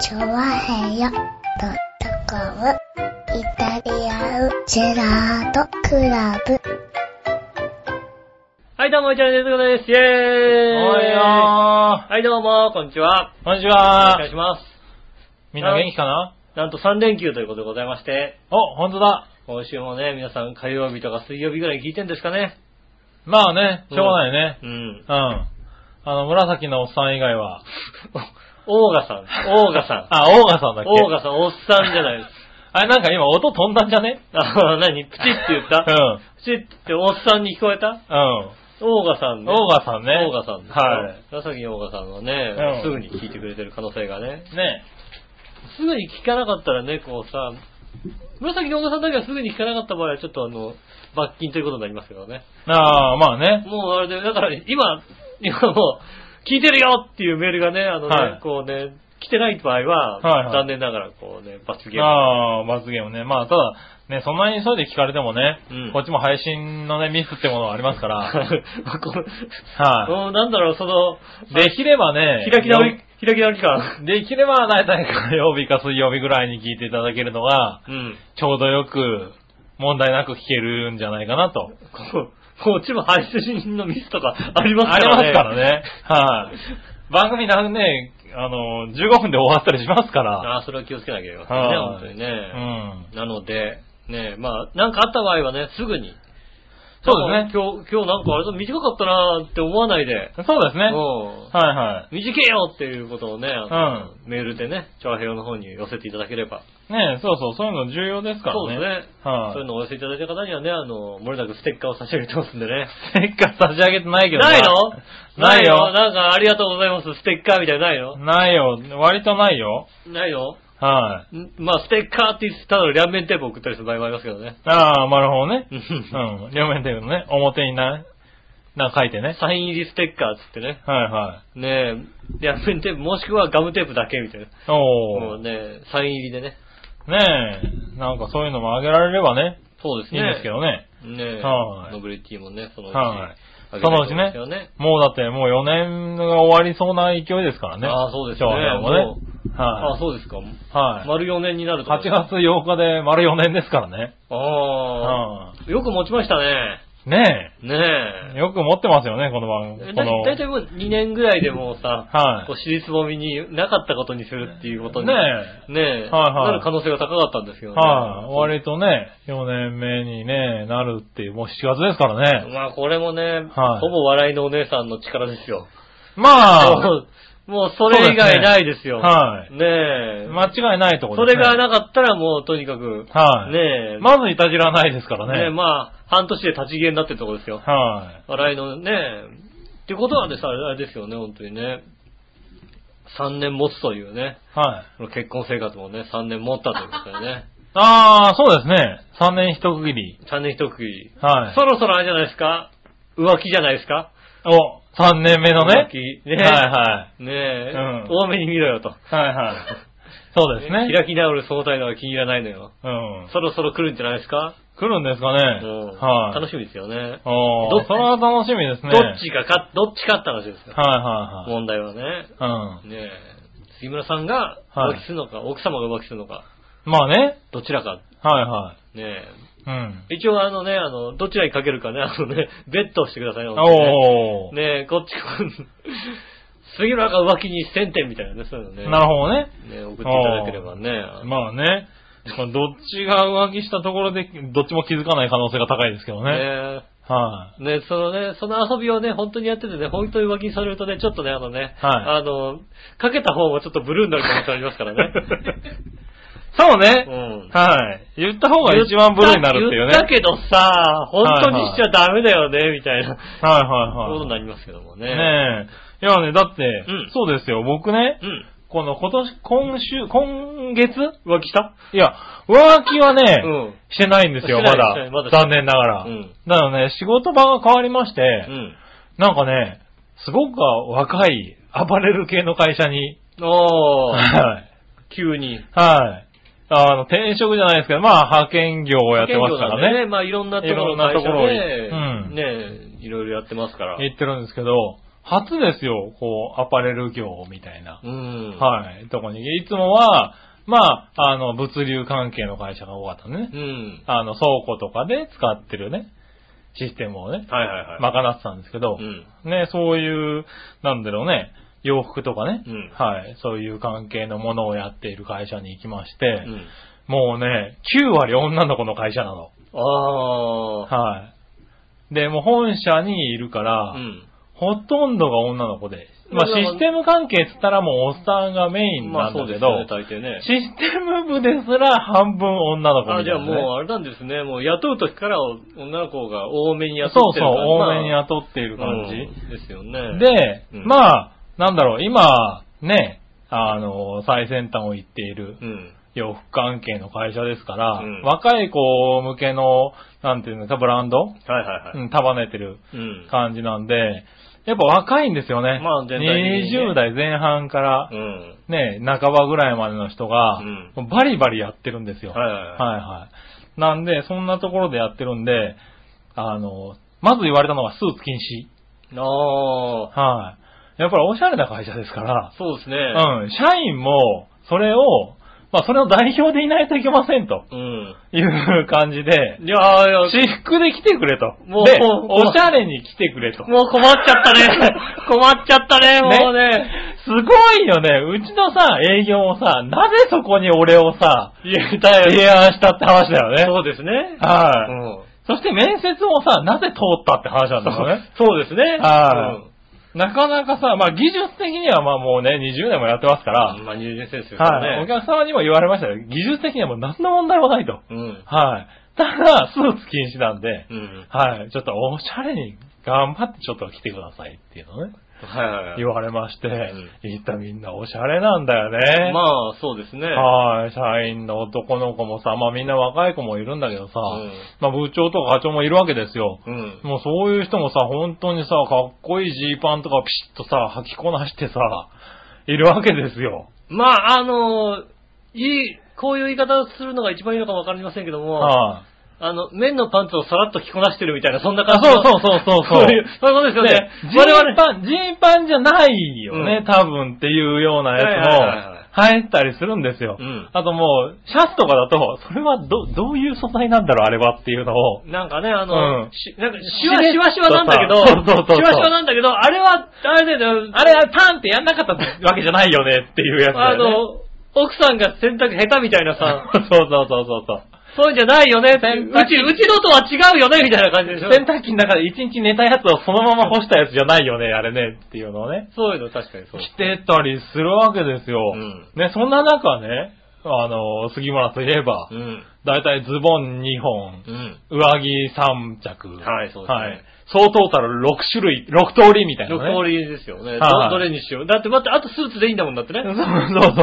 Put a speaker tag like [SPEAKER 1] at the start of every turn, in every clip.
[SPEAKER 1] チョワヘヨドットコムイタリアンジェラートクラブ。
[SPEAKER 2] はい、どうも、いちゃんです。ことです。イェーイ
[SPEAKER 3] おいよー。
[SPEAKER 2] はい、どうも、こんにちは。
[SPEAKER 3] こんにち
[SPEAKER 2] お
[SPEAKER 3] は
[SPEAKER 2] 願い。します。
[SPEAKER 3] みんな元気かな
[SPEAKER 2] なんと3連休ということでございまして、
[SPEAKER 3] お、ほんとだ。
[SPEAKER 2] 今週もね、皆さん火曜日とか水曜日ぐらいに聞いてんですかね。
[SPEAKER 3] まあね、しょうがないね。
[SPEAKER 2] うん
[SPEAKER 3] う。ん。あの、紫のおっさん以外は。
[SPEAKER 2] オーガ さん、オーガさん。
[SPEAKER 3] あ、オーガさんだっけ
[SPEAKER 2] オーガさん、おっさんじゃないです。
[SPEAKER 3] あれなんか今音 飛んだんじゃね
[SPEAKER 2] あ、なに、プチって言った
[SPEAKER 3] うん。
[SPEAKER 2] プチっておっさんに聞こえた
[SPEAKER 3] うん。
[SPEAKER 2] オーガさんね。
[SPEAKER 3] オーガさんね
[SPEAKER 2] オーガさん。
[SPEAKER 3] はい。
[SPEAKER 2] 紫オーガさんは
[SPEAKER 3] う
[SPEAKER 2] ね
[SPEAKER 3] ん、
[SPEAKER 2] すぐに聞いてくれてる可能性がね。
[SPEAKER 3] ね
[SPEAKER 2] すぐに聞かなかったらね、こうさ、紫のおばさんだけはすぐに聞かなかった場合はちょっとあの、罰金ということになりますけどね。
[SPEAKER 3] ああ、まあね。
[SPEAKER 2] もうあれで、だから今、今もう、聞いてるよっていうメールがね、あのね、
[SPEAKER 3] はい
[SPEAKER 2] こうね、来てない場合は、
[SPEAKER 3] はいはい
[SPEAKER 2] 残念ながらこうね、罰ゲーム。
[SPEAKER 3] ああ、罰ゲームね。まあ、ただ、ね、そんなに急いで聞かれてもね、
[SPEAKER 2] うん
[SPEAKER 3] こっちも配信のね、ミスってものがあります か ら、
[SPEAKER 2] この
[SPEAKER 3] は
[SPEAKER 2] うんなんだろう、その、
[SPEAKER 3] い。できればね、
[SPEAKER 2] 開き直り、開き直り感。
[SPEAKER 3] できれば、だいたい火曜日か水曜日ぐらいに聞いていただけるのが、
[SPEAKER 2] うん。
[SPEAKER 3] ちょうどよく、問題なく聞けるんじゃないかなと。
[SPEAKER 2] こう、こっちも配信のミスとかあります
[SPEAKER 3] あ
[SPEAKER 2] か
[SPEAKER 3] り
[SPEAKER 2] ら
[SPEAKER 3] ます
[SPEAKER 2] ね。
[SPEAKER 3] から。ね。 はい。番組なんでね、あの、15分で終わったりしますから。
[SPEAKER 2] ああ、それは気をつけなきゃいけませんね、
[SPEAKER 3] はい
[SPEAKER 2] 本当にね。
[SPEAKER 3] うん。
[SPEAKER 2] なので、ねまあ、なんかあった場合はね、すぐに。
[SPEAKER 3] そうですね
[SPEAKER 2] 今日、今日なんかあれだ、短かったなーって思わないで。
[SPEAKER 3] そうですね。は
[SPEAKER 2] も
[SPEAKER 3] いは
[SPEAKER 2] う、短いよっていうことをね、あのメールでね、チャーヘヨの方に寄せていただければ。
[SPEAKER 3] い。ねそうそう、そういうの重要ですからね。
[SPEAKER 2] そうですね。
[SPEAKER 3] はい
[SPEAKER 2] そういうのをお寄せいただいた方にはね、あの、漏れなくステッカーを差し上げてますんでね。
[SPEAKER 3] せっかく差し上げてないけど
[SPEAKER 2] ないの
[SPEAKER 3] ないよ
[SPEAKER 2] なんかありがとうございます、ステッカーみたいなのないの
[SPEAKER 3] ないよ。割とないよ。
[SPEAKER 2] ないの
[SPEAKER 3] はい。
[SPEAKER 2] んまあ、ステッカーって言ってただの両面テープを送ったりする場合もありますけどね。
[SPEAKER 3] ああ、なるほどね。
[SPEAKER 2] う
[SPEAKER 3] うんん。両面テープのね、表にな、な、書いてね。
[SPEAKER 2] サイン入りステッカーっつってね。
[SPEAKER 3] はいは
[SPEAKER 2] ねえ、両面テープ、もしくはガムテープだけみたいな。
[SPEAKER 3] い。お
[SPEAKER 2] もう
[SPEAKER 3] ー。
[SPEAKER 2] ね、サイン入りでね。
[SPEAKER 3] ねえ。なんかそういうのもあげられればね、
[SPEAKER 2] そうです
[SPEAKER 3] い
[SPEAKER 2] ね。
[SPEAKER 3] いんですけどね。
[SPEAKER 2] ねえ、
[SPEAKER 3] はい
[SPEAKER 2] ノブリティもね、そのうち。
[SPEAKER 3] はい
[SPEAKER 2] あげたいと思います
[SPEAKER 3] そ
[SPEAKER 2] よね。
[SPEAKER 3] もうだってもう4年が終わりそうな勢いですからね。
[SPEAKER 2] ああ、そうですね。
[SPEAKER 3] 長男も
[SPEAKER 2] も
[SPEAKER 3] ね。
[SPEAKER 2] うああ、
[SPEAKER 3] は
[SPEAKER 2] そうですか。
[SPEAKER 3] い。はい。
[SPEAKER 2] 丸4年になると。
[SPEAKER 3] 8月8日で丸4年ですからね。
[SPEAKER 2] ああ、
[SPEAKER 3] は
[SPEAKER 2] よく持ちましたね。
[SPEAKER 3] い。ね
[SPEAKER 2] ね
[SPEAKER 3] え。よく持ってますよね、この番
[SPEAKER 2] え。
[SPEAKER 3] 組。
[SPEAKER 2] だ
[SPEAKER 3] この。
[SPEAKER 2] だいたいもう2年ぐらいでもうさ、
[SPEAKER 3] はい
[SPEAKER 2] こう尻つぼみになかったことにするっていうことに、
[SPEAKER 3] ね
[SPEAKER 2] え、ねえ、
[SPEAKER 3] はいはい
[SPEAKER 2] なる可能性が高かったんですけどね。
[SPEAKER 3] はい。割とね、4年目にね、なるっていう、もう7月ですからね。
[SPEAKER 2] まあこれもね、
[SPEAKER 3] はい
[SPEAKER 2] ほぼ笑いのお姉さんの力ですよ。
[SPEAKER 3] まあ、
[SPEAKER 2] もうもうそれ以外ないですよ。
[SPEAKER 3] はい。
[SPEAKER 2] ねえ。
[SPEAKER 3] 間違いないとこ
[SPEAKER 2] そ
[SPEAKER 3] ろで
[SPEAKER 2] れ
[SPEAKER 3] すね。
[SPEAKER 2] がなかったらもうとにかく、
[SPEAKER 3] はい。
[SPEAKER 2] ねえ、
[SPEAKER 3] まずいたじらないですか
[SPEAKER 2] ねえ、
[SPEAKER 3] らね。
[SPEAKER 2] まあ、半年で立ち消えになってるところですよ。
[SPEAKER 3] は
[SPEAKER 2] 笑いのねってことはね、さあれですよね、本当にね。3年持つというね、
[SPEAKER 3] い。はい。
[SPEAKER 2] 結婚生活もね、3年持ったということで ね。
[SPEAKER 3] ああ、そうですね。3年一区切り。
[SPEAKER 2] 3年一区切り。
[SPEAKER 3] はい
[SPEAKER 2] そ。ろそろあれじゃないですか浮気じゃないですか
[SPEAKER 3] お、3年目のね
[SPEAKER 2] 浮。気。
[SPEAKER 3] はい
[SPEAKER 2] ね
[SPEAKER 3] は
[SPEAKER 2] ねえ、
[SPEAKER 3] うん
[SPEAKER 2] 多めに見ろよと。
[SPEAKER 3] い。はいはい。そうですね。
[SPEAKER 2] 開き直る相対のが気に入らないのよ。
[SPEAKER 3] うん。
[SPEAKER 2] そろそろ来るんじゃないですか、
[SPEAKER 3] 来るんですかね
[SPEAKER 2] うん
[SPEAKER 3] はい。
[SPEAKER 2] 楽
[SPEAKER 3] し
[SPEAKER 2] しみですよね。
[SPEAKER 3] お
[SPEAKER 2] どっ
[SPEAKER 3] ー、それは楽しみですね。
[SPEAKER 2] どっちが勝っ、どっちかって話ですよ。
[SPEAKER 3] はいはいはい。
[SPEAKER 2] 問題はね。
[SPEAKER 3] うん。
[SPEAKER 2] ねえ、杉村さんが
[SPEAKER 3] はい
[SPEAKER 2] 浮気するのか、奥様が浮気するのか、
[SPEAKER 3] まあね。
[SPEAKER 2] どちらか。
[SPEAKER 3] はいは
[SPEAKER 2] ね
[SPEAKER 3] い。うん。
[SPEAKER 2] え。一応あのね、あの、どちらにかけるかね、あのね、ベッドをしてくださいね。
[SPEAKER 3] おー。
[SPEAKER 2] ねえ、こっち、 杉村が浮気に1000点みたいなね、そういうのね。
[SPEAKER 3] なるほどね。
[SPEAKER 2] ねえ送っていただければね。
[SPEAKER 3] まあね。まあどっちが浮気したところで、どっちも気づかない可能性が高いですけどね。
[SPEAKER 2] ね
[SPEAKER 3] は
[SPEAKER 2] え、ねえそのね、その遊びをね、本当にやっててね、本当に浮気にされるとね、ちょっとね、あのね、
[SPEAKER 3] はい
[SPEAKER 2] あの、かけた方もちょっとブルーになる可能性ありますから ね。
[SPEAKER 3] い。そう
[SPEAKER 2] う
[SPEAKER 3] ね。
[SPEAKER 2] ん。
[SPEAKER 3] はい。言った方が一番ブルーになるってい
[SPEAKER 2] 言
[SPEAKER 3] うね。
[SPEAKER 2] ったけどさ、本当にしちゃダメだよね、みたいな
[SPEAKER 3] はい
[SPEAKER 2] こ
[SPEAKER 3] はい
[SPEAKER 2] と
[SPEAKER 3] はい
[SPEAKER 2] に。なりますけどもね。
[SPEAKER 3] ねえ。いやね、だって、
[SPEAKER 2] うん
[SPEAKER 3] そうですよ、僕ね、
[SPEAKER 2] うん。
[SPEAKER 3] この今年、今週、今月
[SPEAKER 2] 浮気した
[SPEAKER 3] いや、浮気はね、
[SPEAKER 2] うん。
[SPEAKER 3] してないんです
[SPEAKER 2] し
[SPEAKER 3] よ、
[SPEAKER 2] てな
[SPEAKER 3] ま
[SPEAKER 2] いしてない
[SPEAKER 3] だ
[SPEAKER 2] まだ。
[SPEAKER 3] 残念ながら。
[SPEAKER 2] うん
[SPEAKER 3] だからね、仕事場が変わりまして、
[SPEAKER 2] うん。
[SPEAKER 3] なんかね、すごく若い、暴れる系の会社に、
[SPEAKER 2] おー。
[SPEAKER 3] はい。
[SPEAKER 2] 急に。
[SPEAKER 3] はい。あの、転職じゃないですけど、まあ、派遣業をやってますからね。
[SPEAKER 2] ね。まあ、いろんなところ
[SPEAKER 3] いろんなところ
[SPEAKER 2] の会社で
[SPEAKER 3] うん
[SPEAKER 2] ね、いろいろやってますから。
[SPEAKER 3] 言ってるんですけど、初ですよ、こう、アパレル業みたいな。
[SPEAKER 2] うん。
[SPEAKER 3] はい、とこに。いつもは、まあ、あの、物流関係の会社が多かったね。
[SPEAKER 2] うん。
[SPEAKER 3] あの、倉庫とかで使ってるね、システムをね、
[SPEAKER 2] はいはいはい。
[SPEAKER 3] 賄ってたんですけど
[SPEAKER 2] う、ん。
[SPEAKER 3] ね、そういう、なんだろうね、洋服とかね、
[SPEAKER 2] うん
[SPEAKER 3] はい、そういう関係のものをやっている会社に行きまして、
[SPEAKER 2] うん。
[SPEAKER 3] もうね、9割女の子の会社なの。
[SPEAKER 2] あ
[SPEAKER 3] はい。で、もう本社にいるから、
[SPEAKER 2] あ。うん。
[SPEAKER 3] ほとんどが女の子で。まあ
[SPEAKER 2] まあ
[SPEAKER 3] システム関係って言ったらもうおっさんがメイン
[SPEAKER 2] ま
[SPEAKER 3] な
[SPEAKER 2] あ
[SPEAKER 3] ん
[SPEAKER 2] そ
[SPEAKER 3] だ
[SPEAKER 2] うで
[SPEAKER 3] け
[SPEAKER 2] す
[SPEAKER 3] ど、
[SPEAKER 2] よね、大抵ね。
[SPEAKER 3] システム部ですら半分女の子
[SPEAKER 2] あ
[SPEAKER 3] みたいな、ね。
[SPEAKER 2] じゃあもうあれなんですね。もう雇う時から女の子が多めに雇
[SPEAKER 3] そう
[SPEAKER 2] って
[SPEAKER 3] そ
[SPEAKER 2] る
[SPEAKER 3] う、
[SPEAKER 2] から
[SPEAKER 3] 多めに
[SPEAKER 2] まあ
[SPEAKER 3] 雇っている感じ。
[SPEAKER 2] うんですよね。、
[SPEAKER 3] で、
[SPEAKER 2] うん
[SPEAKER 3] まあ、なんだろう、今、ね、あの、最先端を行っている
[SPEAKER 2] うん。
[SPEAKER 3] 洋服関係の会社ですから、
[SPEAKER 2] うん
[SPEAKER 3] 若い子向けの、なんていうのか、ブランド、
[SPEAKER 2] はいはいは
[SPEAKER 3] う
[SPEAKER 2] い。
[SPEAKER 3] ん、束ねてる
[SPEAKER 2] うん。
[SPEAKER 3] 感じなんで、やっぱ若いんですよね。
[SPEAKER 2] まあ全体的にね
[SPEAKER 3] 20代前半から
[SPEAKER 2] う、ん。
[SPEAKER 3] ね、半ばぐらいまでの人が、
[SPEAKER 2] うん
[SPEAKER 3] バリバリやってるんですよ。
[SPEAKER 2] はい
[SPEAKER 3] い、
[SPEAKER 2] はいはい。
[SPEAKER 3] はいはいなんで、そんなところでやってるんで、あの、まず言われたのがスーツ禁止。
[SPEAKER 2] ああ、
[SPEAKER 3] はい。やっぱりおしゃれな会社ですから、
[SPEAKER 2] そうですね。
[SPEAKER 3] うん、社員も、それを、まあ、それの代表でいないといけませんと
[SPEAKER 2] うん。
[SPEAKER 3] いう感じで、
[SPEAKER 2] いやーいや、
[SPEAKER 3] 私服で来てくれと。
[SPEAKER 2] もう
[SPEAKER 3] で、
[SPEAKER 2] もう
[SPEAKER 3] おしゃれに来てくれと。
[SPEAKER 2] もう困っちゃった ね。困っちゃったね、もうね。
[SPEAKER 3] すごいよね。うちのさ、営業もさ、なぜそこに俺をさ、
[SPEAKER 2] 言えたよ。
[SPEAKER 3] 提案したって話だよね。
[SPEAKER 2] そうですね。
[SPEAKER 3] はい、
[SPEAKER 2] うん
[SPEAKER 3] そして面接もさ、なぜ通ったって話なんだよね。
[SPEAKER 2] そうですね。
[SPEAKER 3] は
[SPEAKER 2] うん
[SPEAKER 3] なかなかさ、まあ技術的にはまあもうね、20年もやってますから、
[SPEAKER 2] まあ、入年生ですよ
[SPEAKER 3] はい、お
[SPEAKER 2] ね。
[SPEAKER 3] 客様にも言われましたよ。技術的にはもう何の問題もないと。
[SPEAKER 2] うん。
[SPEAKER 3] はい。ただ、スーツ禁止なんで、
[SPEAKER 2] うん。
[SPEAKER 3] はい。ちょっとおしゃれに頑張ってちょっと来てくださいっていうのね、
[SPEAKER 2] はいはいはい。
[SPEAKER 3] 言われまして、
[SPEAKER 2] ん
[SPEAKER 3] 行ったみんなおしゃれなんだよね。
[SPEAKER 2] まあ、そうですね。
[SPEAKER 3] はい、社員の男の子もさ、まあみんな若い子もいるんだけどさ、
[SPEAKER 2] うん
[SPEAKER 3] まあ部長とか課長もいるわけですよ。
[SPEAKER 2] うん。
[SPEAKER 3] もうそういう人もさ、本当にさ、かっこいいジーパンとかピシッとさ、履きこなしてさ、いるわけですよ。
[SPEAKER 2] まあ、あの、いい、こういう言い方をするのが一番いいのかわかりませんけども、
[SPEAKER 3] はい、
[SPEAKER 2] あの、綿のパンツをさらっと着こなしてるみたいな、そんな
[SPEAKER 3] あ。
[SPEAKER 2] 感じ
[SPEAKER 3] そう
[SPEAKER 2] の。
[SPEAKER 3] そうそうそうそう。
[SPEAKER 2] そういう、そういうことですよね
[SPEAKER 3] で。ジ
[SPEAKER 2] 我
[SPEAKER 3] ー
[SPEAKER 2] 々、
[SPEAKER 3] パン、ジーパンじゃないよね、
[SPEAKER 2] うん
[SPEAKER 3] 多分っていうような
[SPEAKER 2] はいはいはいは
[SPEAKER 3] やつも、履いてたりするんですよ。
[SPEAKER 2] うん
[SPEAKER 3] あともう、シャツとかだと、それはど、どういう素材なんだろう、あれはっていうのを、
[SPEAKER 2] なんかね、あの、
[SPEAKER 3] うん
[SPEAKER 2] しなんかシワ、
[SPEAKER 3] しれっとさ
[SPEAKER 2] シワシワなんだけど、
[SPEAKER 3] そうそうそうそう
[SPEAKER 2] シワシワなんだけど、あれは、あれだよね、
[SPEAKER 3] あれ、パンってやんなかったわけじゃないよねっていうやつだ
[SPEAKER 2] あ
[SPEAKER 3] よね。
[SPEAKER 2] の、奥さんが洗濯下手みたいなさ、
[SPEAKER 3] そうそうそうそうそう。
[SPEAKER 2] そういうんじゃないよねって
[SPEAKER 3] 洗
[SPEAKER 2] う
[SPEAKER 3] 濯
[SPEAKER 2] ち、
[SPEAKER 3] 機
[SPEAKER 2] うちのとは違うよねみたいな感じでしょ
[SPEAKER 3] 洗濯機の中で一日寝たやつをそのまま干したやつじゃないよね、あれね、っていうのをね。
[SPEAKER 2] そういうの確かにそう。
[SPEAKER 3] 着てたりするわけですよ。
[SPEAKER 2] うん
[SPEAKER 3] ね、そんな中ね、あの、杉村といえば、
[SPEAKER 2] うん。
[SPEAKER 3] だいたいズボン2本、
[SPEAKER 2] うん。
[SPEAKER 3] 上着3着。
[SPEAKER 2] はいそうですね
[SPEAKER 3] はい。総トータル6種類、6通りみたいな、ね。
[SPEAKER 2] 六通りですよね。
[SPEAKER 3] は
[SPEAKER 2] ど
[SPEAKER 3] い
[SPEAKER 2] どれにしよう。だって待って、あとスーツでいいんだもんだってね。
[SPEAKER 3] そうそうそうそ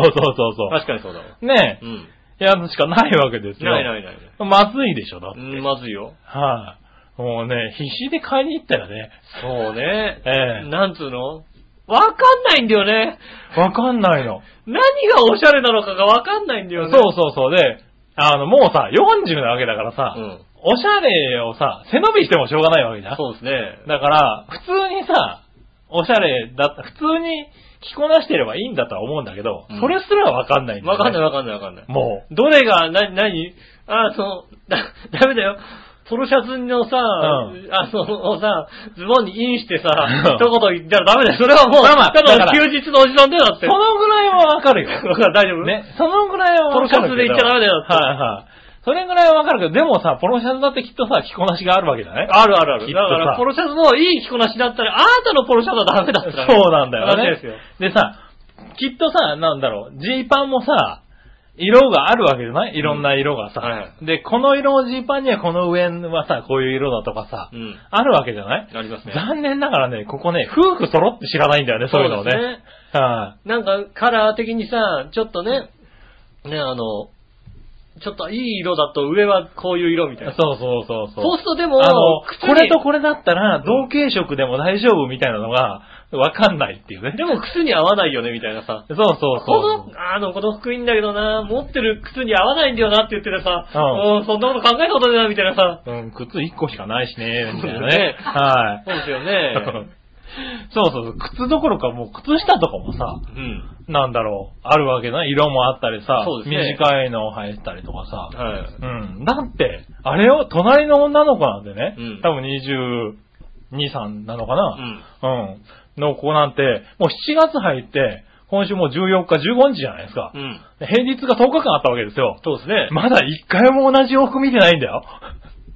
[SPEAKER 3] うそう
[SPEAKER 2] 確かにそうだわ。
[SPEAKER 3] そう。ね
[SPEAKER 2] う、ん。
[SPEAKER 3] やつしかないわけですよ。
[SPEAKER 2] ないないない。
[SPEAKER 3] まずいでしょ、だって。
[SPEAKER 2] うん、まずいよ。
[SPEAKER 3] はい、もうね、必死で買いに行ったよね。
[SPEAKER 2] そうね。
[SPEAKER 3] ええ
[SPEAKER 2] なんつうのわかんないんだよね。
[SPEAKER 3] わかんないの。
[SPEAKER 2] 何がオシャレなのかがわかんないんだよね。
[SPEAKER 3] そうそうそう。で、あの、もうさ、40なわけだからさ、
[SPEAKER 2] うん
[SPEAKER 3] おしゃれをさ、背伸びしてもしょうがないわけじゃん。
[SPEAKER 2] そうですね。
[SPEAKER 3] だから、普通にさ、おしゃれだった、普通に着こなしてればいいんだとは思うんだけど、
[SPEAKER 2] うん
[SPEAKER 3] それすらわかんないんだよ
[SPEAKER 2] わ
[SPEAKER 3] ね
[SPEAKER 2] かんないわかんないわかんない。
[SPEAKER 3] も
[SPEAKER 2] どれが、な、なに、あ、その、 だ、ダメだよ。ポロシャツのさ、
[SPEAKER 3] ん
[SPEAKER 2] あ、そのさ、ズボンにインして
[SPEAKER 3] う
[SPEAKER 2] さ
[SPEAKER 3] ん、
[SPEAKER 2] 一言言ったらダメだよ。それはもう、
[SPEAKER 3] まあまあ
[SPEAKER 2] ただ
[SPEAKER 3] だ
[SPEAKER 2] の
[SPEAKER 3] から
[SPEAKER 2] 休日のおじさんだよ、だっ
[SPEAKER 3] う、そ
[SPEAKER 2] て。
[SPEAKER 3] のぐらいはわ かる
[SPEAKER 2] だ
[SPEAKER 3] よ。
[SPEAKER 2] から大丈夫
[SPEAKER 3] ね、そのぐらいはわかるけど。
[SPEAKER 2] ポロシャツで行っちゃダメだよ
[SPEAKER 3] はいはい。それぐらいはわかるけど、でもさ、ポロシャツだってきっとさ、着こなしがあるわけじゃない
[SPEAKER 2] あるあるある。
[SPEAKER 3] きっ
[SPEAKER 2] だ
[SPEAKER 3] とさ
[SPEAKER 2] から、ポロシャツのいい着こなしだったら、あなたのポロシャツはダメだった
[SPEAKER 3] そうなんだよね。
[SPEAKER 2] 話ですよ。
[SPEAKER 3] でさ、きっとさ、なんだろう、ジーパンもさ、色があるわけじゃないいろんな色がさ、
[SPEAKER 2] うんはい
[SPEAKER 3] で、この色のジーパンにはこの上はさ、こういう色だとかさ、
[SPEAKER 2] うん。
[SPEAKER 3] あるわけじゃない、
[SPEAKER 2] ありますね。
[SPEAKER 3] 残念ながらね、ここね、夫婦揃って知らないんだよね、そういうのをね。
[SPEAKER 2] そうですね
[SPEAKER 3] は
[SPEAKER 2] なんか、カラー的にさ、ちょっとね、ね、あの、ちょっといい色だと上はこういう色みたい
[SPEAKER 3] い
[SPEAKER 2] な。
[SPEAKER 3] そうそうそうそう。
[SPEAKER 2] そうするとでも
[SPEAKER 3] あの、
[SPEAKER 2] 靴に
[SPEAKER 3] これとこれだったら、同系色でも大丈夫みたいなのが、わかんないっていうね。
[SPEAKER 2] でも靴に合わないよね、みたいなさ。
[SPEAKER 3] そうそうそう。
[SPEAKER 2] この、あの、この服いいんだけどな、持ってる靴に合わないんだよなって言っててさ、
[SPEAKER 3] うん
[SPEAKER 2] もうそんなこと考えたことないな、みたいなさ。
[SPEAKER 3] うん、靴1個しかないしね、みたいな
[SPEAKER 2] そうですね
[SPEAKER 3] ね。はい。
[SPEAKER 2] そうですよね。
[SPEAKER 3] そうそうそう、靴どころかもう靴下とかもさ、
[SPEAKER 2] うん。
[SPEAKER 3] なんだろう、あるわけな。色もあったりさ、
[SPEAKER 2] そうですね
[SPEAKER 3] 短いのを履いてたりとかさ。
[SPEAKER 2] はい。
[SPEAKER 3] うん。だって、あれを、隣の女の子なんでね、
[SPEAKER 2] うん
[SPEAKER 3] 多分22、3なのか
[SPEAKER 2] う
[SPEAKER 3] な、
[SPEAKER 2] ん。
[SPEAKER 3] うん、の子なんて、もう7月入って、今週もう14日、15日じゃないですか
[SPEAKER 2] う。ん。
[SPEAKER 3] 平日が10日間あったわけですよ。
[SPEAKER 2] そうですね。
[SPEAKER 3] まだ一回も同じ洋服見てないんだよ。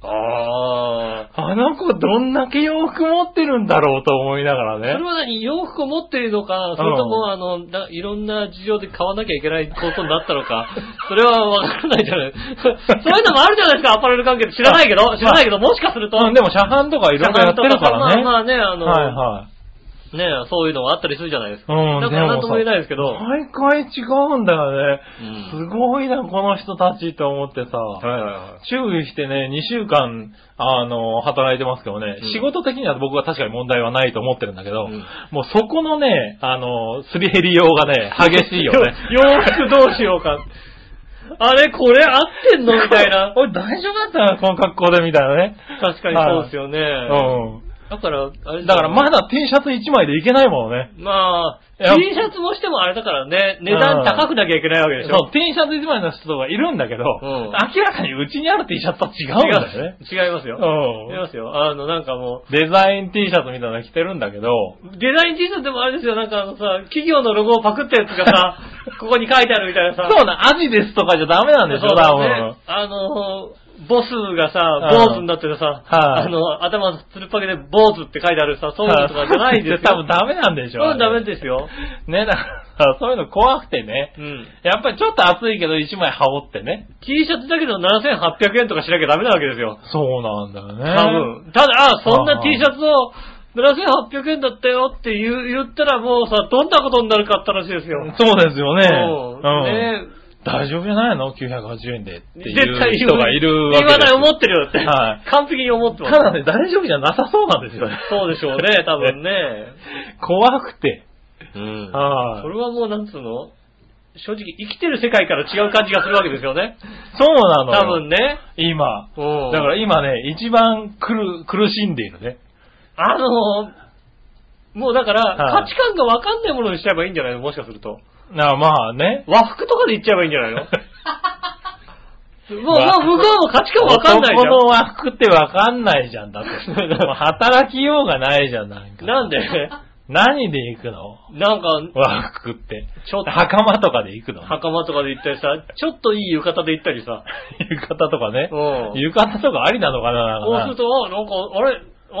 [SPEAKER 2] ああ。
[SPEAKER 3] あの子どんだけ洋服持ってるんだろうと思いなが
[SPEAKER 2] それ
[SPEAKER 3] らね。
[SPEAKER 2] は何洋服を持っているのか、それとも、あの、ないろんな事情で買わなきゃいけないことになったのか、 それはわからないじゃない。 そういうのもあるじゃないですか、アパレル関係で。知らないけど、知らないけど、もしかすると。
[SPEAKER 3] うん、でも、車販とかいろいろやってるからね。
[SPEAKER 2] まあまあね、あの、
[SPEAKER 3] はいはい。
[SPEAKER 2] ねそういうのがあったりするじゃないですか。
[SPEAKER 3] うん、
[SPEAKER 2] だからなんとも言えないですけど。
[SPEAKER 3] 毎回違うんだよね。
[SPEAKER 2] うん
[SPEAKER 3] すごいな、この人たちと思ってさ。
[SPEAKER 2] はいはいは
[SPEAKER 3] 注意してね、2週間、あの、働いてますけどね、
[SPEAKER 2] うん
[SPEAKER 3] 仕事的には僕は確かに問題はないと思ってるんだけど、
[SPEAKER 2] うん
[SPEAKER 3] もうそこのね、あの、すり減りようがね、激しいよね。。
[SPEAKER 2] 洋服どうしようか。あれ、これ合ってんのみたいな
[SPEAKER 3] 俺大丈夫だったな、この格好で、みたいなね。
[SPEAKER 2] 確かにそうですよね。
[SPEAKER 3] う
[SPEAKER 2] だから、あれ
[SPEAKER 3] ん。だからま
[SPEAKER 2] だ。
[SPEAKER 3] だ T シャツ1枚でいけないものね。
[SPEAKER 2] まあ、
[SPEAKER 3] いや
[SPEAKER 2] T シャツもしてもあれだからね、値段高くなきゃいけないわけでし
[SPEAKER 3] そう
[SPEAKER 2] ょ。、
[SPEAKER 3] T シャツ1枚の人がいるんだけど、
[SPEAKER 2] うん
[SPEAKER 3] 明らかにうちにある T シャツとは違うん
[SPEAKER 2] 違
[SPEAKER 3] だよね。
[SPEAKER 2] う違いますよ。
[SPEAKER 3] う
[SPEAKER 2] 違
[SPEAKER 3] ん
[SPEAKER 2] いますよ。あの、なんかも
[SPEAKER 3] デザイン T シャツみたいなの着てるんだけど、
[SPEAKER 2] う、デザイン T シャツでもあれですよ、なんかあのさ、企業のロゴをパクったやつが さ、ここに書いてあるみたいなさ。
[SPEAKER 3] そうな、アジですとかじゃダメなんでし
[SPEAKER 2] そ
[SPEAKER 3] ょ、
[SPEAKER 2] うだ
[SPEAKER 3] 多
[SPEAKER 2] よ
[SPEAKER 3] 分
[SPEAKER 2] ね。。あのー、ボスがさ、
[SPEAKER 3] うん
[SPEAKER 2] 坊主になってるさ、
[SPEAKER 3] はい
[SPEAKER 2] あの、頭つるっぱげで坊主って書いてあるさ、そういうのとかじゃないんですよ
[SPEAKER 3] 。多分ダメなんでしょ。
[SPEAKER 2] そういうのダメ
[SPEAKER 3] で
[SPEAKER 2] ですよ。
[SPEAKER 3] ね、だから、 そういうの怖くてね。
[SPEAKER 2] うん。
[SPEAKER 3] やっぱりちょっと暑いけど1枚羽織ってね。
[SPEAKER 2] T シャツだけど7800円とかしなきゃダメなわけですよ。
[SPEAKER 3] そうなんだよね。
[SPEAKER 2] 多分。ただ、あそん
[SPEAKER 3] あ
[SPEAKER 2] な
[SPEAKER 3] あ
[SPEAKER 2] T シャツを7800円だったよって言う言ったらもうさ、どんなことになるかって話ですよ。
[SPEAKER 3] そうですよね。
[SPEAKER 2] そう
[SPEAKER 3] うん。
[SPEAKER 2] ね
[SPEAKER 3] 大丈夫じゃないの ?980 円でって
[SPEAKER 2] 絶対
[SPEAKER 3] いう
[SPEAKER 2] 言
[SPEAKER 3] 人
[SPEAKER 2] う
[SPEAKER 3] がいるわけ
[SPEAKER 2] 言わない、思
[SPEAKER 3] っ
[SPEAKER 2] ってるよって。
[SPEAKER 3] は
[SPEAKER 2] 完璧に思ってま
[SPEAKER 3] た
[SPEAKER 2] す。
[SPEAKER 3] だね、大丈夫じゃなさそうなんですよね。
[SPEAKER 2] そうでしょうね、多分ね。
[SPEAKER 3] 怖くて。
[SPEAKER 2] うん
[SPEAKER 3] はい
[SPEAKER 2] それはもうなんつうの正直生きてる世界から違う感じがするわけですよね。
[SPEAKER 3] そうなのよ。
[SPEAKER 2] 多分ね。
[SPEAKER 3] 今。
[SPEAKER 2] うん。
[SPEAKER 3] だから今ね、一番苦苦しんでいるね。
[SPEAKER 2] あのーもうだから、
[SPEAKER 3] はい
[SPEAKER 2] 価値観がわかんないものにしちゃえばいいんじゃないのもしかすると。
[SPEAKER 3] なあまあね。
[SPEAKER 2] 和服とかで言っちゃえばいいんじゃないの もう、
[SPEAKER 3] 和服
[SPEAKER 2] もう向こうも価値観わかんないじ
[SPEAKER 3] 男の和服ってわかんないじゃ ん、だって。もう働きようがないじゃん、な
[SPEAKER 2] ゃ
[SPEAKER 3] んか。
[SPEAKER 2] ん。なんで
[SPEAKER 3] 何で行くの
[SPEAKER 2] なんか、
[SPEAKER 3] 和服って。
[SPEAKER 2] ちょっと
[SPEAKER 3] 袴とかで行くの
[SPEAKER 2] 袴とかで行ったりさ、ちょっといい浴衣で行ったりさ。
[SPEAKER 3] 浴衣とかね
[SPEAKER 2] う。ん。
[SPEAKER 3] 浴衣とかありなのかな
[SPEAKER 2] そうす
[SPEAKER 3] なん
[SPEAKER 2] る
[SPEAKER 3] か
[SPEAKER 2] と、あなんか、あれあ違う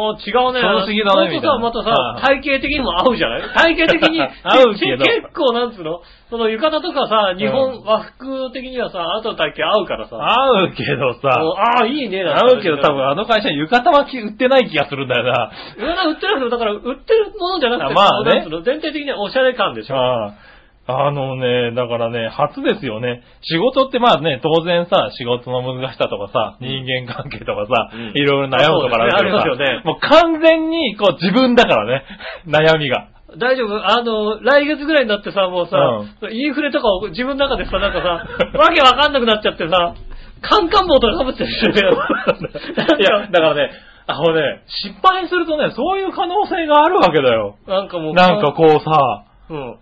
[SPEAKER 2] ね。
[SPEAKER 3] その次だねみたいな
[SPEAKER 2] そうするとさ、またさ、
[SPEAKER 3] は。
[SPEAKER 2] 体型的にも合うじゃない体型的 に
[SPEAKER 3] 合うけど
[SPEAKER 2] 結構なんつうのその浴衣とかさ、日
[SPEAKER 3] う
[SPEAKER 2] 本
[SPEAKER 3] ん
[SPEAKER 2] 和服的にはさ、あなたの体型合うからさ。
[SPEAKER 3] 合うけど
[SPEAKER 2] もう
[SPEAKER 3] さ。
[SPEAKER 2] ああ、いいね。なんて
[SPEAKER 3] 合うけど多分あの会社浴衣は着売ってない気がするんだよな。
[SPEAKER 2] 売ってなくても、だから売ってるものじゃなくて、
[SPEAKER 3] まあね
[SPEAKER 2] なんつうの全体的にはおしゃれ感でしょ。
[SPEAKER 3] あああのね、だからね、初ですよね。仕事ってまあね、当然さ、仕事の難しさとかさ、人間関係とかさ、
[SPEAKER 2] うん
[SPEAKER 3] いろいろ悩むところあるけどさ、
[SPEAKER 2] あそうですねありますよね
[SPEAKER 3] もう完全にこう自分だからね、悩 みが。
[SPEAKER 2] 大丈夫あの、来月ぐらいになってさ、もうさ、インフレとかを自分の中でさ、なんかさ、 わけわかんなくなっちゃってさ、カンカン帽とか被ってるしね
[SPEAKER 3] いや、だからね、あのね、失敗するとね、そういう可能性があるわけだよ。
[SPEAKER 2] なんかもう、
[SPEAKER 3] なんかこうさ、
[SPEAKER 2] うん。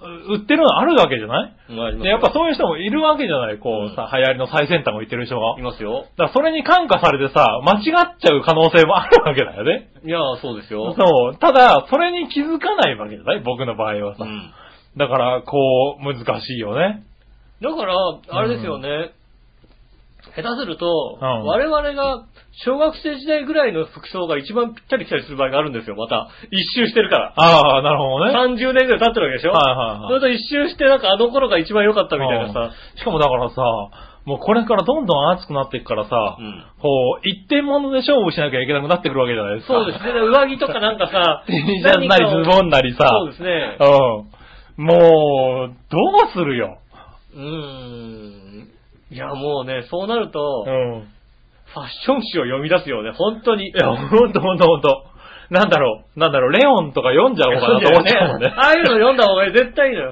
[SPEAKER 3] うん、売ってるのあるわけじゃないでやっぱ
[SPEAKER 2] う、
[SPEAKER 3] そういう人もいるわけじゃないこうさ、流行りの最先端を言ってる人が。
[SPEAKER 2] いますよ。
[SPEAKER 3] だからそれに感化されてさ、間違っちゃう可能性もあるわけだよね。
[SPEAKER 2] いや、そうですよ。
[SPEAKER 3] そう。ただ、それに気づかないわけじゃない僕の場合はさ。
[SPEAKER 2] うん。
[SPEAKER 3] だから、こう、難しいよね。
[SPEAKER 2] だから、あれですよね。下手すると、
[SPEAKER 3] うん
[SPEAKER 2] 我々が小学生時代ぐらいの服装が一番ぴったり来たりする場合があるんですよ、また。一周してるから。
[SPEAKER 3] ああ、なるほどね。はい
[SPEAKER 2] 30年ぐらい経ってるわけでしょ
[SPEAKER 3] はい
[SPEAKER 2] そ
[SPEAKER 3] はい
[SPEAKER 2] れ。と一周して、なんかあの頃が一番良かったみたいなさ。
[SPEAKER 3] うんしかもだからさ、もうこれからどんどん暑くなっていくからさ、
[SPEAKER 2] うん
[SPEAKER 3] こう、一点物で勝負しなきゃいけなくなってくるわけじゃないですか。、
[SPEAKER 2] そうですね。で上着とかなんかさ
[SPEAKER 3] T シャツなり
[SPEAKER 2] 何
[SPEAKER 3] ズ
[SPEAKER 2] かを
[SPEAKER 3] ボンなりさ、
[SPEAKER 2] そうですね。
[SPEAKER 3] うん。もう、どうするよ。
[SPEAKER 2] うーん。いや、もうね、そうなると、
[SPEAKER 3] うん。
[SPEAKER 2] ファッション誌を読み出すよね、本当に。
[SPEAKER 3] いや、ほんとほんとほんと。なんだろう、なんだろう、レオンとか読んじゃおうかなと思っちゃうもんね。
[SPEAKER 2] ああいうの読んだ方が絶対いいのよ。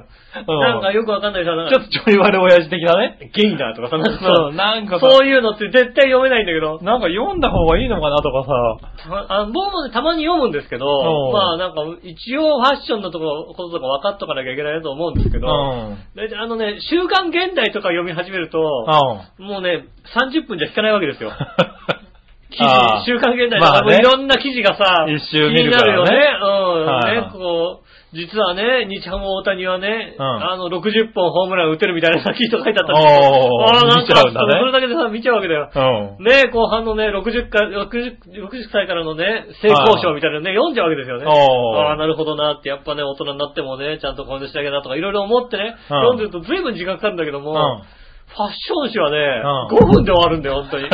[SPEAKER 3] うん
[SPEAKER 2] なんかよくわかんないさ、なん
[SPEAKER 3] ちょ
[SPEAKER 2] か
[SPEAKER 3] っとちょい悪親父的なね。
[SPEAKER 2] ゲイだとかさ、なんか
[SPEAKER 3] そう、
[SPEAKER 2] さ
[SPEAKER 3] なんかさ、
[SPEAKER 2] そういうのって絶対読めないんだけど、
[SPEAKER 3] なんか読んだ方がいいのかなとか
[SPEAKER 2] たまあ僕もね、たまに読むんですけど、
[SPEAKER 3] うん
[SPEAKER 2] まあなんか、一応ファッションのとここととか分かっとかなきゃいけないと思うんですけ
[SPEAKER 3] さ。う
[SPEAKER 2] ど、
[SPEAKER 3] ん。
[SPEAKER 2] 大体あのね、週刊現代とか読み始めると、
[SPEAKER 3] うん。
[SPEAKER 2] もうね、30分じゃ引かないわけ ですよ。記
[SPEAKER 3] あ
[SPEAKER 2] 事
[SPEAKER 3] ー、
[SPEAKER 2] 週刊現代と
[SPEAKER 3] ま
[SPEAKER 2] か、
[SPEAKER 3] あね
[SPEAKER 2] いろんな記事がさ、
[SPEAKER 3] 一周見るからね
[SPEAKER 2] 気になるよね。うん。ね、
[SPEAKER 3] はい
[SPEAKER 2] こう、実はね、日ハム大谷はね、
[SPEAKER 3] うん
[SPEAKER 2] あの、60本ホームラン打てるみたいなさ、記事と書いてあったんですよ
[SPEAKER 3] お
[SPEAKER 2] あー
[SPEAKER 3] ー、
[SPEAKER 2] な
[SPEAKER 3] 見
[SPEAKER 2] ん
[SPEAKER 3] ち
[SPEAKER 2] か
[SPEAKER 3] ゃうんだ
[SPEAKER 2] それ
[SPEAKER 3] ね。
[SPEAKER 2] だけでさ、見ちゃうわけだよ。
[SPEAKER 3] うん。
[SPEAKER 2] ね後半のね、60か、60、60歳からのね、性交渉みたいなのね、読んじゃうわけですよね。
[SPEAKER 3] おー
[SPEAKER 2] ああ、なるほどなって、やっぱね、大人になってもね、ちゃんと購入しなきゃなとか、いろいろ思ってね、読んでると随分時間かかるんだけども、ファッション誌はね、
[SPEAKER 3] うん
[SPEAKER 2] 5分で終わるんだよ、本当に。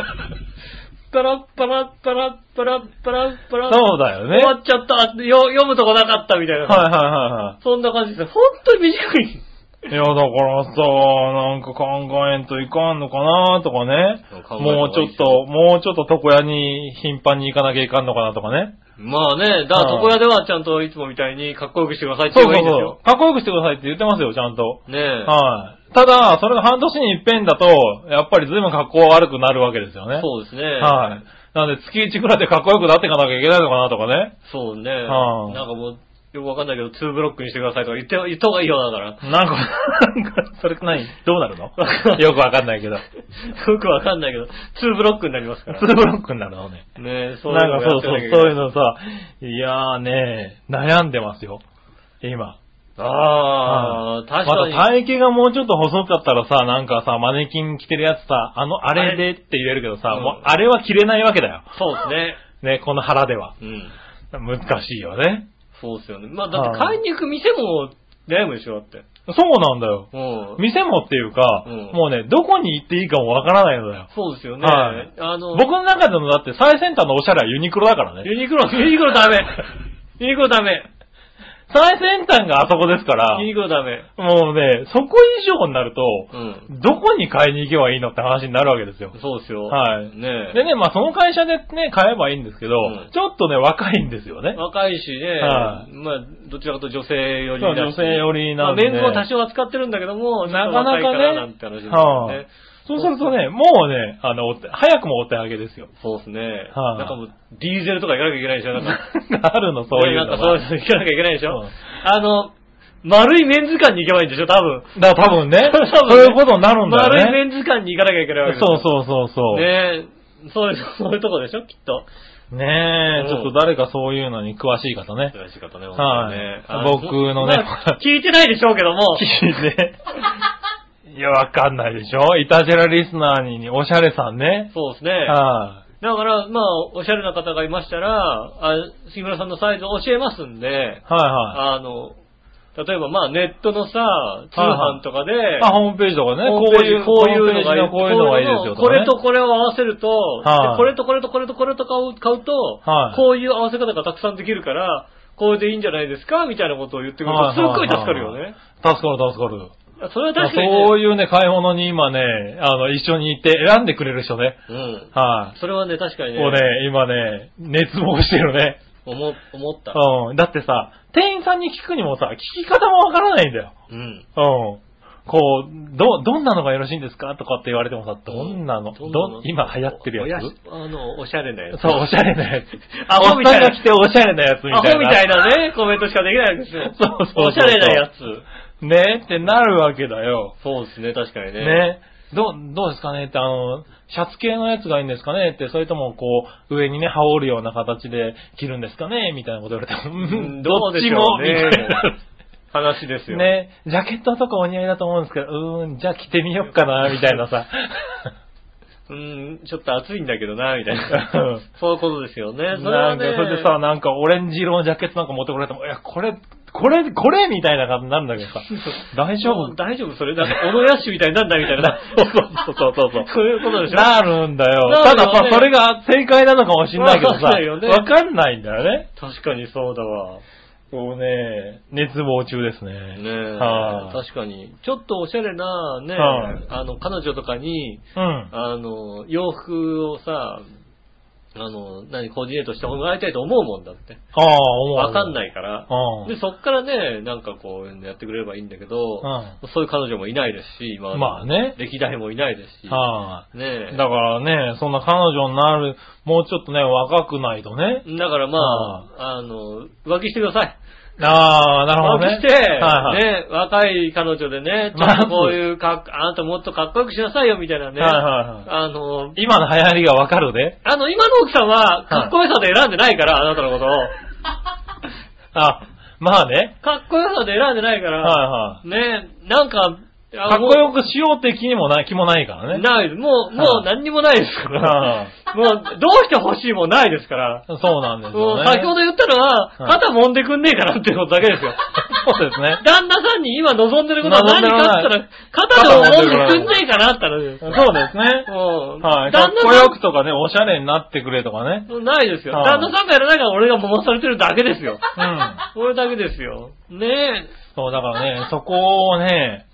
[SPEAKER 2] パラッパラッパラッパラッパラッパラッ
[SPEAKER 3] そうだよね
[SPEAKER 2] 終わっちゃった、よ読むとこなかったみたいな。
[SPEAKER 3] はいは
[SPEAKER 2] そんな感じです。本当に短い。
[SPEAKER 3] いはいはい。いや、だからさ、なんか考えんといかんのかなとかね
[SPEAKER 2] そう。考えた方がい
[SPEAKER 3] もう
[SPEAKER 2] い
[SPEAKER 3] ちょっと、もうちょっと床屋に頻繁に行かなきゃいかんのかなとかね。
[SPEAKER 2] まあね、だから床屋ではちゃんといつもみたいにかっこよくしてくださいって
[SPEAKER 3] そう
[SPEAKER 2] 言え
[SPEAKER 3] そ
[SPEAKER 2] ばいいんです
[SPEAKER 3] うそ
[SPEAKER 2] よ。
[SPEAKER 3] う。かっこよくしてくださいって言ってますよ、ちゃんと。
[SPEAKER 2] ねえ。
[SPEAKER 3] はい。ただ、それが半年に一遍だと、やっぱり随分格好悪くなるわけですよね。
[SPEAKER 2] そうですね。
[SPEAKER 3] はい。なんで月1くらいでかっこよくなっていかなきゃいけないのかなとかね。
[SPEAKER 2] そうね。
[SPEAKER 3] はい
[SPEAKER 2] なんかもう、よくわかんないけど、2ブロックにしてくださいとか言って、言った方がいいよ、だから。
[SPEAKER 3] なんか、なんか、それ何どうなるの よくわかんないけど。
[SPEAKER 2] よくわかんないけど、2ブロックになりますから。
[SPEAKER 3] ツーブロックになるのね。
[SPEAKER 2] ねえ、そういう
[SPEAKER 3] なんかそうそう、そういう
[SPEAKER 2] のもやってなきゃいけない。
[SPEAKER 3] のさ、いやーね、悩んでますよ。今。
[SPEAKER 2] ああ、確かに。
[SPEAKER 3] また体型がもうちょっと細かったらさ、なんかさ、マネキン着てるやつさ、あの、あれでって言えるけどさ、
[SPEAKER 2] うん
[SPEAKER 3] もうあれは着れないわけだよ。
[SPEAKER 2] そうですね。
[SPEAKER 3] ね、この腹では。
[SPEAKER 2] うん。
[SPEAKER 3] 難しいよね。
[SPEAKER 2] そうですよね。まあ、だって買いに行く店も悩むでしょ、だって。
[SPEAKER 3] そうなんだよ。
[SPEAKER 2] うん。
[SPEAKER 3] 店もっていうか、
[SPEAKER 2] うん
[SPEAKER 3] もうね、どこに行っていいかもわからないのだよ。
[SPEAKER 2] そうですよね。
[SPEAKER 3] はい
[SPEAKER 2] あの、
[SPEAKER 3] 僕の中でのだって最先端のおしゃれはユニクロだからね。
[SPEAKER 2] ユニクロ、ユニクロダメ。ユニクロダメ。
[SPEAKER 3] 最先端があそこですから
[SPEAKER 2] ユ、ニクロダメ。
[SPEAKER 3] もうね、そこ以上になると、
[SPEAKER 2] うん。
[SPEAKER 3] どこに買いに行けばいいのって話になるわけですよ。
[SPEAKER 2] そうですよ。
[SPEAKER 3] はい
[SPEAKER 2] ねえ。
[SPEAKER 3] でね、まあその会社でね、買えばいいんですけど、
[SPEAKER 2] うん
[SPEAKER 3] ちょっとね、若いんですよね。
[SPEAKER 2] 若いしね、
[SPEAKER 3] は
[SPEAKER 2] まあ、どちらかというと女性寄り
[SPEAKER 3] そう
[SPEAKER 2] だし
[SPEAKER 3] 女性寄りなんで
[SPEAKER 2] まあ、メンズも多少は使ってるんだけども、
[SPEAKER 3] なかなかね
[SPEAKER 2] ちょっと若いらなんて話ですよ
[SPEAKER 3] は
[SPEAKER 2] ね
[SPEAKER 3] い。そうするとね、もうね、あの、お手早くもお手上げですよ。
[SPEAKER 2] そうですね。
[SPEAKER 3] はい
[SPEAKER 2] なんかもう、ディーゼルとか行かなきゃいけないでしょ、なんか。
[SPEAKER 3] あるの、 そういう
[SPEAKER 2] なん
[SPEAKER 3] のが
[SPEAKER 2] かそういうの行かなきゃいけないでしょ。
[SPEAKER 3] うん
[SPEAKER 2] あの、丸いメンズ館に行けばいいんでしょ、多分。、
[SPEAKER 3] だから多分ね
[SPEAKER 2] 多分ね
[SPEAKER 3] そういうことになるんだ
[SPEAKER 2] 丸いメ
[SPEAKER 3] よね。
[SPEAKER 2] ンズ館に行かなきゃいけないわけ
[SPEAKER 3] そう
[SPEAKER 2] う
[SPEAKER 3] そうそうそう。
[SPEAKER 2] ねえ、そういう、そういうとこでしょ、きっと。
[SPEAKER 3] ね
[SPEAKER 2] う
[SPEAKER 3] え、
[SPEAKER 2] ん
[SPEAKER 3] ちょっと誰かそういうのに詳しい方ね。
[SPEAKER 2] 珍しい方ね、
[SPEAKER 3] はい
[SPEAKER 2] 本当に
[SPEAKER 3] 僕のね
[SPEAKER 2] まあ聞いてないでしょうけども。
[SPEAKER 3] 聞いて。いや、わかんないでしょイタジェラリスナーに、おしゃれさんね。
[SPEAKER 2] そうですね。
[SPEAKER 3] は
[SPEAKER 2] だから、まあ、おしゃれな方がいましたら、あ杉村さんのサイズを教えますんで
[SPEAKER 3] い、は
[SPEAKER 2] あの、例えば、まあ、ネットのさ、通販とかで、
[SPEAKER 3] いはい。あ、ホームページとかね、
[SPEAKER 2] ホ
[SPEAKER 3] こ
[SPEAKER 2] ーム
[SPEAKER 3] う
[SPEAKER 2] ペー
[SPEAKER 3] い
[SPEAKER 2] ジ
[SPEAKER 3] う、
[SPEAKER 2] こういうの
[SPEAKER 3] ホ
[SPEAKER 2] がいい
[SPEAKER 3] ームページのこういうのがいいですよ
[SPEAKER 2] これと
[SPEAKER 3] かね
[SPEAKER 2] これを合わせると、
[SPEAKER 3] はい
[SPEAKER 2] でこれとこれとこれとこれとかを買うと、
[SPEAKER 3] はい
[SPEAKER 2] こういう合わせ方がたくさんできるから、これでいいんじゃないですかみたいなことを言ってくれる
[SPEAKER 3] は
[SPEAKER 2] と、
[SPEAKER 3] い
[SPEAKER 2] すっごい助かるよ
[SPEAKER 3] は
[SPEAKER 2] ね。
[SPEAKER 3] 助かる助かる。
[SPEAKER 2] それは確かに、
[SPEAKER 3] そう
[SPEAKER 2] ね、
[SPEAKER 3] いうね、買い物に今ね、あの、一緒に行って選んでくれる人ね。
[SPEAKER 2] うん。
[SPEAKER 3] は
[SPEAKER 2] それはね、確か
[SPEAKER 3] い。
[SPEAKER 2] に
[SPEAKER 3] もう
[SPEAKER 2] ね、
[SPEAKER 3] ね、今ね、熱望してるね。
[SPEAKER 2] 思思った。
[SPEAKER 3] うん。だってさ、店員さんに聞くにもさ、聞き方もわからないんだよ。
[SPEAKER 2] うん。
[SPEAKER 3] うん。こう、ど、どんなのがよろしいんですかとかって言われてもさ、どんなの、
[SPEAKER 2] ど
[SPEAKER 3] ど
[SPEAKER 2] んなの
[SPEAKER 3] 今流行ってるやつ
[SPEAKER 2] おやしあの、おしゃれなやつ。
[SPEAKER 3] そう、おしゃれなやつ。
[SPEAKER 2] ア
[SPEAKER 3] お
[SPEAKER 2] ホ
[SPEAKER 3] っ
[SPEAKER 2] みた
[SPEAKER 3] さ
[SPEAKER 2] い
[SPEAKER 3] ん
[SPEAKER 2] な
[SPEAKER 3] が着ておしゃれなやつみ
[SPEAKER 2] ア
[SPEAKER 3] た
[SPEAKER 2] ホ
[SPEAKER 3] いな。
[SPEAKER 2] みたいなね、コメントしかできないんですよ。
[SPEAKER 3] そうそうそう
[SPEAKER 2] おしゃれなやつ。
[SPEAKER 3] ねってなるわけだよ。
[SPEAKER 2] そうですね、確かにね。
[SPEAKER 3] ね。ど、どうですかねって、あの、シャツ系のやつがいいんですかねって、それともこう、上にね、羽織るような形で着るんですかねみたいなこと言われても、うんん
[SPEAKER 2] ど
[SPEAKER 3] ど
[SPEAKER 2] う
[SPEAKER 3] っ
[SPEAKER 2] で
[SPEAKER 3] ち
[SPEAKER 2] しょ
[SPEAKER 3] も、
[SPEAKER 2] うね
[SPEAKER 3] みたいな
[SPEAKER 2] 話ですよ。。
[SPEAKER 3] ね、ジャケットとかお似合いだと思うんですけど、うーん、じゃあ着てみよっかな、みたいなさ。
[SPEAKER 2] うん、ちょっと暑いんだけどな、みたい
[SPEAKER 3] うん
[SPEAKER 2] な。そういうことですよね。それ
[SPEAKER 3] な
[SPEAKER 2] は
[SPEAKER 3] ん
[SPEAKER 2] ね
[SPEAKER 3] か、それでさ、、なんかオレンジ色のジャケットなんか持ってこられても、いや、これ、これ、これみたいな感じになるんだけどさ、大丈
[SPEAKER 2] もう
[SPEAKER 3] 夫
[SPEAKER 2] 大丈夫それなんか、小野ヤッシュみたいになんだみたいな。
[SPEAKER 3] そうそうそうそうそう
[SPEAKER 2] そういうことでしょ
[SPEAKER 3] なるんだよ。
[SPEAKER 2] なるよね
[SPEAKER 3] ただまあ、それが正解なのかもしんないけどさ、
[SPEAKER 2] わかん ないよね
[SPEAKER 3] わかんないんだよね。
[SPEAKER 2] 確かにそうだわ。
[SPEAKER 3] こうね、熱望中ですね。
[SPEAKER 2] ねえ
[SPEAKER 3] はい
[SPEAKER 2] 確かに。ちょっとおしゃれな、ね
[SPEAKER 3] はい
[SPEAKER 2] あの、彼女とかに、
[SPEAKER 3] うん。
[SPEAKER 2] あの、洋服をさ、あの、何、コーディネートしてもらいたいと思うもんだって。
[SPEAKER 3] ああ、思う。
[SPEAKER 2] わかん
[SPEAKER 3] い。
[SPEAKER 2] ないから。
[SPEAKER 3] うん。
[SPEAKER 2] で、そっからね、なんかこう、やってくれればいいんだけど、
[SPEAKER 3] う
[SPEAKER 2] そういう彼女もいないですし、今まで
[SPEAKER 3] まあね
[SPEAKER 2] 歴代もいないですし。
[SPEAKER 3] は
[SPEAKER 2] ね
[SPEAKER 3] い。
[SPEAKER 2] え
[SPEAKER 3] だからね、そんな彼女になる、もうちょっとね、若くないとね。
[SPEAKER 2] だからまあ、あの、浮気してください。
[SPEAKER 3] ああ、なるほどね。
[SPEAKER 2] 浮気して、
[SPEAKER 3] はいはい。
[SPEAKER 2] ね、若い彼女でね、ちょ
[SPEAKER 3] まあ
[SPEAKER 2] っとこういうかっ、あなたもっとかっこよくしなさいよみたいなね。
[SPEAKER 3] はいはいはい
[SPEAKER 2] あの、
[SPEAKER 3] 今の流行りがわかるで。
[SPEAKER 2] あの、今の奥さんは、かっこよさで選んでないから、あなたのことを。
[SPEAKER 3] あ、まあね。
[SPEAKER 2] かっこよさで選んでないか
[SPEAKER 3] はい
[SPEAKER 2] ら、
[SPEAKER 3] は
[SPEAKER 2] ね、なんか、
[SPEAKER 3] い。
[SPEAKER 2] あ
[SPEAKER 3] かっこよくしようって気にもない、気もないからね。
[SPEAKER 2] ないです。もう、もう何にもないですから
[SPEAKER 3] は。
[SPEAKER 2] もう、どうして欲しいもんないですから。
[SPEAKER 3] そうなんです
[SPEAKER 2] も
[SPEAKER 3] よ
[SPEAKER 2] う
[SPEAKER 3] ね。
[SPEAKER 2] 先ほど言ったのは、
[SPEAKER 3] うん
[SPEAKER 2] 肩揉んでくんねえかなっていうことだけですよ。
[SPEAKER 3] そうですね。
[SPEAKER 2] 旦那さんに今望んでることは何かって言ったら、
[SPEAKER 3] 望んでるものは
[SPEAKER 2] 肩で揉んでくんねえかなって話です
[SPEAKER 3] そ
[SPEAKER 2] よ。
[SPEAKER 3] うですね。
[SPEAKER 2] もう
[SPEAKER 3] はい。かっ
[SPEAKER 2] 旦
[SPEAKER 3] こ
[SPEAKER 2] 那さ
[SPEAKER 3] よ
[SPEAKER 2] ん
[SPEAKER 3] くとかね、おしゃれになってくれとかね。
[SPEAKER 2] ないですよ。
[SPEAKER 3] はい
[SPEAKER 2] 旦那さんがやらないから俺が揉まされてるだけですよ。
[SPEAKER 3] うん。
[SPEAKER 2] これだけですよ。ね
[SPEAKER 3] そう、だからね、そこをね、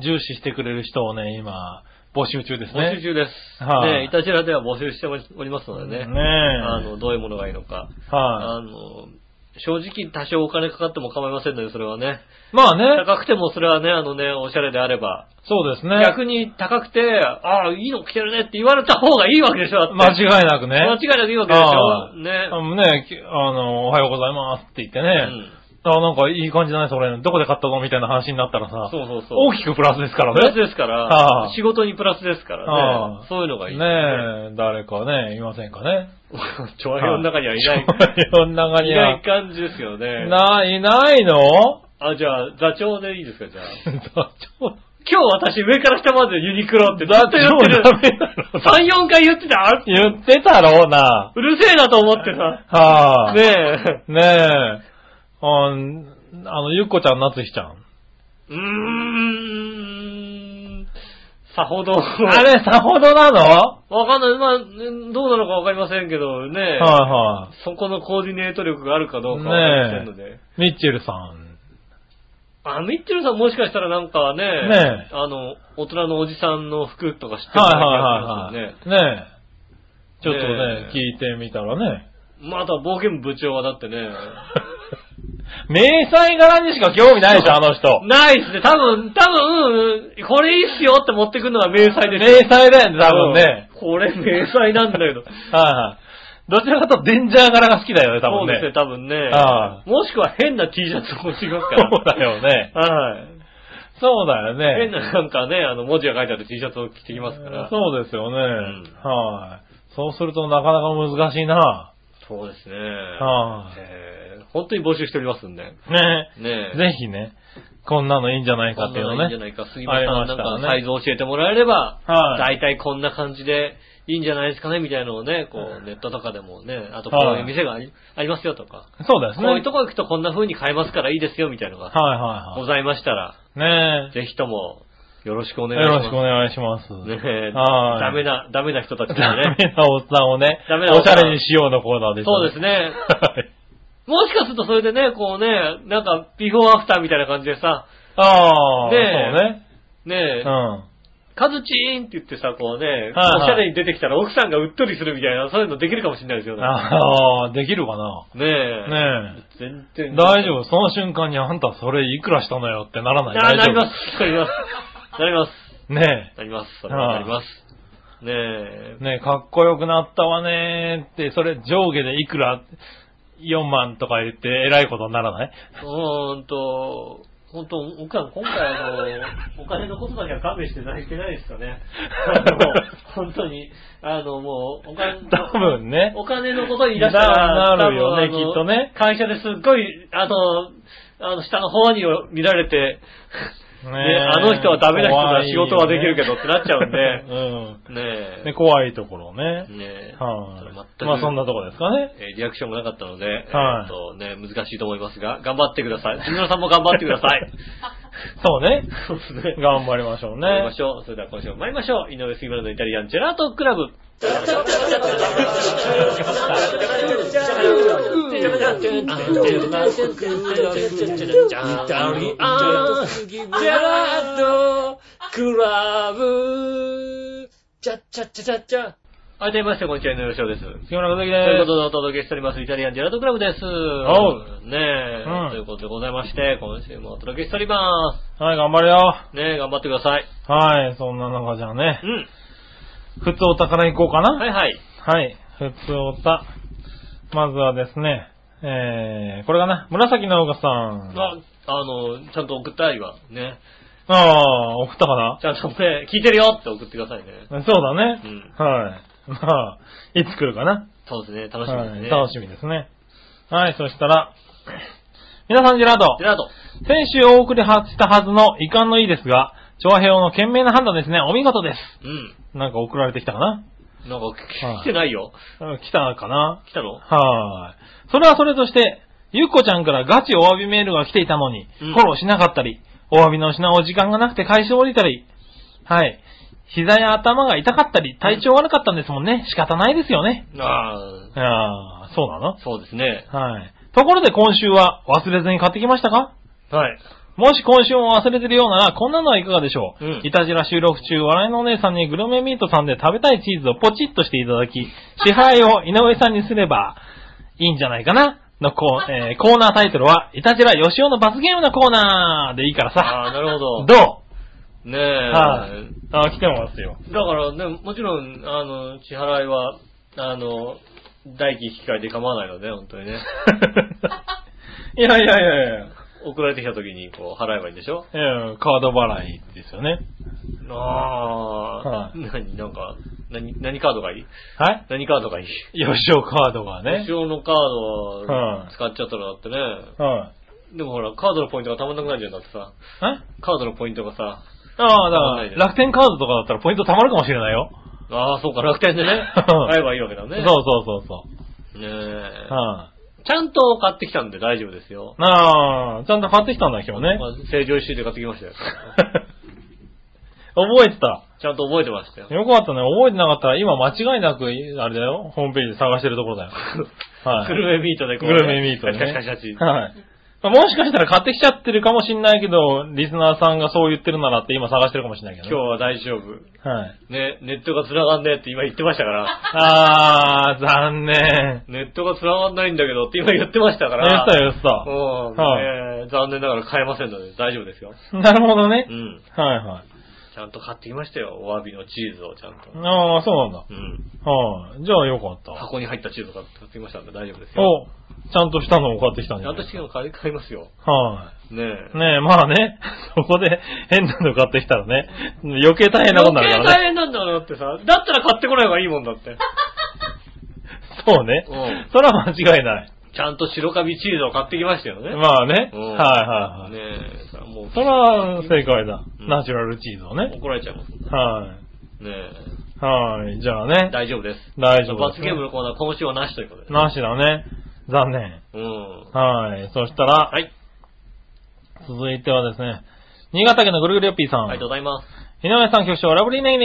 [SPEAKER 3] 重視してくれる人をね、今、募集中で
[SPEAKER 2] え、
[SPEAKER 3] す
[SPEAKER 2] 募集
[SPEAKER 3] ね。
[SPEAKER 2] 中です。
[SPEAKER 3] はい
[SPEAKER 2] ねえ、いたじらでは募集しておりますのでね。
[SPEAKER 3] ねえ
[SPEAKER 2] あの、どういうものがいいのか。
[SPEAKER 3] は
[SPEAKER 2] あの、正直多少お金かかっても構いませんので、それはね。
[SPEAKER 3] い。まあね、
[SPEAKER 2] 高くてもそれはね、あのね、おしゃれであれば。
[SPEAKER 3] そうですね。
[SPEAKER 2] 逆に高くて、ああ、いいの着てるねって言われた方がいいわけでしょ、だって
[SPEAKER 3] 間違いなくね。
[SPEAKER 2] 間違いなくいいわけでし
[SPEAKER 3] ああ
[SPEAKER 2] ょ。ね。
[SPEAKER 3] あのね、きあの、おはようございますって言って
[SPEAKER 2] う
[SPEAKER 3] ね、
[SPEAKER 2] ん
[SPEAKER 3] あなんかいい感じだね、それ。どこで買ったのみたいな話になったらさ、
[SPEAKER 2] そうそうそう
[SPEAKER 3] 大。きくプラスですから
[SPEAKER 2] プラス
[SPEAKER 3] ね。
[SPEAKER 2] ですか
[SPEAKER 3] は
[SPEAKER 2] ら、
[SPEAKER 3] い
[SPEAKER 2] 仕事にプラスですから
[SPEAKER 3] は
[SPEAKER 2] ね
[SPEAKER 3] い。
[SPEAKER 2] そういうのがいい。
[SPEAKER 3] ねえ、誰かね、いませんかね。
[SPEAKER 2] 調和表の中にはいない。
[SPEAKER 3] 世の中
[SPEAKER 2] い
[SPEAKER 3] に
[SPEAKER 2] ない
[SPEAKER 3] は。
[SPEAKER 2] 感じですよね。
[SPEAKER 3] ない、いな いの
[SPEAKER 2] あ、じゃあ、座長でいいですか、じゃあ。
[SPEAKER 3] 座長
[SPEAKER 2] 今日私上から下までユニクロってずっと言ってる
[SPEAKER 3] 座長ダメな。の
[SPEAKER 2] 3、4回言ってた。あ
[SPEAKER 3] 言ってたろうな。
[SPEAKER 2] うるせえなと思ってさ。
[SPEAKER 3] はあ。
[SPEAKER 2] ね え。
[SPEAKER 3] ねえ。あんあの、ゆっこちゃん、なつひちゃん。
[SPEAKER 2] うーん。さほど。
[SPEAKER 3] あれ、さほどなのは
[SPEAKER 2] わかんない。まあ、ねどうなのかわかりませんけどね。
[SPEAKER 3] いは
[SPEAKER 2] そこのコーディネート力があるかどうかわかりませんので。
[SPEAKER 3] い。ミッチェルさん。
[SPEAKER 2] あ、ミッチェルさんもしかしたらなんかね、
[SPEAKER 3] ねえ
[SPEAKER 2] あの、大人のおじさんの服とか知ってる
[SPEAKER 3] はい
[SPEAKER 2] だ
[SPEAKER 3] は
[SPEAKER 2] け
[SPEAKER 3] いはい
[SPEAKER 2] で
[SPEAKER 3] は
[SPEAKER 2] す
[SPEAKER 3] い。ねえ。ちょっと
[SPEAKER 2] ね
[SPEAKER 3] ね、
[SPEAKER 2] え
[SPEAKER 3] 聞いてみたらね。
[SPEAKER 2] よね。まあ、あとは冒険部長はだってね、
[SPEAKER 3] 迷彩柄にしか興味 ないでしょ、あの人。
[SPEAKER 2] ナイスで、多分、多分、これいいっすよって持ってくるのが迷彩で
[SPEAKER 3] 迷彩だよね、多分ね。。
[SPEAKER 2] うんこれ迷彩なんだけど。
[SPEAKER 3] はいはい。どちらかというとデンジャー柄が好きだよね、 多
[SPEAKER 2] そう
[SPEAKER 3] 分
[SPEAKER 2] ですね、
[SPEAKER 3] ね。
[SPEAKER 2] 多分ね
[SPEAKER 3] あ。
[SPEAKER 2] もしくは変な T シャツを持ってきますから。
[SPEAKER 3] そうだよね。
[SPEAKER 2] はい。
[SPEAKER 3] そうだよ
[SPEAKER 2] 変
[SPEAKER 3] ね。
[SPEAKER 2] ななんかね、あの、文字が書いてある T シャツを着てきますから。
[SPEAKER 3] そうですよね。
[SPEAKER 2] ん
[SPEAKER 3] はい。そうするとなかなか難しいな。
[SPEAKER 2] そうですね。
[SPEAKER 3] はい
[SPEAKER 2] えー本当に募集しておりますんで。ね
[SPEAKER 3] ね
[SPEAKER 2] え。
[SPEAKER 3] ぜひね、こんなのいいんじゃないか
[SPEAKER 2] こん
[SPEAKER 3] って
[SPEAKER 2] ないの
[SPEAKER 3] う
[SPEAKER 2] いいんじゃ
[SPEAKER 3] の
[SPEAKER 2] な
[SPEAKER 3] ね。
[SPEAKER 2] いか、杉村
[SPEAKER 3] あ
[SPEAKER 2] さ
[SPEAKER 3] りまし
[SPEAKER 2] ん
[SPEAKER 3] た
[SPEAKER 2] なんか
[SPEAKER 3] ね
[SPEAKER 2] サイズを教えてもらえれば、
[SPEAKER 3] は
[SPEAKER 2] 大体こんな感じでいいんじゃないですかね、みたいのをね、こう、ネットとかでもね、あとこういう店がありありますよとか、
[SPEAKER 3] そうです
[SPEAKER 2] こ
[SPEAKER 3] ね。
[SPEAKER 2] ういうとこ行くとこんな風に買えますからいいですよ、みたいのが
[SPEAKER 3] はい
[SPEAKER 2] ご
[SPEAKER 3] は
[SPEAKER 2] ざいましたら、
[SPEAKER 3] いはい。ね
[SPEAKER 2] ぜひともよろしくお
[SPEAKER 3] え。
[SPEAKER 2] 願いし
[SPEAKER 3] よ
[SPEAKER 2] ま
[SPEAKER 3] ろ
[SPEAKER 2] す。
[SPEAKER 3] しくお願いします。
[SPEAKER 2] ねえ、
[SPEAKER 3] はい
[SPEAKER 2] ダメな、ダメな人たち
[SPEAKER 3] ダ
[SPEAKER 2] だよね。
[SPEAKER 3] メなおっさんをね
[SPEAKER 2] ダメ、なおっ
[SPEAKER 3] おし
[SPEAKER 2] さん
[SPEAKER 3] ゃれにしようのコーナーです。
[SPEAKER 2] そうですね。
[SPEAKER 3] はい。
[SPEAKER 2] もしかするとそれでね、こうね、なんか、ビフォーアフターみたいな感じでさ、
[SPEAKER 3] ああ、
[SPEAKER 2] ね
[SPEAKER 3] そう
[SPEAKER 2] え
[SPEAKER 3] ね。
[SPEAKER 2] ねえ、
[SPEAKER 3] うん。
[SPEAKER 2] カズチーンって言ってさ、こうね、
[SPEAKER 3] はいはい
[SPEAKER 2] おしゃれに出てきたら奥さんがうっとりするみたいな、そういうのできるかもしれないですよね。
[SPEAKER 3] ああ、できるかな。
[SPEAKER 2] ねえ。
[SPEAKER 3] ねえ。
[SPEAKER 2] 全然。
[SPEAKER 3] 大丈夫、その瞬間にあんたそれいくらしたのよってならない。
[SPEAKER 2] なな
[SPEAKER 3] 大丈
[SPEAKER 2] り
[SPEAKER 3] 夫
[SPEAKER 2] ます。なります。なります。
[SPEAKER 3] ね
[SPEAKER 2] なります。それはな
[SPEAKER 3] は
[SPEAKER 2] り
[SPEAKER 3] い
[SPEAKER 2] ます。ねえ
[SPEAKER 3] え。。ねえ、かっこよくなったわねーって、それ上下でいくら、4万とか言って偉いことにならないう
[SPEAKER 2] ーんと、本当、おかん、今回あの、お金のことだけは勘弁していただいてないですか ね。あの本当に、あの、もう、お金、
[SPEAKER 3] 多分ね。
[SPEAKER 2] お金のこと言い出したら、
[SPEAKER 3] ななるよね
[SPEAKER 2] 多分あの
[SPEAKER 3] きっとね
[SPEAKER 2] 会社ですっごい、あの、あの、下の方に見られて、
[SPEAKER 3] ね
[SPEAKER 2] ねあの人はダメな人だ仕事はできるけどってなっちゃうんで ね
[SPEAKER 3] う
[SPEAKER 2] え
[SPEAKER 3] ん。。ね、怖いところね。
[SPEAKER 2] ねえ
[SPEAKER 3] はい、
[SPEAKER 2] 全く
[SPEAKER 3] まあそんなところですかね。
[SPEAKER 2] えーリアクションがなかったので、
[SPEAKER 3] はい
[SPEAKER 2] えーっとね、難しいと思いますが、頑張ってください。木村さんも頑張ってくだ さい。
[SPEAKER 3] そうね。
[SPEAKER 2] そうですね。頑
[SPEAKER 3] 頑張りましょう
[SPEAKER 2] 張りま
[SPEAKER 3] ね。
[SPEAKER 2] しょう。それでは今週も参りましょう。井上杉村のイタリアンジェラートクラブ。
[SPEAKER 4] Gerardo Club. Cha cha cha cha cha.
[SPEAKER 2] あはい、どうもみなさんこんにちは、井上翔です。
[SPEAKER 3] 杉村和樹
[SPEAKER 2] という
[SPEAKER 3] で
[SPEAKER 2] こと
[SPEAKER 3] す。
[SPEAKER 2] でお届けしております、イタリアンジェラートクラブです。
[SPEAKER 3] お
[SPEAKER 2] ねえ、
[SPEAKER 3] うん
[SPEAKER 2] ということでございまして、今週もお届けしておりま
[SPEAKER 3] はい、頑張れよ。
[SPEAKER 2] す。ねえ、頑張ってください。
[SPEAKER 3] はい、そんな中じゃあね
[SPEAKER 2] う、ん。
[SPEAKER 3] 普通お宝行こうか
[SPEAKER 2] は
[SPEAKER 3] な。
[SPEAKER 2] いはい。
[SPEAKER 3] はい、普通おた。まずはですね、えー、これかな、紫のおさん。
[SPEAKER 2] まあ、あの、ちゃんと送ったいわ。ね。
[SPEAKER 3] ああー、送ったかな
[SPEAKER 2] ちゃんとね、聞いてるよって送ってくださいね。
[SPEAKER 3] そうだね。
[SPEAKER 2] うん
[SPEAKER 3] はい。まあ、いつ来るかな。
[SPEAKER 2] そうですね、楽しみですね。
[SPEAKER 3] はい楽しみですね。はい、そしたら、皆さんジェラード
[SPEAKER 2] ジェ。ラート。
[SPEAKER 3] 先週お送りしたはずの遺憾のいいですが、長平王の賢明な判断ですね。お見事
[SPEAKER 2] う
[SPEAKER 3] で
[SPEAKER 2] ん。
[SPEAKER 3] す。なんか送られてきたかな
[SPEAKER 2] なんか、来てないよ。
[SPEAKER 3] うん来たかな
[SPEAKER 2] 来たの
[SPEAKER 3] はーい。それはそれとして、ゆっこちゃんからガチお詫びメールが来ていたのに、
[SPEAKER 2] うん
[SPEAKER 3] フォローしなかったり、お詫びの品を時間がなくて返しておりたり、はい。膝や頭が痛かったり、体調悪かったんですもんね。仕方ないですよね。
[SPEAKER 2] あ
[SPEAKER 3] あー、そうなの
[SPEAKER 2] あ、そうですね。
[SPEAKER 3] はい。ところで今週は忘れずに買ってきましたか
[SPEAKER 2] はい。
[SPEAKER 3] もし今週も忘れてるようなら、こんなのはいかがでしょう。
[SPEAKER 2] うん
[SPEAKER 3] いたじら収録中、笑いのお姉さんにグルメミートさんで食べたいチーズをポチッとしていただき、支配を井上さんにすればいいんじゃないかなのコー,、えーコーナータイトルは、いたじらよしおの罰ゲームのコーナーでいいから
[SPEAKER 2] ああ、
[SPEAKER 3] さ。
[SPEAKER 2] なるほど。
[SPEAKER 3] ど
[SPEAKER 2] ねえ。
[SPEAKER 3] うはい、あ。来てます よ。
[SPEAKER 2] だからね、もちろん、あの、支払いは、あの、代金引き換えで構わないので、本当 にね。
[SPEAKER 3] いやいやいやいや。
[SPEAKER 2] 送られてきた時に、こう、払えばいいんでしょ
[SPEAKER 3] ええカード払いですよね。
[SPEAKER 2] あ
[SPEAKER 3] は
[SPEAKER 2] あ、何、なんか、何、何カードがいい
[SPEAKER 3] はい
[SPEAKER 2] 何カードがいい
[SPEAKER 3] よしおカードがね
[SPEAKER 2] 後。ろのカード
[SPEAKER 3] は
[SPEAKER 2] を
[SPEAKER 3] い
[SPEAKER 2] 使っちゃったらだってね。
[SPEAKER 3] は
[SPEAKER 2] でもほら、カードのポイントがたまんなくなるじゃんだってさ。
[SPEAKER 3] い。え
[SPEAKER 2] カードのポイントがさ、
[SPEAKER 3] ああ、だから、楽天カードとかだったらポイント貯まるかもしれないよ。
[SPEAKER 2] ああ、そうか、楽天で ね、買えばいいわけだ
[SPEAKER 3] そ
[SPEAKER 2] ね。
[SPEAKER 3] う。そうそうそう
[SPEAKER 2] ねえ。。
[SPEAKER 3] は
[SPEAKER 2] ちゃんと買ってきたんで大丈夫ですよ。
[SPEAKER 3] いああ、ちゃんと買ってきたんだ、今日ね
[SPEAKER 2] ま。あ成城石井で買ってきましたよ。
[SPEAKER 3] 覚えてた。
[SPEAKER 2] ちゃんと覚えてましたよ。
[SPEAKER 3] よかったね。覚えてなかったら、今間違いなく、あれだよ。ホームページで探してると ころだよ。はい。
[SPEAKER 2] グルメミートでこう、
[SPEAKER 3] グルメミートね。
[SPEAKER 2] カチカチカチカチ。
[SPEAKER 3] はい。まあもしかしたら買ってきちゃってるかもしんないけど、リスナーさんがそう言ってるならって今探してるかもしんないけど、
[SPEAKER 2] 今日は大丈夫。
[SPEAKER 3] 日。はい。
[SPEAKER 2] ね、ネットが繋がんねえって今言ってましたから。
[SPEAKER 3] あー、残念。
[SPEAKER 2] ネットが繋がんないんだけどって今言ってましたか
[SPEAKER 3] よっさ
[SPEAKER 2] ら。
[SPEAKER 3] よっさ。
[SPEAKER 2] うん、ね残念ながら買えませんので大丈夫ですよ。
[SPEAKER 3] なるほどね
[SPEAKER 2] う。ん。
[SPEAKER 3] はいはい。
[SPEAKER 2] ちゃんと買ってきましたよ。お詫びのチーズをちゃんと。
[SPEAKER 3] ああ、そうなんだ。
[SPEAKER 2] うん。
[SPEAKER 3] はい、じゃあよかった。
[SPEAKER 2] 箱に入ったチーズを買ってきましたんで大丈夫ですよ。
[SPEAKER 3] お、ちゃんとしたのを買ってきたんじゃない
[SPEAKER 2] 私も買い買いますよ。
[SPEAKER 3] は
[SPEAKER 2] ね
[SPEAKER 3] い、ねえ、まあね、 そこで変なの買ってきたらね、余計大変なことになる
[SPEAKER 2] 余
[SPEAKER 3] か
[SPEAKER 2] 計
[SPEAKER 3] ら
[SPEAKER 2] 大
[SPEAKER 3] ね。
[SPEAKER 2] 変なんだからだってさ。だったら買ってこない方がいいもんだって。
[SPEAKER 3] そうね
[SPEAKER 2] うん。
[SPEAKER 3] それは間違いない。
[SPEAKER 2] ちゃんと白カビチーズを買ってきましたよね。
[SPEAKER 3] まあね、
[SPEAKER 2] うん
[SPEAKER 3] はいはいはい。
[SPEAKER 2] ねえ、さもう、
[SPEAKER 3] それは正解だ。
[SPEAKER 2] うん
[SPEAKER 3] ナチュラルチーズをね。
[SPEAKER 2] 怒られちゃいますね
[SPEAKER 3] は
[SPEAKER 2] え。
[SPEAKER 3] い。はい、じゃあね、
[SPEAKER 2] 大丈夫です。
[SPEAKER 3] 大丈夫で
[SPEAKER 2] 罰
[SPEAKER 3] す
[SPEAKER 2] ゲ
[SPEAKER 3] ね
[SPEAKER 2] ームのコーナー、今週はなしということで。
[SPEAKER 3] なしだね。残念。
[SPEAKER 2] うん。
[SPEAKER 3] はい、そしたら、
[SPEAKER 2] はい。
[SPEAKER 3] 続いてはですね、新潟県のぐるぐるよっぴーさん。
[SPEAKER 2] ありがとうございます。
[SPEAKER 3] 井上さん局長、ラブリーネギネ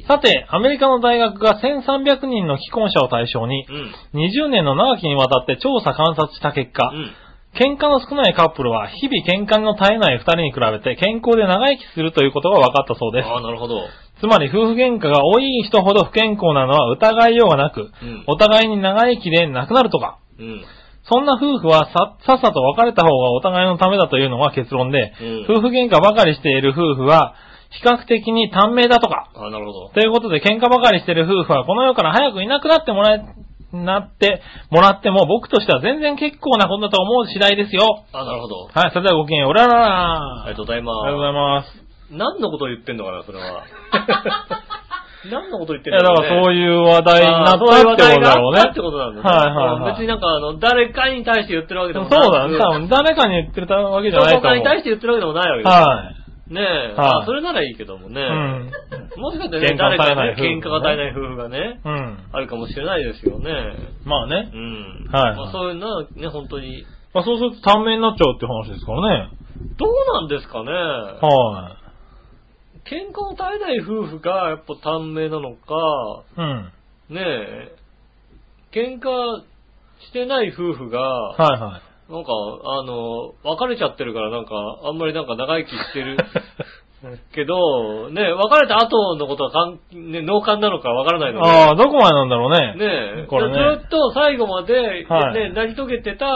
[SPEAKER 2] えい。
[SPEAKER 3] さて、アメリカの大学が1300人の既婚者を対象に
[SPEAKER 2] う、ん。
[SPEAKER 3] 20年の長きにわたって調査観察した結果
[SPEAKER 2] う、ん。
[SPEAKER 3] 喧嘩の少ないカップルは日々喧嘩の絶えない2人に比べて健康で長生きするということが分かったそうで
[SPEAKER 2] ああ、なるほど。
[SPEAKER 3] す。つまり夫婦喧嘩が多い人ほど不健康なのは疑いようがなく
[SPEAKER 2] うん、
[SPEAKER 3] お互いに長生きでなくなるとか。
[SPEAKER 2] うん。
[SPEAKER 3] そんな夫婦はさ、さっさと別れた方がお互いのためだというのが結論で、
[SPEAKER 2] うん
[SPEAKER 3] 夫婦喧嘩ばかりしている夫婦は比較的に短命だとか。
[SPEAKER 2] ああ、なるほど。
[SPEAKER 3] ということで、喧嘩ばかりしてる夫婦はこの世から早くいなくなってもらえ、なってもらっても、僕としては全然結構なことだと思う次第ですよ。
[SPEAKER 2] ああ、なるほど。
[SPEAKER 3] はい、それではごきげんよう、おらら
[SPEAKER 2] あ
[SPEAKER 3] ら
[SPEAKER 2] りがとうござい
[SPEAKER 3] ありがとうござ
[SPEAKER 2] ま
[SPEAKER 3] います。
[SPEAKER 2] す。何のことを言ってんのかな、それ は。何のことを言っ
[SPEAKER 3] い
[SPEAKER 2] てん
[SPEAKER 3] や、
[SPEAKER 2] の
[SPEAKER 3] だから
[SPEAKER 2] ね
[SPEAKER 3] そういう話題にな
[SPEAKER 2] あ
[SPEAKER 3] った
[SPEAKER 2] あ
[SPEAKER 3] っ
[SPEAKER 2] そういう話
[SPEAKER 3] てこ
[SPEAKER 2] 題
[SPEAKER 3] とだ
[SPEAKER 2] が
[SPEAKER 3] ろ
[SPEAKER 2] あ
[SPEAKER 3] うね
[SPEAKER 2] ったって。ことなんだね。
[SPEAKER 3] はいはいはい
[SPEAKER 2] 別になんかあの、誰かに対して言ってるわけで
[SPEAKER 3] そ
[SPEAKER 2] も
[SPEAKER 3] う
[SPEAKER 2] ない。
[SPEAKER 3] だね。多分誰かに言ってたわけじゃないと
[SPEAKER 2] どこか
[SPEAKER 3] 思
[SPEAKER 2] に対し
[SPEAKER 3] う。
[SPEAKER 2] て言ってるわけでもないわけですよ
[SPEAKER 3] はい。
[SPEAKER 2] ねえ、
[SPEAKER 3] はい
[SPEAKER 2] あそれならいいけどもね。
[SPEAKER 3] うん
[SPEAKER 2] もしかしたらね、
[SPEAKER 3] 喧嘩
[SPEAKER 2] 誰
[SPEAKER 3] が絶
[SPEAKER 2] か
[SPEAKER 3] えない
[SPEAKER 2] ね、喧嘩が絶えない夫婦がね、
[SPEAKER 3] うん。
[SPEAKER 2] あるかもしれないですよね。
[SPEAKER 3] まあね
[SPEAKER 2] う。ん。
[SPEAKER 3] はい
[SPEAKER 2] まあそういうのはね、本当に、
[SPEAKER 3] まあそうすると短命になっちゃうって話ですからね。
[SPEAKER 2] どうなんですかね。
[SPEAKER 3] は
[SPEAKER 2] 喧嘩を絶えない夫婦がやっぱ短命なのか、
[SPEAKER 3] い。うん。
[SPEAKER 2] ねえ、喧嘩してない夫婦が、
[SPEAKER 3] はいはい。
[SPEAKER 2] なんか、あの、別れちゃってるからなんか、あんまりなんか長生きしてるけど、ね、別れた後のことはかん、ね、脳幹なのかわからないので、
[SPEAKER 3] ああ、どこまでなんだろうね。
[SPEAKER 2] ねえ、
[SPEAKER 3] これね
[SPEAKER 2] ずっと最後まで、
[SPEAKER 3] はい
[SPEAKER 2] ね、成り遂げてた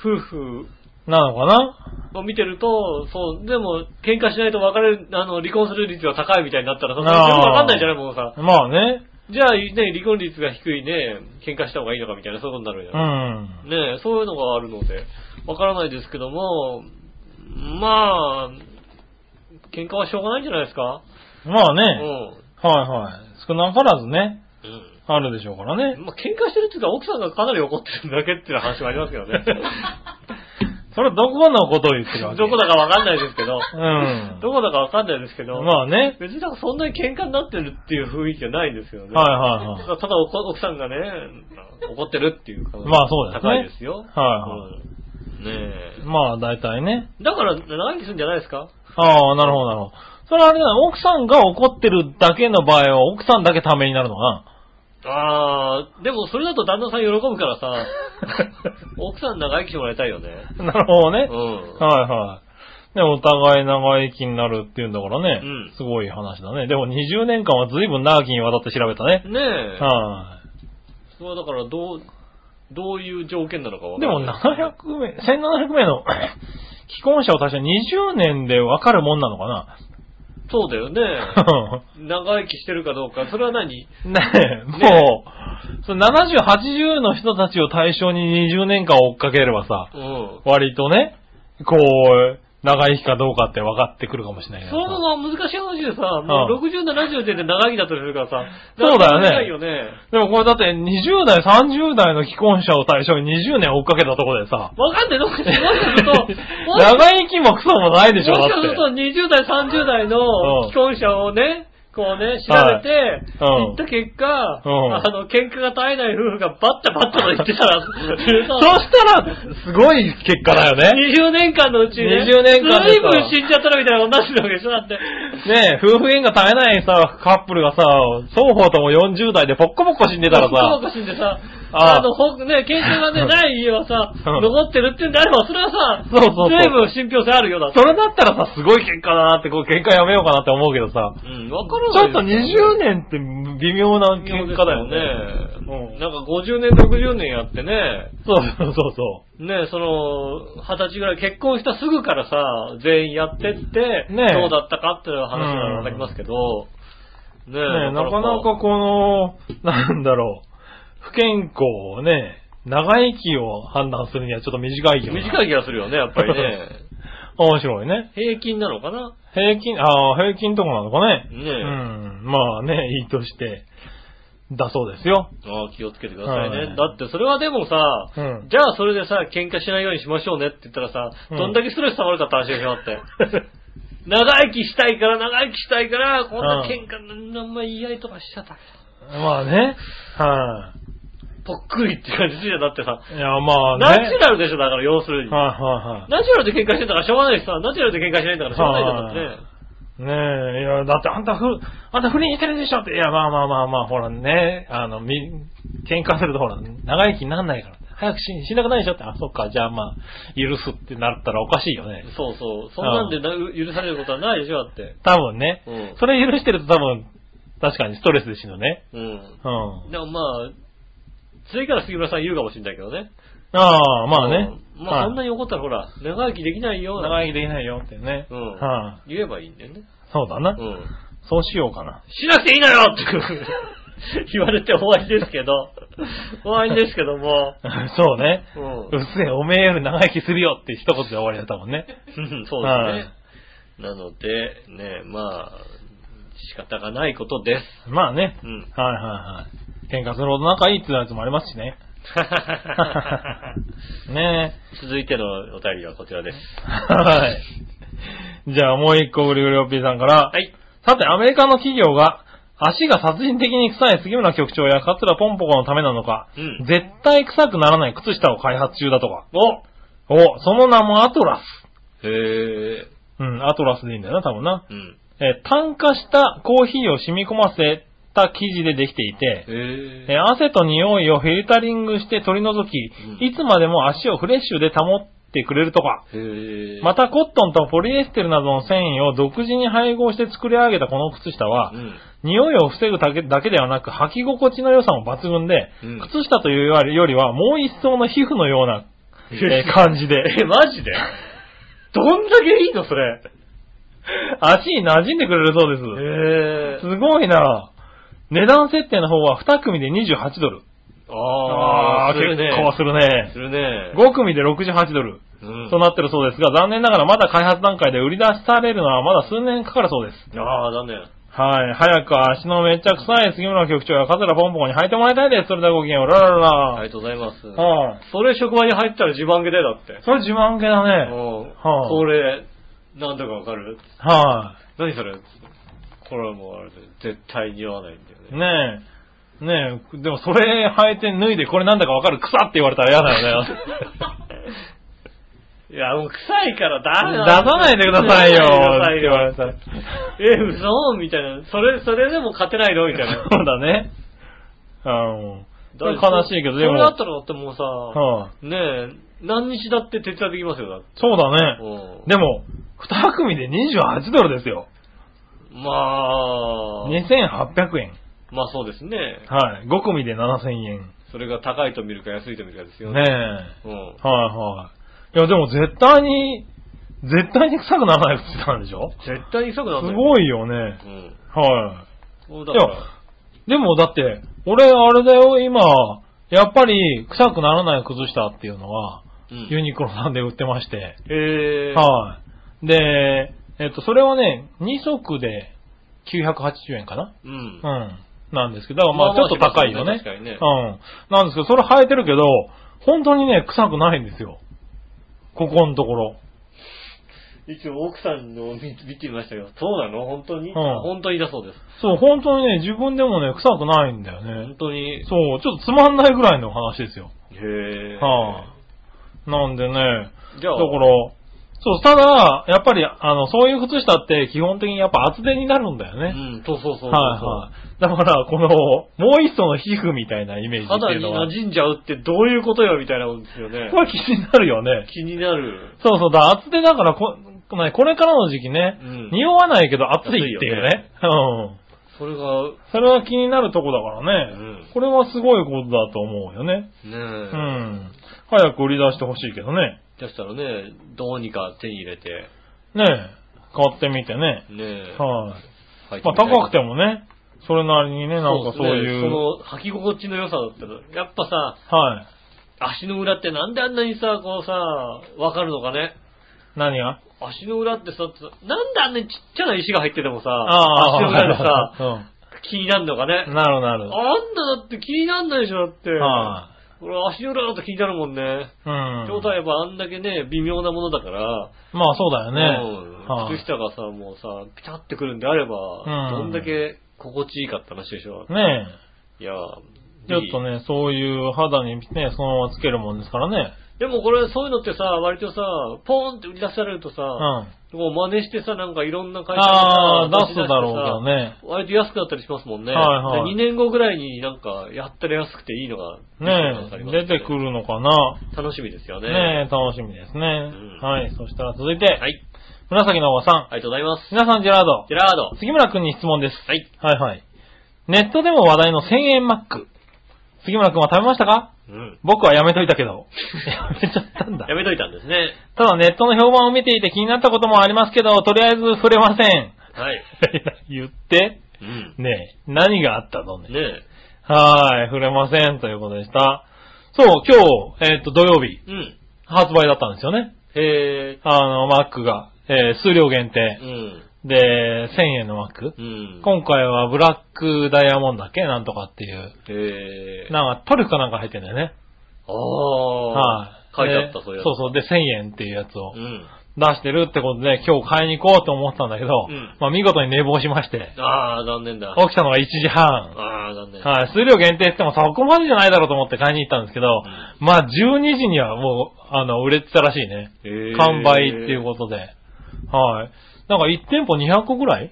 [SPEAKER 2] 夫婦
[SPEAKER 3] なのかな
[SPEAKER 2] を見てると、そう、でも、喧嘩しないと別れる、あの、離婚する率が高いみたいになったら、そんな
[SPEAKER 3] あー
[SPEAKER 2] 全部わかんないじゃないもうさ。
[SPEAKER 3] まあね。
[SPEAKER 2] じゃあ、ね、離婚率が低いね、喧嘩した方がいいのかみたいな、そういうことになるじゃ
[SPEAKER 3] う
[SPEAKER 2] ない、
[SPEAKER 3] ん。
[SPEAKER 2] ねえ、そういうのがあるので、わからないですけども、まあ、喧嘩はしょうがないんじゃないですか
[SPEAKER 3] まあね。
[SPEAKER 2] うん。
[SPEAKER 3] はいはい。少なからずね、
[SPEAKER 2] うん
[SPEAKER 3] あるでしょうからね。
[SPEAKER 2] まあ、喧嘩してるっていうか、奥さんがかなり怒ってるだけっていう話もありますけど ね。
[SPEAKER 3] それはどこのことを言ってるわけ
[SPEAKER 2] どこだかわかんないですけど。
[SPEAKER 3] うん
[SPEAKER 2] どこだかわかんないですけど。
[SPEAKER 3] まあね。
[SPEAKER 2] 別になんかそんなに喧嘩になってるっていう雰囲気はないんですよね。
[SPEAKER 3] はいはいはい
[SPEAKER 2] ただただお奥さんがね、怒ってるっていう可能性
[SPEAKER 3] まあそうですね
[SPEAKER 2] 高いですよ。
[SPEAKER 3] は
[SPEAKER 2] うんねえ。
[SPEAKER 3] まあ大体ね。
[SPEAKER 2] だから、長生きするんじゃないですか
[SPEAKER 3] ああ、なるほどなるほど。それはあれだな、奥さんが怒ってるだけの場合は、奥さんだけためになるのか
[SPEAKER 2] ああ、でもそれだと旦那さん喜ぶから さ、奥さん長生きしてもらいたいよね。
[SPEAKER 3] な。なるほどね
[SPEAKER 2] う。ん。
[SPEAKER 3] はいはい。ね、お互い長生きになるっていうんだからね。
[SPEAKER 2] うん
[SPEAKER 3] すごい話だね。でも20年間は随分長きにわたって調べたね。
[SPEAKER 2] ねえ。
[SPEAKER 3] は
[SPEAKER 2] それはだから、どう、どういう条件なのか
[SPEAKER 3] い。
[SPEAKER 2] わ
[SPEAKER 3] で
[SPEAKER 2] か
[SPEAKER 3] も
[SPEAKER 2] らない。
[SPEAKER 3] 700名、1700名の 既婚者を確か20年でわかるもんなのかな。
[SPEAKER 2] そうだよね。長生きしてるかどうか。それは何
[SPEAKER 3] ねえ、もう、その70、80の人たちを対象に20年間追っかければさ、
[SPEAKER 2] うん。
[SPEAKER 3] 割とね、こう、長生きかどうかって分かってくるかもしれないけ
[SPEAKER 2] そ
[SPEAKER 3] どさ
[SPEAKER 2] ういうのが難しい話でさ、もう60、70で長生きだったりするからさ。
[SPEAKER 3] そうだよね
[SPEAKER 2] 長いよね。
[SPEAKER 3] でもこれだって20代、30代の既婚者を対象に20年追っかけたところでさ、
[SPEAKER 2] わかんない。どっかもしかすると、もし
[SPEAKER 3] 長生きもクソもないでしょ、
[SPEAKER 2] も
[SPEAKER 3] だ
[SPEAKER 2] し
[SPEAKER 3] っ
[SPEAKER 2] かすると
[SPEAKER 3] て。
[SPEAKER 2] 20代、30代の
[SPEAKER 3] うん
[SPEAKER 2] 既婚者をね、こうね、調べて、
[SPEAKER 3] はいうん
[SPEAKER 2] 行った結果、
[SPEAKER 3] うん
[SPEAKER 2] あの、喧嘩が絶えない夫婦がバッタバッタと言ってたら、
[SPEAKER 3] そうしたら、すごい結果だよね。
[SPEAKER 2] 20年間のうちに、ね、
[SPEAKER 3] 20年間で
[SPEAKER 2] 随
[SPEAKER 3] さ
[SPEAKER 2] 分死んじゃったらみたいな同じなわけでしょだって。
[SPEAKER 3] ねえ、夫婦喧嘩絶えないさ、カップルがさ、双方とも40代でポッコポッコ死んでた
[SPEAKER 2] お
[SPEAKER 3] らさ、
[SPEAKER 2] かしいんでさ、
[SPEAKER 3] ああ
[SPEAKER 2] あの、ほね、経験がね、ない家はさ、
[SPEAKER 3] うん
[SPEAKER 2] 残ってるってんであれば、それはさ、
[SPEAKER 3] そうそうそう
[SPEAKER 2] 随分信憑性あるよだって。
[SPEAKER 3] それだったらさ、すごい結果だなって、こう、喧嘩やめようかなって思うけどさ、
[SPEAKER 2] うん、わから
[SPEAKER 3] ち
[SPEAKER 2] な
[SPEAKER 3] ょっ
[SPEAKER 2] い
[SPEAKER 3] と20年って微妙な
[SPEAKER 2] 結
[SPEAKER 3] 喧嘩
[SPEAKER 2] 果
[SPEAKER 3] だ
[SPEAKER 2] だ
[SPEAKER 3] よ
[SPEAKER 2] よ
[SPEAKER 3] ね。
[SPEAKER 2] ね。
[SPEAKER 3] うん
[SPEAKER 2] なんか50年、60年やってね、
[SPEAKER 3] そうそうそうそ
[SPEAKER 2] ね、その、二十歳ぐらい結婚したすぐからさ、全員やってって、
[SPEAKER 3] ね
[SPEAKER 2] どうだったかっていう話ならわかりますけど、ね
[SPEAKER 3] う。ねえなかなかこの、なんだろう、不健康をね、長生きを判断するにはちょっと短いよな。
[SPEAKER 2] 短
[SPEAKER 3] い。
[SPEAKER 2] い気がするよね、やっぱり ね。
[SPEAKER 3] 面白いね。
[SPEAKER 2] 平均なのかな
[SPEAKER 3] 平均、ああ、平均とかなのかね。
[SPEAKER 2] ねえ
[SPEAKER 3] うん。まあね、いいとして、だそうですよ。
[SPEAKER 2] ああ、気をつけてくださいね。
[SPEAKER 3] はい
[SPEAKER 2] だってそれはでもさ、
[SPEAKER 3] うん
[SPEAKER 2] じゃあそれでさ、喧嘩しないようにしましょうねって言ったらさ、
[SPEAKER 3] うん
[SPEAKER 2] どんだけストレス溜まるかって話でしょって。 長生きしたいから、長生きしたいから、こんな喧嘩、なん、あんま言い合いとかしちゃった。
[SPEAKER 3] まあね。は
[SPEAKER 2] ぽっくりって感じじゃんだってさ、
[SPEAKER 3] い。いや、まあね。
[SPEAKER 2] ナチュラルでしょ、だから要するに。
[SPEAKER 3] はいはいはい。
[SPEAKER 2] ナチュラルで喧嘩してんだからしょうがないしさ、ナチュラルで喧嘩しないんだからしょうがないじゃんだってね。
[SPEAKER 3] ねえ、いや、だってあんたふ、あんた不倫してるでしょって、いや、まあまあまあまあ、ほらね、あの、み、喧嘩するとほら、長生きになんないから、早く死死なくないでしょって、あ、そっか、じゃあまあ、許すってなったらおかしいよね。
[SPEAKER 2] そうそう。そんなんでな許されることはないでしょ、だって。
[SPEAKER 3] 多分ね、
[SPEAKER 2] うん
[SPEAKER 3] それ許してると多分、確かにストレスで死ぬね。
[SPEAKER 2] うん。
[SPEAKER 3] うん。
[SPEAKER 2] でもまあ、次から杉村さん言うかもしれないけどね。
[SPEAKER 3] ああ、まあね。
[SPEAKER 2] うんまあそんな
[SPEAKER 3] に、
[SPEAKER 2] に怒ったらほら、長生きできないよ。
[SPEAKER 3] 長生きできないよってね。
[SPEAKER 2] うん
[SPEAKER 3] はい
[SPEAKER 2] 言えばいいんだよね。
[SPEAKER 3] そうだな、
[SPEAKER 2] うん。
[SPEAKER 3] そうしようかな。
[SPEAKER 2] しなくていいのよって 言われて終わりですけど、終わりですけども、
[SPEAKER 3] そうね。
[SPEAKER 2] う
[SPEAKER 3] うっせえ、おめえより長生きするよって一言で終わりだったもんね。
[SPEAKER 2] ん。そう
[SPEAKER 3] は
[SPEAKER 2] で
[SPEAKER 3] い
[SPEAKER 2] すね。なので、ね、まあ、仕方がないことです。
[SPEAKER 3] まあね。
[SPEAKER 2] うん。
[SPEAKER 3] はいはいはい。喧嘩するほど仲いいってやつもありますしね。ね
[SPEAKER 2] 続いてのお便りはこちらです。
[SPEAKER 3] え。はい。じゃあもう一個ぐりぐりおっぴーさんから。
[SPEAKER 2] はい。
[SPEAKER 3] さて、アメリカの企業が、足が殺人的に臭い杉村局長や桂ポンポコのためなのか、
[SPEAKER 2] うん
[SPEAKER 3] 絶対臭くならない靴下を開発中だとか。
[SPEAKER 2] お
[SPEAKER 3] お、その名もアトラス。
[SPEAKER 2] へえ。
[SPEAKER 3] うん、アトラスでいいんだよな、多分な。
[SPEAKER 2] うん。
[SPEAKER 3] えー炭化したコーヒーを染み込ませた生地でできていて、
[SPEAKER 2] へ
[SPEAKER 3] えー汗と匂いをフィルタリングして取り除き、
[SPEAKER 2] うん
[SPEAKER 3] いつまでも足をフレッシュで保ってくれるとか、
[SPEAKER 2] へえ。
[SPEAKER 3] またコットンとポリエステルなどの繊維を独自に配合して作り上げたこの靴下は
[SPEAKER 2] う、ん。
[SPEAKER 3] 匂いを防ぐだけだけではなく、履き心地の良さも抜群で、
[SPEAKER 2] うん
[SPEAKER 3] 靴下というよりよりは、もう一層の皮膚のような、えー感じで、
[SPEAKER 2] え、マジでどんだけいいのそれ。
[SPEAKER 3] 足に馴染んでくれるそう
[SPEAKER 2] へ
[SPEAKER 3] です。すごいな値段設定の方は2組で28ドル。
[SPEAKER 2] え。ああ、
[SPEAKER 3] ー結構するね
[SPEAKER 2] す。るね。
[SPEAKER 3] 5組で68ドル
[SPEAKER 2] うん
[SPEAKER 3] となってるそうですが、残念ながらまだ開発段階で売り出されるのはまだ数年かかるそうです。
[SPEAKER 2] ああ、残念。
[SPEAKER 3] はい。早く足のめっちゃ臭い杉村局長やカズラポンポコに履いてもらいたいです。それではごきげんよう。ラララ
[SPEAKER 2] あ
[SPEAKER 3] ラ。
[SPEAKER 2] りがとうございます。
[SPEAKER 3] はい。
[SPEAKER 2] それ職場に入ったら自慢げでだって。
[SPEAKER 3] それ自慢げだ
[SPEAKER 2] うん
[SPEAKER 3] ね。。はあ
[SPEAKER 2] これ、なんだかわかる
[SPEAKER 3] は
[SPEAKER 2] 何それこれはもうあれで、絶対に言わないんだよ
[SPEAKER 3] い。
[SPEAKER 2] ね。
[SPEAKER 3] ねえ。ねえ。でもそれ履いて脱いでこれなんだかわかる臭って言われたら嫌だよね。
[SPEAKER 2] いや、もう臭いからダメ
[SPEAKER 3] 出
[SPEAKER 2] だ
[SPEAKER 3] さないでくださいよ。って言
[SPEAKER 2] 出さ
[SPEAKER 3] わ
[SPEAKER 2] ない
[SPEAKER 3] れ
[SPEAKER 2] でく
[SPEAKER 3] たら。
[SPEAKER 2] ださいよえ、嘘みたいな。それ、それでも勝てないのみたいな。
[SPEAKER 3] そうだね。うん。それ 悲しいけど、で
[SPEAKER 2] そ
[SPEAKER 3] も。
[SPEAKER 2] れだったらだってもうさ、
[SPEAKER 3] はい
[SPEAKER 2] ねえ、何日だって徹夜できますよ、だって。
[SPEAKER 3] そうだね。
[SPEAKER 2] うん
[SPEAKER 3] でも、2組で28ドルですよ。
[SPEAKER 2] まあ、
[SPEAKER 3] 2800円。
[SPEAKER 2] まあそうですね。
[SPEAKER 3] はい。5組で7000円。
[SPEAKER 2] それが高いと見るか安いと見るかですよ
[SPEAKER 3] ね
[SPEAKER 2] ね。
[SPEAKER 3] え。
[SPEAKER 2] うん。
[SPEAKER 3] はいはい。いや、でも絶対に、絶対に臭くならない靴なんでしょ
[SPEAKER 2] 絶対に臭くなる
[SPEAKER 3] すご
[SPEAKER 2] い。
[SPEAKER 3] いよね。
[SPEAKER 2] うん。
[SPEAKER 3] は
[SPEAKER 2] そうだから
[SPEAKER 3] いやい。でもだって、俺あれだよ、今、やっぱり臭くならない靴下っていうのは、
[SPEAKER 2] うん
[SPEAKER 3] ユニクロさんで売ってまして。
[SPEAKER 2] へえ。
[SPEAKER 3] はい。で、えっと、それはね、2足で980円かな
[SPEAKER 2] うん。
[SPEAKER 3] うん。なんですけど、だからまあち
[SPEAKER 2] ま
[SPEAKER 3] ょ
[SPEAKER 2] あ
[SPEAKER 3] っと高いよね。
[SPEAKER 2] 確かにね
[SPEAKER 3] うん。なんですけど、それ履いてるけど、本当にね、臭くないんですよ。ここのところ。
[SPEAKER 2] 一応奥さんの見見てみましたけど、そうなの本当に、
[SPEAKER 3] ん
[SPEAKER 2] 本当にだそうです。
[SPEAKER 3] そう、本当にね、自分でもね、臭くないんだよね
[SPEAKER 2] 本。当に。
[SPEAKER 3] そう、ちょっとつまんないぐらいの話ですよ。
[SPEAKER 2] へえ。
[SPEAKER 3] はあ、なんでね、
[SPEAKER 2] じゃ
[SPEAKER 3] だ
[SPEAKER 2] あ、
[SPEAKER 3] から、そう、ただ、やっぱり、あの、そういう靴下って基本的にやっぱ厚手になるんだよ
[SPEAKER 2] う
[SPEAKER 3] ね。
[SPEAKER 2] ん、そうそうそうそうそう。
[SPEAKER 3] はいはい。だから、この、もう一層の皮膚みたいなイメージって
[SPEAKER 2] 肌
[SPEAKER 3] いう
[SPEAKER 2] に
[SPEAKER 3] のは
[SPEAKER 2] 馴、染んじゃうってどういうことよみたいなもんですよね
[SPEAKER 3] こ。れ気になるよね。
[SPEAKER 2] 気になる。
[SPEAKER 3] そうそう、だから厚手だからこ、ねこれからの時期ね、
[SPEAKER 2] うん
[SPEAKER 3] 匂わないけど暑いっていうね。うん。
[SPEAKER 2] それが、
[SPEAKER 3] それは気になるとこだからね、
[SPEAKER 2] うん
[SPEAKER 3] これはすごいことだと思うよね。
[SPEAKER 2] ねえ。
[SPEAKER 3] うん。早く売り出してほしいけどね。
[SPEAKER 2] だしたらね、どうにか手に入れて、
[SPEAKER 3] ねえ、買ってみてね。
[SPEAKER 2] ねえ。
[SPEAKER 3] は
[SPEAKER 2] 入
[SPEAKER 3] い、
[SPEAKER 2] って
[SPEAKER 3] まあ
[SPEAKER 2] みたいな
[SPEAKER 3] 高くてもね、それなりにね、なんかそ
[SPEAKER 2] そ
[SPEAKER 3] ういう。
[SPEAKER 2] うですねその履き心地の良さだったら、やっぱさ、
[SPEAKER 3] はい。
[SPEAKER 2] 足の裏ってなんであんなにさ、こうさ、わかるのかね。
[SPEAKER 3] 何が
[SPEAKER 2] 足の裏ってさ、なんであんなにちっちゃな石が入っててもさ、
[SPEAKER 3] あ
[SPEAKER 2] 足の裏で
[SPEAKER 3] あ
[SPEAKER 2] さ、、気になるのか
[SPEAKER 3] う
[SPEAKER 2] ね
[SPEAKER 3] ん。。なるなる。
[SPEAKER 2] あんただって気になんないでしょ、だって。
[SPEAKER 3] は
[SPEAKER 2] 俺足の裏だと気になるもんね。
[SPEAKER 3] い、うん。
[SPEAKER 2] 状態やっぱあんだけね、微妙なものだから、
[SPEAKER 3] まあそうだよね。
[SPEAKER 2] う
[SPEAKER 3] は
[SPEAKER 2] ん、
[SPEAKER 3] い
[SPEAKER 2] 靴下がさ、もうさ、ピタってくるんであれば、
[SPEAKER 3] う
[SPEAKER 2] ど
[SPEAKER 3] ん
[SPEAKER 2] んだけ心地いいかって話でしょ。
[SPEAKER 3] ねえ。
[SPEAKER 2] いや
[SPEAKER 3] ちょっと
[SPEAKER 2] ね。
[SPEAKER 3] ね、そういう肌にね、そのままつけるもんですからね。
[SPEAKER 2] でもこれ、そういうのってさ、割とさ、ポーンって売り出されるとさ、
[SPEAKER 3] うん。
[SPEAKER 2] もう真似してさ、なんかいろんな会社
[SPEAKER 3] ああ、
[SPEAKER 2] がさ
[SPEAKER 3] 出すだろうけど。ね。
[SPEAKER 2] 出し出してさ割と安くなったりしますもんね。
[SPEAKER 3] はいはい
[SPEAKER 2] 2年後ぐらいになんか、やったら安くていいのが、
[SPEAKER 3] ね
[SPEAKER 2] あり
[SPEAKER 3] え、
[SPEAKER 2] ます
[SPEAKER 3] 出
[SPEAKER 2] ね
[SPEAKER 3] てくるのかな。
[SPEAKER 2] 楽しみですよね。
[SPEAKER 3] ねえ、楽しみですね
[SPEAKER 2] ん。
[SPEAKER 3] はい、そしたら続いて、
[SPEAKER 2] はい。
[SPEAKER 3] 紫のおばさん。
[SPEAKER 2] ありがとうございます。
[SPEAKER 3] 皆さん、ジェラード
[SPEAKER 2] ジ。ェラード。
[SPEAKER 3] 杉村くんに質問です。
[SPEAKER 2] はい。
[SPEAKER 3] はいはい。ネットでも話題の1000円マック。杉村くんは食べましたか
[SPEAKER 2] うん。
[SPEAKER 3] 僕はやめといた けど。やめちゃったんだ
[SPEAKER 2] や。めといたんですね。
[SPEAKER 3] ただネットの評判を見ていて気になったこともありますけど、とりあえず触れませ ん。
[SPEAKER 2] はい。
[SPEAKER 3] 言って、
[SPEAKER 2] うん。
[SPEAKER 3] ねえ、何があったのね。
[SPEAKER 2] ねえ。
[SPEAKER 3] はーい、触れませんということでした。そう、今日、えっ、と、土曜日、
[SPEAKER 2] うん。
[SPEAKER 3] 発売だったんですよね。
[SPEAKER 2] へえ。
[SPEAKER 3] あの、マックが、えー数量限定
[SPEAKER 2] う。ん。
[SPEAKER 3] で、1000円のマック。
[SPEAKER 2] うん。
[SPEAKER 3] 今回はブラックダイヤモンドだっけなんとかってい
[SPEAKER 2] へ
[SPEAKER 3] う。
[SPEAKER 2] え。
[SPEAKER 3] なんか、トリュフかなんか入ってんだよね。
[SPEAKER 2] ああ。
[SPEAKER 3] はい。
[SPEAKER 2] 書いてあった、
[SPEAKER 3] で
[SPEAKER 2] そういうやつ
[SPEAKER 3] そうそう。で、1000円っていうやつを
[SPEAKER 2] うん。
[SPEAKER 3] 出してるってことで、今日買いに行こうと思ってたんだけど、
[SPEAKER 2] うん
[SPEAKER 3] まあ見事に寝坊しまして、
[SPEAKER 2] ああ、残念だ。
[SPEAKER 3] 起きたのが1時半。
[SPEAKER 2] ああ、残念。
[SPEAKER 3] はい。数量限定してもそこまでじゃないだろうと思って買いに行ったんですけど、
[SPEAKER 2] ん
[SPEAKER 3] まあ12時にはもう、あの、売れてたらしいね。
[SPEAKER 2] へえ
[SPEAKER 3] 完売っていうことで。はい。なんか1店舗200個ぐらい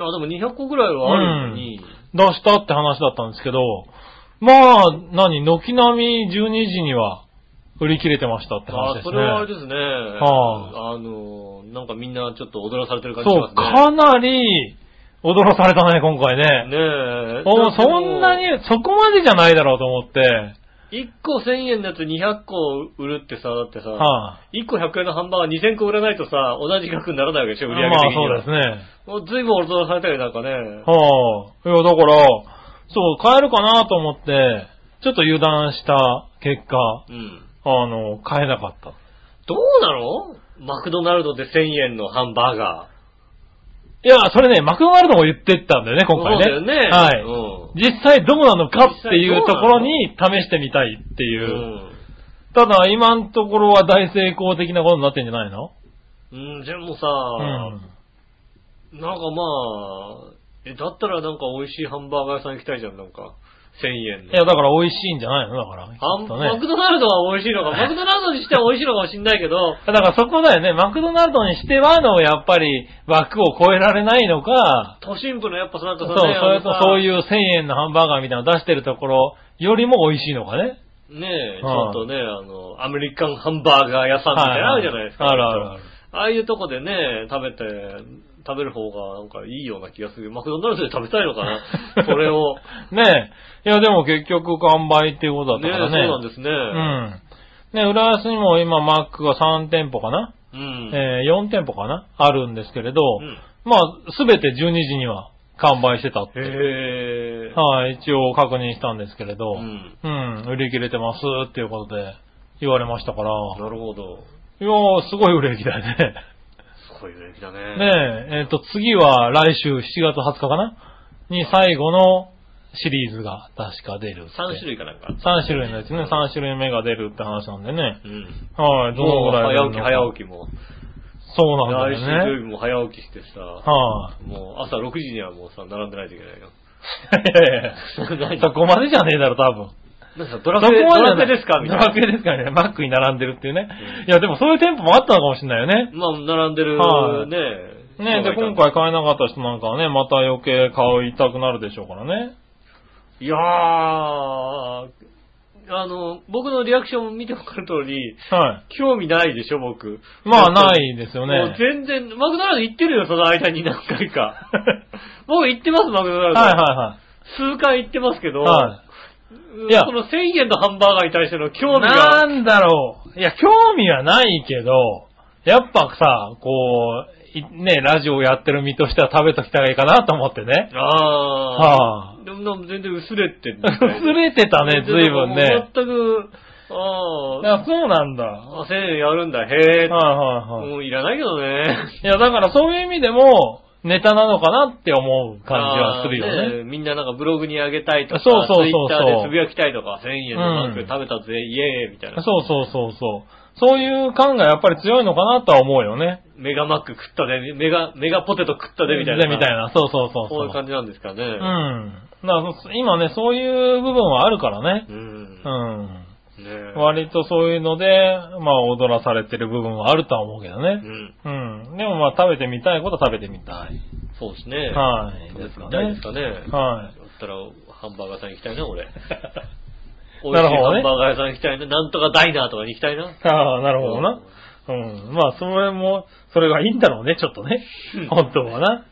[SPEAKER 2] あ、でも200個ぐらいはあるのに、
[SPEAKER 3] 出したって話だったんですけど、まあ、何、軒並み12時には売り切れてましたって話
[SPEAKER 2] あ
[SPEAKER 3] で
[SPEAKER 2] ー、
[SPEAKER 3] す
[SPEAKER 2] そ
[SPEAKER 3] ね。
[SPEAKER 2] れはあれですね。
[SPEAKER 3] は
[SPEAKER 2] あのー、なんかみんなちょっと踊らされてる感じし
[SPEAKER 3] そう、
[SPEAKER 2] ます
[SPEAKER 3] かなり驚されたね、今回
[SPEAKER 2] ね。
[SPEAKER 3] ね。
[SPEAKER 2] ねえ。
[SPEAKER 3] おそんなに、そこまでじゃないだろうと思って。
[SPEAKER 2] 1個1000円のやつ200個売るってさ、だってさ、
[SPEAKER 3] は
[SPEAKER 2] 1個100円のハンバーガー2000個売らないとさ、同じ額にならないわけでし
[SPEAKER 3] い、
[SPEAKER 2] ょ、売り上げ
[SPEAKER 3] まあ
[SPEAKER 2] 的に
[SPEAKER 3] そう
[SPEAKER 2] は。
[SPEAKER 3] ですね。
[SPEAKER 2] もう随分踊らされたよ、なんかね。
[SPEAKER 3] はあ。いや、だから、そう、買えるかなと思って、ちょっと油断した結果、
[SPEAKER 2] うん。
[SPEAKER 3] あの、買えなかった。
[SPEAKER 2] どうなのマクドナルドで1000円のハンバーガ
[SPEAKER 3] いや、それね、マクドナルドも言ってったんだよね、
[SPEAKER 2] ー。
[SPEAKER 3] 今回ね。
[SPEAKER 2] そうだよね。
[SPEAKER 3] はい。
[SPEAKER 2] う
[SPEAKER 3] 実際どうなのかっていうところに試してみたいってい
[SPEAKER 2] ん。う
[SPEAKER 3] う。
[SPEAKER 2] ん
[SPEAKER 3] ただ、今のところは大成功的なことになってんじゃないの
[SPEAKER 2] うん、でもさ、
[SPEAKER 3] うん。
[SPEAKER 2] なんかまあ、え、だったらなんか美味しいハンバーガー屋さん行きたいじゃん、なんか。1000円の。
[SPEAKER 3] いや、だから美味しいんじゃないのだから。
[SPEAKER 2] ハ
[SPEAKER 3] きっ
[SPEAKER 2] ン
[SPEAKER 3] と
[SPEAKER 2] マ
[SPEAKER 3] ね。
[SPEAKER 2] クドナルドは美味しいのか、マクドナルドにしては美味しいのかもしんないけど、
[SPEAKER 3] だからそこだよね。マクドナルドにしてはの、やっぱり枠を超えられないのか、
[SPEAKER 2] 都心部のやっぱなんか
[SPEAKER 3] そう、
[SPEAKER 2] さ
[SPEAKER 3] そ
[SPEAKER 2] ね
[SPEAKER 3] れとそう
[SPEAKER 2] う。
[SPEAKER 3] いう1000円のハンバーガーみたいなの出してるところよりも美味しいのかね。
[SPEAKER 2] ねえ、ちょ
[SPEAKER 3] はい
[SPEAKER 2] っとね、あの、アメリカンハンバーガー屋さんみたいなのあるじゃないですか。
[SPEAKER 3] あるあるある。
[SPEAKER 2] ああいうとこでね、食べて、食べる方がなんかいいような気がする。マクドナルドで食べたいのか なそれを。
[SPEAKER 3] ねえ。いや、でも結局完売っていうことだった
[SPEAKER 2] ねえ、
[SPEAKER 3] か
[SPEAKER 2] そ
[SPEAKER 3] ら
[SPEAKER 2] う
[SPEAKER 3] ね。
[SPEAKER 2] なんですね。
[SPEAKER 3] うん。ね、浦安にも今マックが3店舗かな、
[SPEAKER 2] うん。
[SPEAKER 3] えー、4店舗かなあるんですけれど、
[SPEAKER 2] うん
[SPEAKER 3] まあ、すべて12時には完売してたって。
[SPEAKER 2] へえ。
[SPEAKER 3] はい、一応確認したんですけれど、
[SPEAKER 2] うん。
[SPEAKER 3] うん、売り切れてますっていうことで言われましたから、
[SPEAKER 2] なるほど。
[SPEAKER 3] いやー、すごい売れ行きだよね。
[SPEAKER 2] すごい売れ行きだね。
[SPEAKER 3] ねえ、えっ、と、次は来週7月20日かなに最後のシリーズが確か出るって。
[SPEAKER 2] 3種類かなんか。
[SPEAKER 3] 3種類のですね、3種類目が出るって話なんでね。
[SPEAKER 2] うん。
[SPEAKER 3] はい、どの
[SPEAKER 2] もう
[SPEAKER 3] ぐらい
[SPEAKER 2] 早起き
[SPEAKER 3] 出るのか
[SPEAKER 2] 早起きも。
[SPEAKER 3] そうなん
[SPEAKER 2] 来
[SPEAKER 3] だ
[SPEAKER 2] 週
[SPEAKER 3] よ
[SPEAKER 2] 土
[SPEAKER 3] ね。
[SPEAKER 2] 曜日も早起きしてさ、
[SPEAKER 3] は
[SPEAKER 2] もう朝6時にはもうさ、並んでないといけないよ。
[SPEAKER 3] い。いやいやそこまでじゃねえだろ、多分。
[SPEAKER 2] なんかドラクエ、
[SPEAKER 3] そ
[SPEAKER 2] ド
[SPEAKER 3] こ
[SPEAKER 2] ラク
[SPEAKER 3] まじゃな
[SPEAKER 2] エですかみたい
[SPEAKER 3] ドラ
[SPEAKER 2] な
[SPEAKER 3] ク。エですからね。マックに並んでるっていうね
[SPEAKER 2] う。ん
[SPEAKER 3] いや、でもそういう店舗もあったのかもしれないよね。
[SPEAKER 2] まあ、並んでる
[SPEAKER 3] はい
[SPEAKER 2] ね。
[SPEAKER 3] ねで、今。回買えなかった人なんかはね、また余計買いたくなるでしょうからね。
[SPEAKER 2] いやー、あの、僕のリアクションを見てわかる通り、
[SPEAKER 3] は
[SPEAKER 2] 興味ないでしょ、僕。
[SPEAKER 3] い。まあ、ないですよ
[SPEAKER 2] もう
[SPEAKER 3] ね。
[SPEAKER 2] 全然、マクドナルド行ってるよ、その間に何回 か。僕行ってます、マクドナ
[SPEAKER 3] は
[SPEAKER 2] ル
[SPEAKER 3] い
[SPEAKER 2] ド。
[SPEAKER 3] は
[SPEAKER 2] 数回行ってますけ
[SPEAKER 3] い
[SPEAKER 2] ど、
[SPEAKER 3] はい。は
[SPEAKER 2] う
[SPEAKER 3] い。
[SPEAKER 2] ん
[SPEAKER 3] いや
[SPEAKER 2] その1000円のハンバーガーに対しての興味
[SPEAKER 3] な
[SPEAKER 2] が、
[SPEAKER 3] んだろう。いや、興味はないけど、やっぱさ、こう、いね、ラジオやってる身としては食べときたらいいかなと思ってね。
[SPEAKER 2] あ
[SPEAKER 3] は
[SPEAKER 2] ー、でも全然薄れてる。
[SPEAKER 3] 薄れてたね、随分ね。
[SPEAKER 2] 全く、あ
[SPEAKER 3] い
[SPEAKER 2] ー、
[SPEAKER 3] や、そうなんだ。は
[SPEAKER 2] あ1000円やるんだ、へ
[SPEAKER 3] い
[SPEAKER 2] ー。
[SPEAKER 3] はいはい。
[SPEAKER 2] もういらないけどね。
[SPEAKER 3] いや、だからそういう意味でも、ネタなのかなって思う感じはする
[SPEAKER 2] あ
[SPEAKER 3] よ
[SPEAKER 2] ー
[SPEAKER 3] ね。
[SPEAKER 2] えみんななんかブログにあげたいとか、
[SPEAKER 3] そうそうそうそう
[SPEAKER 2] ツイッターでつぶやきたいとか、1000円のマック
[SPEAKER 3] うん
[SPEAKER 2] 食べたぜ、イエーイみたいな。
[SPEAKER 3] そうそうそうそう。そういう感がやっぱり強いのかなとは思うよね。
[SPEAKER 2] メガマック食ったで、メガ、メガポテト食ったでみたいな。
[SPEAKER 3] でみたい。な。そうそうそう
[SPEAKER 2] そういう
[SPEAKER 3] そう。
[SPEAKER 2] 感じなんですかね。
[SPEAKER 3] うん。だからそ今ね、そういう部分はあるからね。
[SPEAKER 2] うん。
[SPEAKER 3] うん。
[SPEAKER 2] ねえ
[SPEAKER 3] 割とそういうので、まあ踊らされてる部分はあるとは思うけど
[SPEAKER 2] う
[SPEAKER 3] ね。
[SPEAKER 2] ん。
[SPEAKER 3] うん。でもまあ食べてみたいことは食べてみたい。
[SPEAKER 2] そうですね。
[SPEAKER 3] はい
[SPEAKER 2] 食べてみたいですかね。
[SPEAKER 3] は
[SPEAKER 2] だったら、ハンバーガー屋さん行きたいな、 俺。美
[SPEAKER 3] な
[SPEAKER 2] 味し
[SPEAKER 3] る
[SPEAKER 2] い
[SPEAKER 3] ほど
[SPEAKER 2] ハ
[SPEAKER 3] ね
[SPEAKER 2] ンバーガー屋さん行きたいな。なんとかダイナーとかに行きたいな。
[SPEAKER 3] い。ああ、なるほどな。うん。まあそれも、それがいいんだろうね、ちょっとね
[SPEAKER 2] うん。
[SPEAKER 3] 本当はな。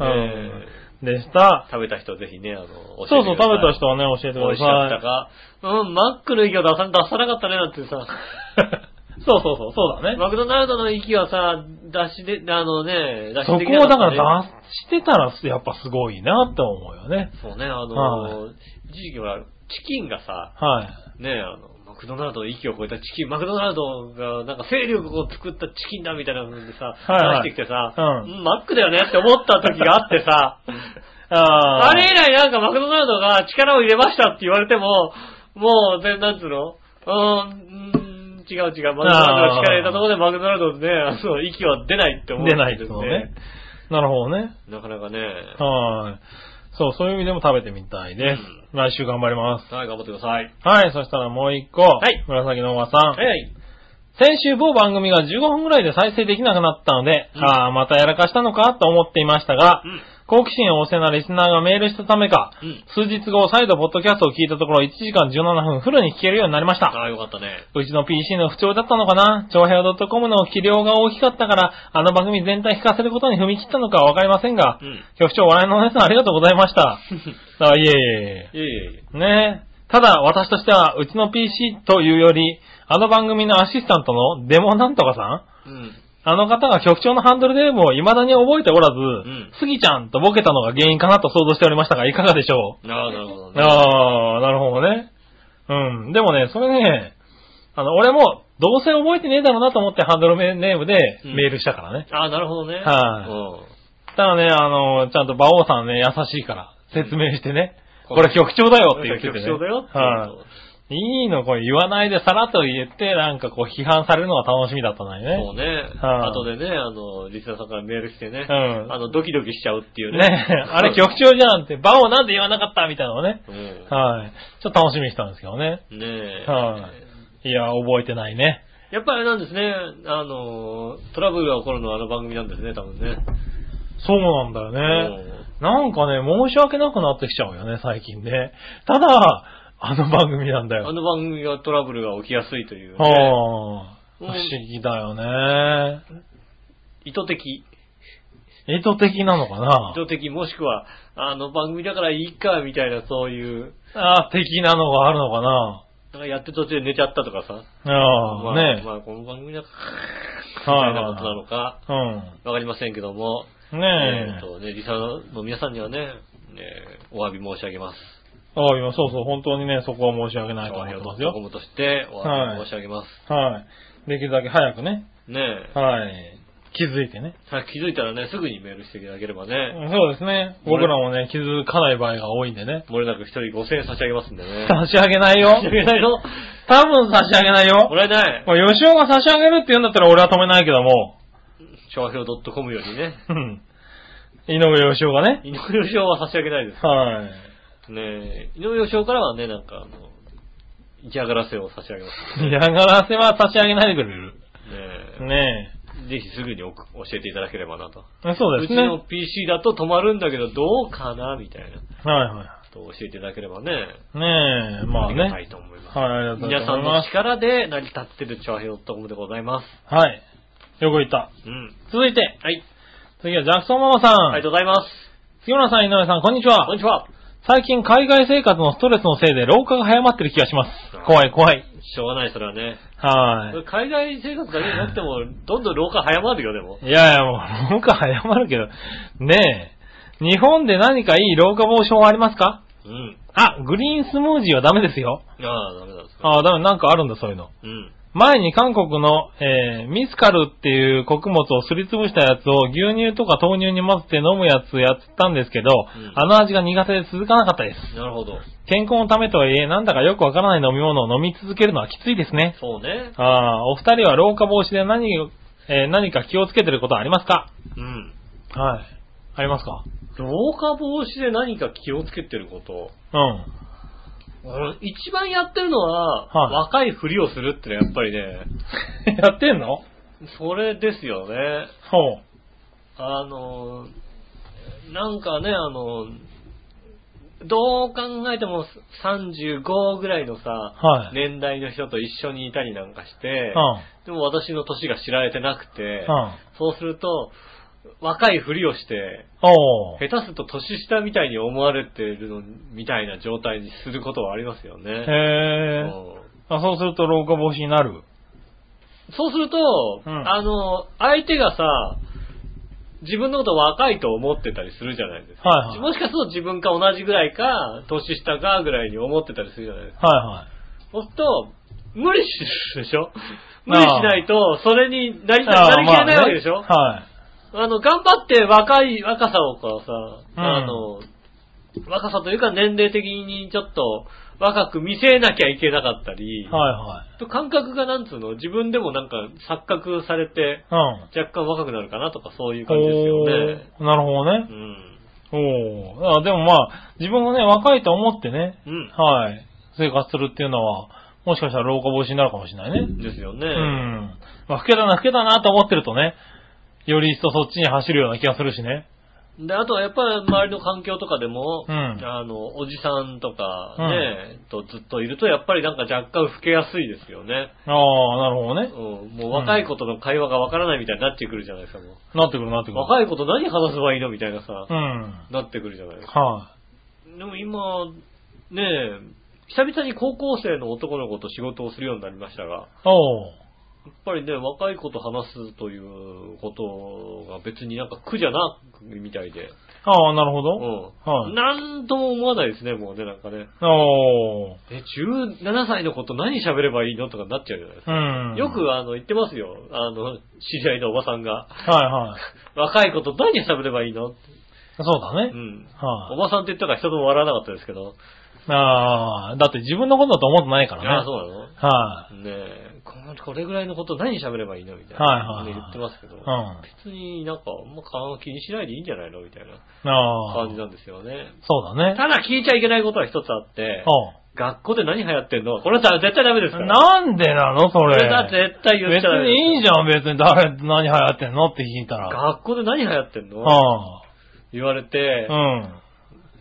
[SPEAKER 3] う
[SPEAKER 2] え
[SPEAKER 3] ん。でした。
[SPEAKER 2] 食べた人はぜひね、あの、教えてくださ
[SPEAKER 3] そ
[SPEAKER 2] いう
[SPEAKER 3] そう、食べた人はね、教えて
[SPEAKER 2] 美味し
[SPEAKER 3] く
[SPEAKER 2] かっ
[SPEAKER 3] だ
[SPEAKER 2] た
[SPEAKER 3] さい。
[SPEAKER 2] か。うん、マックの息を出さ出さなかったね、だってさ。
[SPEAKER 3] そうそうそう、そうだね。
[SPEAKER 2] マクドナルドの息はさ、出しで、あのね、出
[SPEAKER 3] そ
[SPEAKER 2] し
[SPEAKER 3] こ
[SPEAKER 2] でき
[SPEAKER 3] を
[SPEAKER 2] な
[SPEAKER 3] だか
[SPEAKER 2] かったね
[SPEAKER 3] ら出してたら、やっぱすごいなって思うよね。
[SPEAKER 2] そうね、あの、
[SPEAKER 3] は
[SPEAKER 2] 一時期はチキンがさ、
[SPEAKER 3] はい。
[SPEAKER 2] ね、あの、マクドナルドの域を超えたチキン、マクドナルドがなんか勢力を作ったチキンだみたいなのでさ、
[SPEAKER 3] はいはい
[SPEAKER 2] 出してきてさ、
[SPEAKER 3] うん
[SPEAKER 2] んマックだよねって思った時があってさ、
[SPEAKER 3] あー
[SPEAKER 2] あれ以来なんかマクドナルドが力を入れましたって言われても、もう、でなんつうのうーん、うーん違う違う、マクドナルドが力入れたところでマクドナルドのね、あの、息は出ないって思うん
[SPEAKER 3] 出ない
[SPEAKER 2] で
[SPEAKER 3] ですすよね。なるほどね。
[SPEAKER 2] なかなかね、
[SPEAKER 3] はい。そう、そういう意味でも食べてみたいです。来週頑張ります。
[SPEAKER 2] はい、頑張ってください。
[SPEAKER 3] はい、そしたらもう一個。
[SPEAKER 2] はい
[SPEAKER 3] 紫のおばさん。
[SPEAKER 2] はい。
[SPEAKER 3] 先週某番組が15分ぐらいで再生できなくなったので、
[SPEAKER 2] うん
[SPEAKER 3] ああ、またやらかしたのかと思っていましたが、
[SPEAKER 2] うん
[SPEAKER 3] 好奇心旺盛なリスナーがメールしたためか、
[SPEAKER 2] うん
[SPEAKER 3] 数日後再度ポッドキャストを聞いたところ1時間17分フルに聞けるようになりました。
[SPEAKER 2] ああ、よかったね。
[SPEAKER 3] うちの PC の不調だったのかな長平 .com の気量が大きかったから、あの番組全体聞かせることに踏み切ったのかはわかりませんが、
[SPEAKER 2] うん。
[SPEAKER 3] 局長笑いのお姉さんありがとうございました。あ、いえいえ
[SPEAKER 2] いえいえいえ。
[SPEAKER 3] いえ。ねえ。ただ、私としては、うちの PC というより、あの番組のアシスタントのデモなんとかさん
[SPEAKER 2] うん。
[SPEAKER 3] あの方が局長のハンドルネームを未だに覚えておらず、
[SPEAKER 2] ん
[SPEAKER 3] スギちゃんとボケたのが原因かなと想像しておりましたが、いかがでしょ
[SPEAKER 2] ああ、なるほど
[SPEAKER 3] う
[SPEAKER 2] ね。
[SPEAKER 3] ああ、なるほどね。うん。でもね、それね、あの、俺も、どうせ覚えてねえだろうなと思ってハンドルネームで
[SPEAKER 2] うん
[SPEAKER 3] メールしたからね。
[SPEAKER 2] ああ、なるほどね。
[SPEAKER 3] はい
[SPEAKER 2] うん。
[SPEAKER 3] ただね、あの、ちゃんと馬王さんね、優しいから、説明してね、
[SPEAKER 2] うん
[SPEAKER 3] これ局長だよって言ってて
[SPEAKER 2] 局
[SPEAKER 3] ね。
[SPEAKER 2] 長だよって
[SPEAKER 3] はい、いいの、これ言わないでさらっと言って、なんかこう批判されるのが楽しみだったのにね。
[SPEAKER 2] そうね。
[SPEAKER 3] はい
[SPEAKER 2] 後でね、あの、リスナーさんからメール来てね。
[SPEAKER 3] うん
[SPEAKER 2] あの、ドキドキしちゃうっていうね。
[SPEAKER 3] ねえ、あれ局長じゃんって、バオなんで言わなかったみたいなのをね。
[SPEAKER 2] うん。
[SPEAKER 3] はい。ちょっと楽しみにしたんですけどね。
[SPEAKER 2] ねえ。
[SPEAKER 3] はいいや、覚えてないね。
[SPEAKER 2] やっぱりあれなんですね、あの、トラブルが起こるのはあの番組なんですね、多分ね。
[SPEAKER 3] そうなんだよね。なんかね、申し訳なくなってきちゃうよね、最近ね。ただ、あの番組なんだ
[SPEAKER 2] うんあ
[SPEAKER 3] よ。
[SPEAKER 2] の番組がトラブルが起きやすいという、
[SPEAKER 3] は
[SPEAKER 2] ね。
[SPEAKER 3] あ。不
[SPEAKER 2] うん
[SPEAKER 3] 思議だよね。
[SPEAKER 2] 意図的。
[SPEAKER 3] 意図的なのかな
[SPEAKER 2] 意図的、もしくは、あの番組だからいいか、みたいなそういう、
[SPEAKER 3] あ的なのがあるのかな
[SPEAKER 2] なんかやってる途中で寝ちゃったとかさ。
[SPEAKER 3] ああ、
[SPEAKER 2] まあ、
[SPEAKER 3] ね
[SPEAKER 2] まあ、この番組だから、
[SPEAKER 3] はい
[SPEAKER 2] みたいなことなのか、わかりませんけども。
[SPEAKER 3] うん。
[SPEAKER 2] え
[SPEAKER 3] ね
[SPEAKER 2] っ
[SPEAKER 3] え。
[SPEAKER 2] とね、リサの皆さんにはね、ねお詫び申し上げます。
[SPEAKER 3] ああ、今、そうそう、本当にね、そこは申し訳ないと思ってます
[SPEAKER 2] ドコ
[SPEAKER 3] よ。
[SPEAKER 2] モとしてお詫び申し上げます。
[SPEAKER 3] はい。できるだけ早くね、
[SPEAKER 2] ねえ、
[SPEAKER 3] はい。気づいてね。
[SPEAKER 2] はい気づいたらね、すぐにメールしていただければ
[SPEAKER 3] う
[SPEAKER 2] ね、
[SPEAKER 3] んそうですね。
[SPEAKER 2] 俺
[SPEAKER 3] 僕らもね、気づかない場合が多いんでね。
[SPEAKER 2] もれなく一人5000円差し上げますんでね。
[SPEAKER 3] 差し上げないよ。
[SPEAKER 2] 差し上げないよ。
[SPEAKER 3] 多分差し上げない
[SPEAKER 2] も
[SPEAKER 3] よ。
[SPEAKER 2] らえない。
[SPEAKER 3] まあ、吉尾が差し上げるって言うんだったら俺は止めないけども。
[SPEAKER 2] 商標 .com よりね、
[SPEAKER 3] うん。井上吉尾がね。
[SPEAKER 2] 井上義雄は差し上げないで
[SPEAKER 3] はい。
[SPEAKER 2] す。ねえ、井上義雄からはね、なんかあの、嫌がらせを差し上げます。
[SPEAKER 3] 嫌がらせは差し上げないでくれる。
[SPEAKER 2] ね
[SPEAKER 3] ね
[SPEAKER 2] え、ぜひすぐにおく教えていただければなと。
[SPEAKER 3] え。そうですね。
[SPEAKER 2] うちの PC だと止まるんだけど、どうかなみたいな。
[SPEAKER 3] はいは
[SPEAKER 2] ちょっと教えていただければね。
[SPEAKER 3] い。ねえ、まあ
[SPEAKER 2] りがたい
[SPEAKER 3] ね。
[SPEAKER 2] と思います。
[SPEAKER 3] はい、ありがとうござ
[SPEAKER 2] 皆
[SPEAKER 3] い
[SPEAKER 2] さん
[SPEAKER 3] ま
[SPEAKER 2] の
[SPEAKER 3] す。
[SPEAKER 2] 力で成り立ってるチャーヘオットコムでございます。
[SPEAKER 3] はい。よく言った。
[SPEAKER 2] うん。
[SPEAKER 3] 続いて、
[SPEAKER 2] はい。
[SPEAKER 3] 次はジャクソンママさん。
[SPEAKER 2] ありがとうございます。
[SPEAKER 3] 杉村さん、井上さん、こんにちは
[SPEAKER 2] こん。にちは。
[SPEAKER 3] 最近海外生活のストレスのせいで老化が早まってる気がします。怖い怖い。
[SPEAKER 2] しょうがない、それはね。
[SPEAKER 3] は
[SPEAKER 2] 海外生活だけじゃなくても、どんどん老化早まるよ、でも。
[SPEAKER 3] い。いやいや、もう老化早まるけど。ねえ。日本で何かいい老化防止法はありますか
[SPEAKER 2] うん。
[SPEAKER 3] あ、グリーンスムージーはダメですよ。
[SPEAKER 2] ああ、ダメだ。それ
[SPEAKER 3] ああ、ダメ、なんかあるんだ、そういうの。
[SPEAKER 2] うん。
[SPEAKER 3] 前に韓国の、えー、ミスカルっていう穀物をすりつぶしたやつを牛乳とか豆乳に混ぜて飲むやつやったんですけど、
[SPEAKER 2] ん
[SPEAKER 3] あの味が苦手で続かなかったです。
[SPEAKER 2] なるほど。
[SPEAKER 3] 健康のためとはいえ、なんだかよくわからない飲み物を飲み続けるのはきついですね。
[SPEAKER 2] そうね。
[SPEAKER 3] ああ、お二人は老化防止で何を、えー何か気をつけてることはありますか
[SPEAKER 2] うん。
[SPEAKER 3] はい。ありますか
[SPEAKER 2] 老化防止で何か気をつけてること。
[SPEAKER 3] うん。
[SPEAKER 2] 俺一番やってるのは、
[SPEAKER 3] はい
[SPEAKER 2] 若いふりをするってのはやっぱりね、
[SPEAKER 3] やってんの
[SPEAKER 2] それですよね。
[SPEAKER 3] ほ
[SPEAKER 2] あの、なんかね、あの、どう考えても35ぐらいのさ、
[SPEAKER 3] はい
[SPEAKER 2] 年代の人と一緒にいたりなんかし
[SPEAKER 3] う。う
[SPEAKER 2] て、
[SPEAKER 3] ん。うん。
[SPEAKER 2] でも私の年が知られてなくて、そうすると、若いふりをして、
[SPEAKER 3] おー。
[SPEAKER 2] 下手すると年下みたいに思われてるのみたいな状態にすることはありますよね。う
[SPEAKER 3] へー
[SPEAKER 2] ん
[SPEAKER 3] あ、そうすると老化防止になる。
[SPEAKER 2] そうすると、
[SPEAKER 3] うん
[SPEAKER 2] あの、相手がさ、自分のことを若いと思ってたりするじゃないですか。
[SPEAKER 3] はいはい
[SPEAKER 2] もしかすると自分か同じぐらいか、年下かぐらいに思ってたりするじゃないですか。
[SPEAKER 3] は
[SPEAKER 2] そうすると、無理するでし ょ無理しないと、それになり
[SPEAKER 3] いはい。
[SPEAKER 2] たなりきれないわけでし
[SPEAKER 3] あ
[SPEAKER 2] ょ、
[SPEAKER 3] ーまあね
[SPEAKER 2] あの、頑張って若い、若さをこうさ、
[SPEAKER 3] うん
[SPEAKER 2] あの、若さというか年齢的にちょっと若く見せなきゃいけなかったり、
[SPEAKER 3] はい。は
[SPEAKER 2] と感覚がなんつうの、自分でもなんか錯覚されて
[SPEAKER 3] いはい。
[SPEAKER 2] 若干若くなるかなとかそういう
[SPEAKER 3] うん。
[SPEAKER 2] 感じですよね。
[SPEAKER 3] おーなるほどね
[SPEAKER 2] う。ん。
[SPEAKER 3] おー。あでもまあ、自分がね、若いと思ってね、
[SPEAKER 2] うん
[SPEAKER 3] はい。生活するっていうのは、もしかしたら老化防止になるかもしれないね。
[SPEAKER 2] ですよね。
[SPEAKER 3] うん。まあ、老けたな、老けたなと思ってるとね、より一層そっちに走るような気がするしね。
[SPEAKER 2] で、あとはやっぱり周りの環境とかでも、
[SPEAKER 3] うん
[SPEAKER 2] あの、おじさんとか
[SPEAKER 3] うん
[SPEAKER 2] ね、とずっといるとやっぱりなんか若干老けやすいですよね。
[SPEAKER 3] ああ、なる
[SPEAKER 2] う
[SPEAKER 3] ほどね
[SPEAKER 2] ん。、もう若い子との会話がわからないみたいになってくるじゃないですか、も
[SPEAKER 3] なってくるなって
[SPEAKER 2] う。
[SPEAKER 3] くる。
[SPEAKER 2] 若い子と何話せばいいのみたいなさ、
[SPEAKER 3] うん。
[SPEAKER 2] なってくるじゃないですか。
[SPEAKER 3] は
[SPEAKER 2] でも今、ねえ、久々に高校生の男の子と仕事をするようになりましたが、
[SPEAKER 3] い。おう。
[SPEAKER 2] やっぱりね、若い子と話すということが別になんか苦じゃなくみたいで、
[SPEAKER 3] ああ、なるほど。
[SPEAKER 2] うん。
[SPEAKER 3] はい
[SPEAKER 2] なんとも思わないですね、もうね、なんかね。
[SPEAKER 3] おう。
[SPEAKER 2] え、17歳の子と何喋ればいいのとかなっちゃうじゃないです
[SPEAKER 3] う
[SPEAKER 2] か。
[SPEAKER 3] ん。
[SPEAKER 2] よ
[SPEAKER 3] はい
[SPEAKER 2] くあの、言ってますよ。あの、知り合いのおばさんが。
[SPEAKER 3] はい。
[SPEAKER 2] 若い子と何喋ればいいのって
[SPEAKER 3] そうだ
[SPEAKER 2] う
[SPEAKER 3] ね。
[SPEAKER 2] ん。お
[SPEAKER 3] は
[SPEAKER 2] ばさんって言ったから人とも笑わなかったですけど。
[SPEAKER 3] い。ああ、だって自分のことだと思ってないからね。
[SPEAKER 2] ああ、そうなの
[SPEAKER 3] は
[SPEAKER 2] ねえ、このこれぐらいのこと何喋ればいいのみたいな。
[SPEAKER 3] はいはいはい
[SPEAKER 2] ね言ってますけど。
[SPEAKER 3] い。うん。あ
[SPEAKER 2] 別になんか、あんま顔気にしないでいいんじゃないのみたいな
[SPEAKER 3] あ
[SPEAKER 2] 感じ、なんですよね。
[SPEAKER 3] そうだね。
[SPEAKER 2] ただ聞いちゃいけないことは一つあって、
[SPEAKER 3] おう
[SPEAKER 2] 学校で何流行ってんのこれは絶対ダメですから。
[SPEAKER 3] なんでなのそ
[SPEAKER 2] こ
[SPEAKER 3] れ。
[SPEAKER 2] れは絶対言っ
[SPEAKER 3] 別
[SPEAKER 2] ちゃダメです
[SPEAKER 3] にいいじゃん、別に誰、何流行ってんのって聞いたら。
[SPEAKER 2] 学校で何流行ってんの
[SPEAKER 3] あ
[SPEAKER 2] 言われて、
[SPEAKER 3] あ、うん。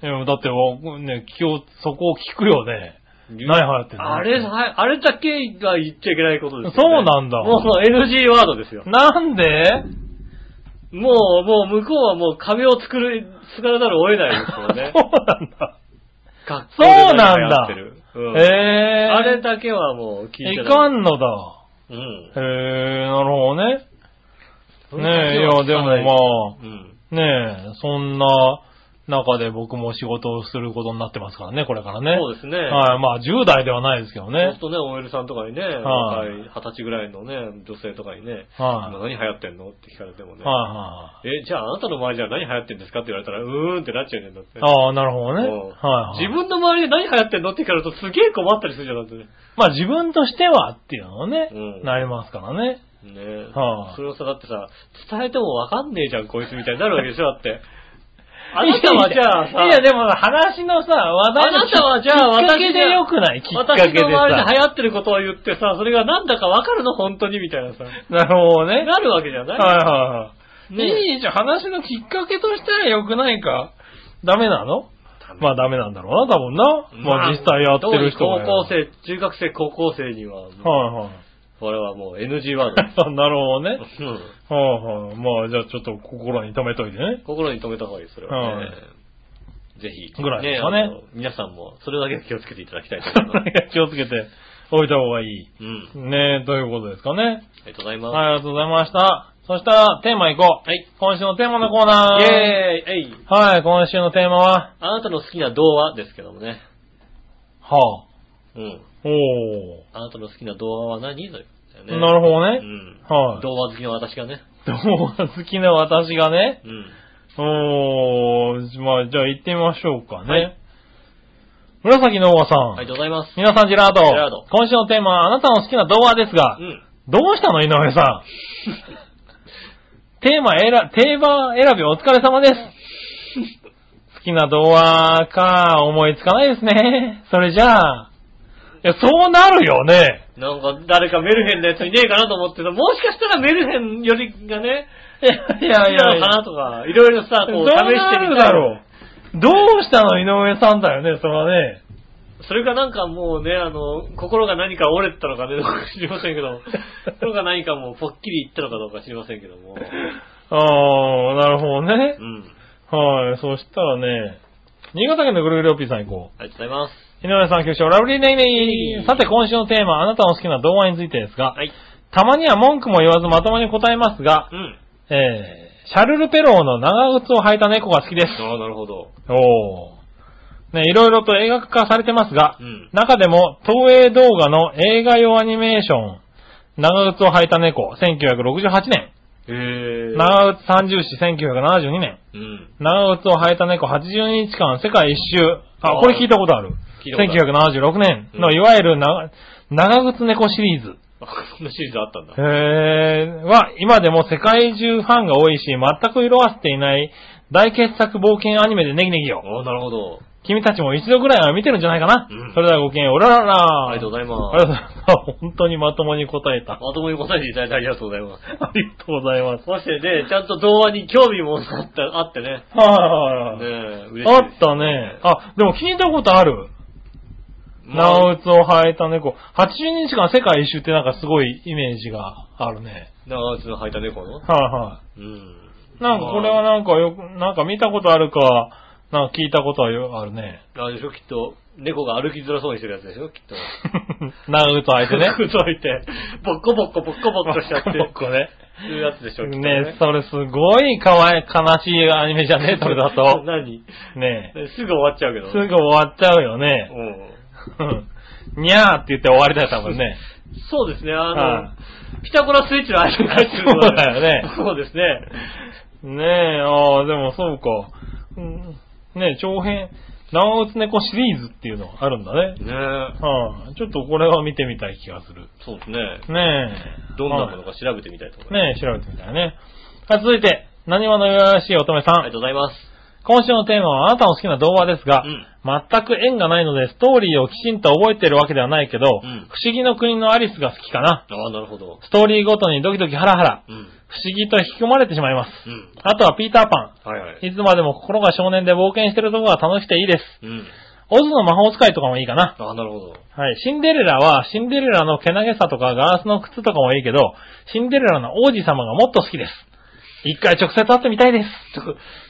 [SPEAKER 3] いやだってわ、ね、今日、そこを聞くよね。
[SPEAKER 2] 言う
[SPEAKER 3] 何流行ってんの
[SPEAKER 2] あれ、はいあれだけが言っちゃいけないことですよ、ね。
[SPEAKER 3] そうなんだ
[SPEAKER 2] もう NG ワードですよ。
[SPEAKER 3] なんで
[SPEAKER 2] もう、もう向こうはもう壁を作る、作らざるを得ないですよね
[SPEAKER 3] そ。うなんだ。
[SPEAKER 2] 学校
[SPEAKER 3] そう
[SPEAKER 2] で
[SPEAKER 3] なんだ
[SPEAKER 2] 何流行ってる。うん
[SPEAKER 3] ええ
[SPEAKER 2] あれだけはもう聞い
[SPEAKER 3] い
[SPEAKER 2] て
[SPEAKER 3] か
[SPEAKER 2] ない。
[SPEAKER 3] んのだ。
[SPEAKER 2] うん
[SPEAKER 3] へえ、なるほどね。
[SPEAKER 2] それだ
[SPEAKER 3] ねえ、い
[SPEAKER 2] けは
[SPEAKER 3] や、
[SPEAKER 2] 聞
[SPEAKER 3] で
[SPEAKER 2] かない
[SPEAKER 3] も
[SPEAKER 2] うん。
[SPEAKER 3] まあ、ねえ、そんな中で僕も仕事をすることになってますからね、これからね。
[SPEAKER 2] そうですね。
[SPEAKER 3] はい、まあ、10代ではないですけど
[SPEAKER 2] そうす
[SPEAKER 3] ね
[SPEAKER 2] る。とね、OL さんとかにね、若
[SPEAKER 3] はいい、
[SPEAKER 2] 二十歳ぐらいのね、女性とかにね、
[SPEAKER 3] はい
[SPEAKER 2] 今何流行ってんのって聞かれてもね、
[SPEAKER 3] はいはい。
[SPEAKER 2] え、じゃああなたの周りじゃ何流行ってんですかって言われたら、うーんってなっちゃうじゃんだって。
[SPEAKER 3] ああ、なるほどね。
[SPEAKER 2] うん
[SPEAKER 3] はい、はい。
[SPEAKER 2] 自分の周りで何流行ってんのって聞かれるとすげえ困ったりするじゃんだってね。
[SPEAKER 3] まあ自分としてはっていうのをね、
[SPEAKER 2] うん
[SPEAKER 3] なりますからね。
[SPEAKER 2] ねえ。
[SPEAKER 3] はい
[SPEAKER 2] それをさ、だってさ、伝えてもわかんねえじゃん、こいつみたいになるわけでしょ、 だって。あなたはじゃあさ、
[SPEAKER 3] いや、でもさ話のさ、話題
[SPEAKER 2] あ
[SPEAKER 3] の
[SPEAKER 2] なたはじゃあ
[SPEAKER 3] きっか
[SPEAKER 2] 私が
[SPEAKER 3] けで良くないきっかけ
[SPEAKER 2] 私
[SPEAKER 3] で
[SPEAKER 2] の
[SPEAKER 3] さ。
[SPEAKER 2] 周りで流行ってることを言ってさ、それがなんだかわかるの本当にみたいなさ。
[SPEAKER 3] なるほどね。
[SPEAKER 2] なるわけじゃない、
[SPEAKER 3] はいはいは
[SPEAKER 2] ねえ
[SPEAKER 3] い。いいじゃん、話のきっかけとしては良くないか。ダメなのまあダメなんだろうな、多分な。まあ実際やってる人
[SPEAKER 2] 特
[SPEAKER 3] が
[SPEAKER 2] に高校。生、中学生、高校生 には、
[SPEAKER 3] はいはい。
[SPEAKER 2] これはもう NG ワードで
[SPEAKER 3] なるほどね。はい
[SPEAKER 2] す。うん
[SPEAKER 3] はい。まあじゃあちょっと心に留めといてね。
[SPEAKER 2] 心に留めた方がいい、それはね
[SPEAKER 3] は。
[SPEAKER 2] ぜひ、
[SPEAKER 3] ぐらいですかね
[SPEAKER 2] あの皆さんも、それだけは気をつけていただきたいと思います。
[SPEAKER 3] 気をつけておいた方がいい。
[SPEAKER 2] うん。
[SPEAKER 3] ねえ、ということですかね。
[SPEAKER 2] ありがとうござい
[SPEAKER 3] はい、
[SPEAKER 2] ま
[SPEAKER 3] ありがとうございました。そしたら、テーマいこう。
[SPEAKER 2] はい。
[SPEAKER 3] 今週のテーマのコーナー。
[SPEAKER 2] す。イェーイえい
[SPEAKER 3] はい、今週のテーマは、
[SPEAKER 2] あなたの好きな童話ですけどもね。
[SPEAKER 3] はあ、
[SPEAKER 2] うん。
[SPEAKER 3] おー。
[SPEAKER 2] あなたの好きな童話は何ということだよね。
[SPEAKER 3] なるほどね。
[SPEAKER 2] うん。
[SPEAKER 3] はい。
[SPEAKER 2] 童話好きの私がね。
[SPEAKER 3] どう好きな私がね。
[SPEAKER 2] うん。
[SPEAKER 3] おー、まあ、じゃあ行ってみましょうかね。
[SPEAKER 2] はい
[SPEAKER 3] 紫のおばさん。
[SPEAKER 2] ありがとうございます。
[SPEAKER 3] 皆さん、ジェラード。
[SPEAKER 2] ジェラード
[SPEAKER 3] 今週のテーマは、あなたの好きな童話ですが、
[SPEAKER 2] うん。
[SPEAKER 3] どうしたの、井上さん。 テーマ選、テーマ選びお疲れ様です。好きな童話か、思いつかないですね。それじゃあ。いや、そうなるよね。
[SPEAKER 2] なんか誰かメルヘンのやついねえかなと思ってた。もしかしたらメルヘンよりがね、
[SPEAKER 3] いやい
[SPEAKER 2] 好き
[SPEAKER 3] や
[SPEAKER 2] なのかなとか、いろいろさ、
[SPEAKER 3] そ
[SPEAKER 2] こ
[SPEAKER 3] う
[SPEAKER 2] う試して
[SPEAKER 3] な
[SPEAKER 2] み
[SPEAKER 3] る
[SPEAKER 2] た
[SPEAKER 3] だ
[SPEAKER 2] い。
[SPEAKER 3] ろう。どうしたの、井上さんだよね、それはね。
[SPEAKER 2] それかなんかもうね、あの、心が何か折れてたのかね、どうか知りませんけど、心が何かもうぽっきりいったのかどうか知りませんけども。
[SPEAKER 3] ああ、なるほどね
[SPEAKER 2] う。ん。
[SPEAKER 3] はい、そしたらね、新潟県のぐるぐるおっぴーさん行こう。
[SPEAKER 2] ありがとうございます。
[SPEAKER 3] 井上さん、局長、ラブリーネイネ
[SPEAKER 2] イ
[SPEAKER 3] イ。さて、今週のテーマ、あなたの好きな動画についてですが、
[SPEAKER 2] はい。
[SPEAKER 3] たまには文句も言わずまともに答えますが
[SPEAKER 2] う、ん。
[SPEAKER 3] えー、シャルルペローの長靴を履いた猫が好きです。
[SPEAKER 2] ああ、なるほど。
[SPEAKER 3] おー。ね、いろいろと映画化されてますが、
[SPEAKER 2] うん
[SPEAKER 3] 中でも、東映動画の映画用アニメーション、長靴を履いた猫、1968年、
[SPEAKER 2] へえ。
[SPEAKER 3] 長靴三重視、1972年、
[SPEAKER 2] うん。
[SPEAKER 3] 長靴を履いた猫80日間世界一周。
[SPEAKER 2] あ
[SPEAKER 3] あ、
[SPEAKER 2] ー
[SPEAKER 3] これ聞いたことある。
[SPEAKER 2] 聞いたこと
[SPEAKER 3] 1976年
[SPEAKER 2] う
[SPEAKER 3] の
[SPEAKER 2] ん
[SPEAKER 3] いわゆる長長靴猫シリーズ。
[SPEAKER 2] あそんなシリーズあったんだ。
[SPEAKER 3] えーは、今でも世界中ファンが多いし、全く色あせていない大傑作冒険アニメでネギネギよ。
[SPEAKER 2] ああ、なるほど。
[SPEAKER 3] 君たちも一度ぐらいは見てるんじゃないかな。
[SPEAKER 2] うん
[SPEAKER 3] それではごきげんよう。おららら。
[SPEAKER 2] ありがとうございます
[SPEAKER 3] ありがとうございます。本当にまともに答えた。
[SPEAKER 2] まともに答えていただいてありがとうございます。
[SPEAKER 3] ありがとうございます。
[SPEAKER 2] そしてね、ちゃんと童話に興味もあったあってね。
[SPEAKER 3] はいはい
[SPEAKER 2] ね
[SPEAKER 3] はい。
[SPEAKER 2] え、嬉しい。
[SPEAKER 3] あったね。あ、でも聞いたことある。
[SPEAKER 2] まあ
[SPEAKER 3] ナウツを履いた猫。80日間世界一周ってなんかすごいイメージがあるね。
[SPEAKER 2] 長靴の履いた猫の
[SPEAKER 3] はいは
[SPEAKER 2] うん。
[SPEAKER 3] い。なんかこれはなんかよく、なんか見たことあるか、なんか聞いたことはよある ね。
[SPEAKER 2] あれでしょ、きっと、猫が歩きづらそうにしてるやつでしょ、きっと。
[SPEAKER 3] ナウツ履いてね。
[SPEAKER 2] 靴履いて、ボッコボッコボッコボッコしちゃって。
[SPEAKER 3] ボッコボッコね。
[SPEAKER 2] いうやつでしょ、きっと
[SPEAKER 3] ねそれすごいかわい、悲しいアニメじゃねそれだと。
[SPEAKER 2] 何
[SPEAKER 3] ね
[SPEAKER 2] すぐ終わっちゃうけど。
[SPEAKER 3] すぐ終わっちゃうよ
[SPEAKER 2] う
[SPEAKER 3] ね。
[SPEAKER 2] ん。
[SPEAKER 3] にゃーって言って終わりだよ、多分ね。
[SPEAKER 2] そうですね、
[SPEAKER 3] は
[SPEAKER 2] あの、ピタゴラスイッチのアイテムが入ってるので
[SPEAKER 3] そうだよね
[SPEAKER 2] そうですね。
[SPEAKER 3] ねえ、ああ、でもそうか。うんねえ、長編、長ウツ猫シリーズっていうのがあるんだね。
[SPEAKER 2] ね
[SPEAKER 3] はあ、ちょっとこれは見てみたい気がする。
[SPEAKER 2] そうですね。
[SPEAKER 3] ねえ。
[SPEAKER 2] どんなものか調べてみたいと思います。
[SPEAKER 3] はいねえ、調べてみたいね。はい、続いて、何話のよやらしい乙女さん。
[SPEAKER 2] ありがとうございます。
[SPEAKER 3] 今週のテーマはあなたの好きな童話ですが、
[SPEAKER 2] うん
[SPEAKER 3] 全く縁がないのでストーリーをきちんと覚えてるわけではないけど、
[SPEAKER 2] うん
[SPEAKER 3] 不思議の国のアリスが好きかな。
[SPEAKER 2] ああ、なるほど。
[SPEAKER 3] ストーリーごとにドキドキハラハラ、
[SPEAKER 2] うん。
[SPEAKER 3] 不思議と引き込まれてしまいます。
[SPEAKER 2] うん。
[SPEAKER 3] あとはピーターパン。
[SPEAKER 2] はいはい。
[SPEAKER 3] いつまでも心が少年で冒険してるところが楽しくていいです。
[SPEAKER 2] うん。
[SPEAKER 3] オズの魔法使いとかもいいかな。
[SPEAKER 2] ああ、なるほど。
[SPEAKER 3] はい。シンデレラは、シンデレラのけなげさとかガラスの靴とかもいいけど、シンデレラの王子様がもっと好きです。一回直接会ってみたいです。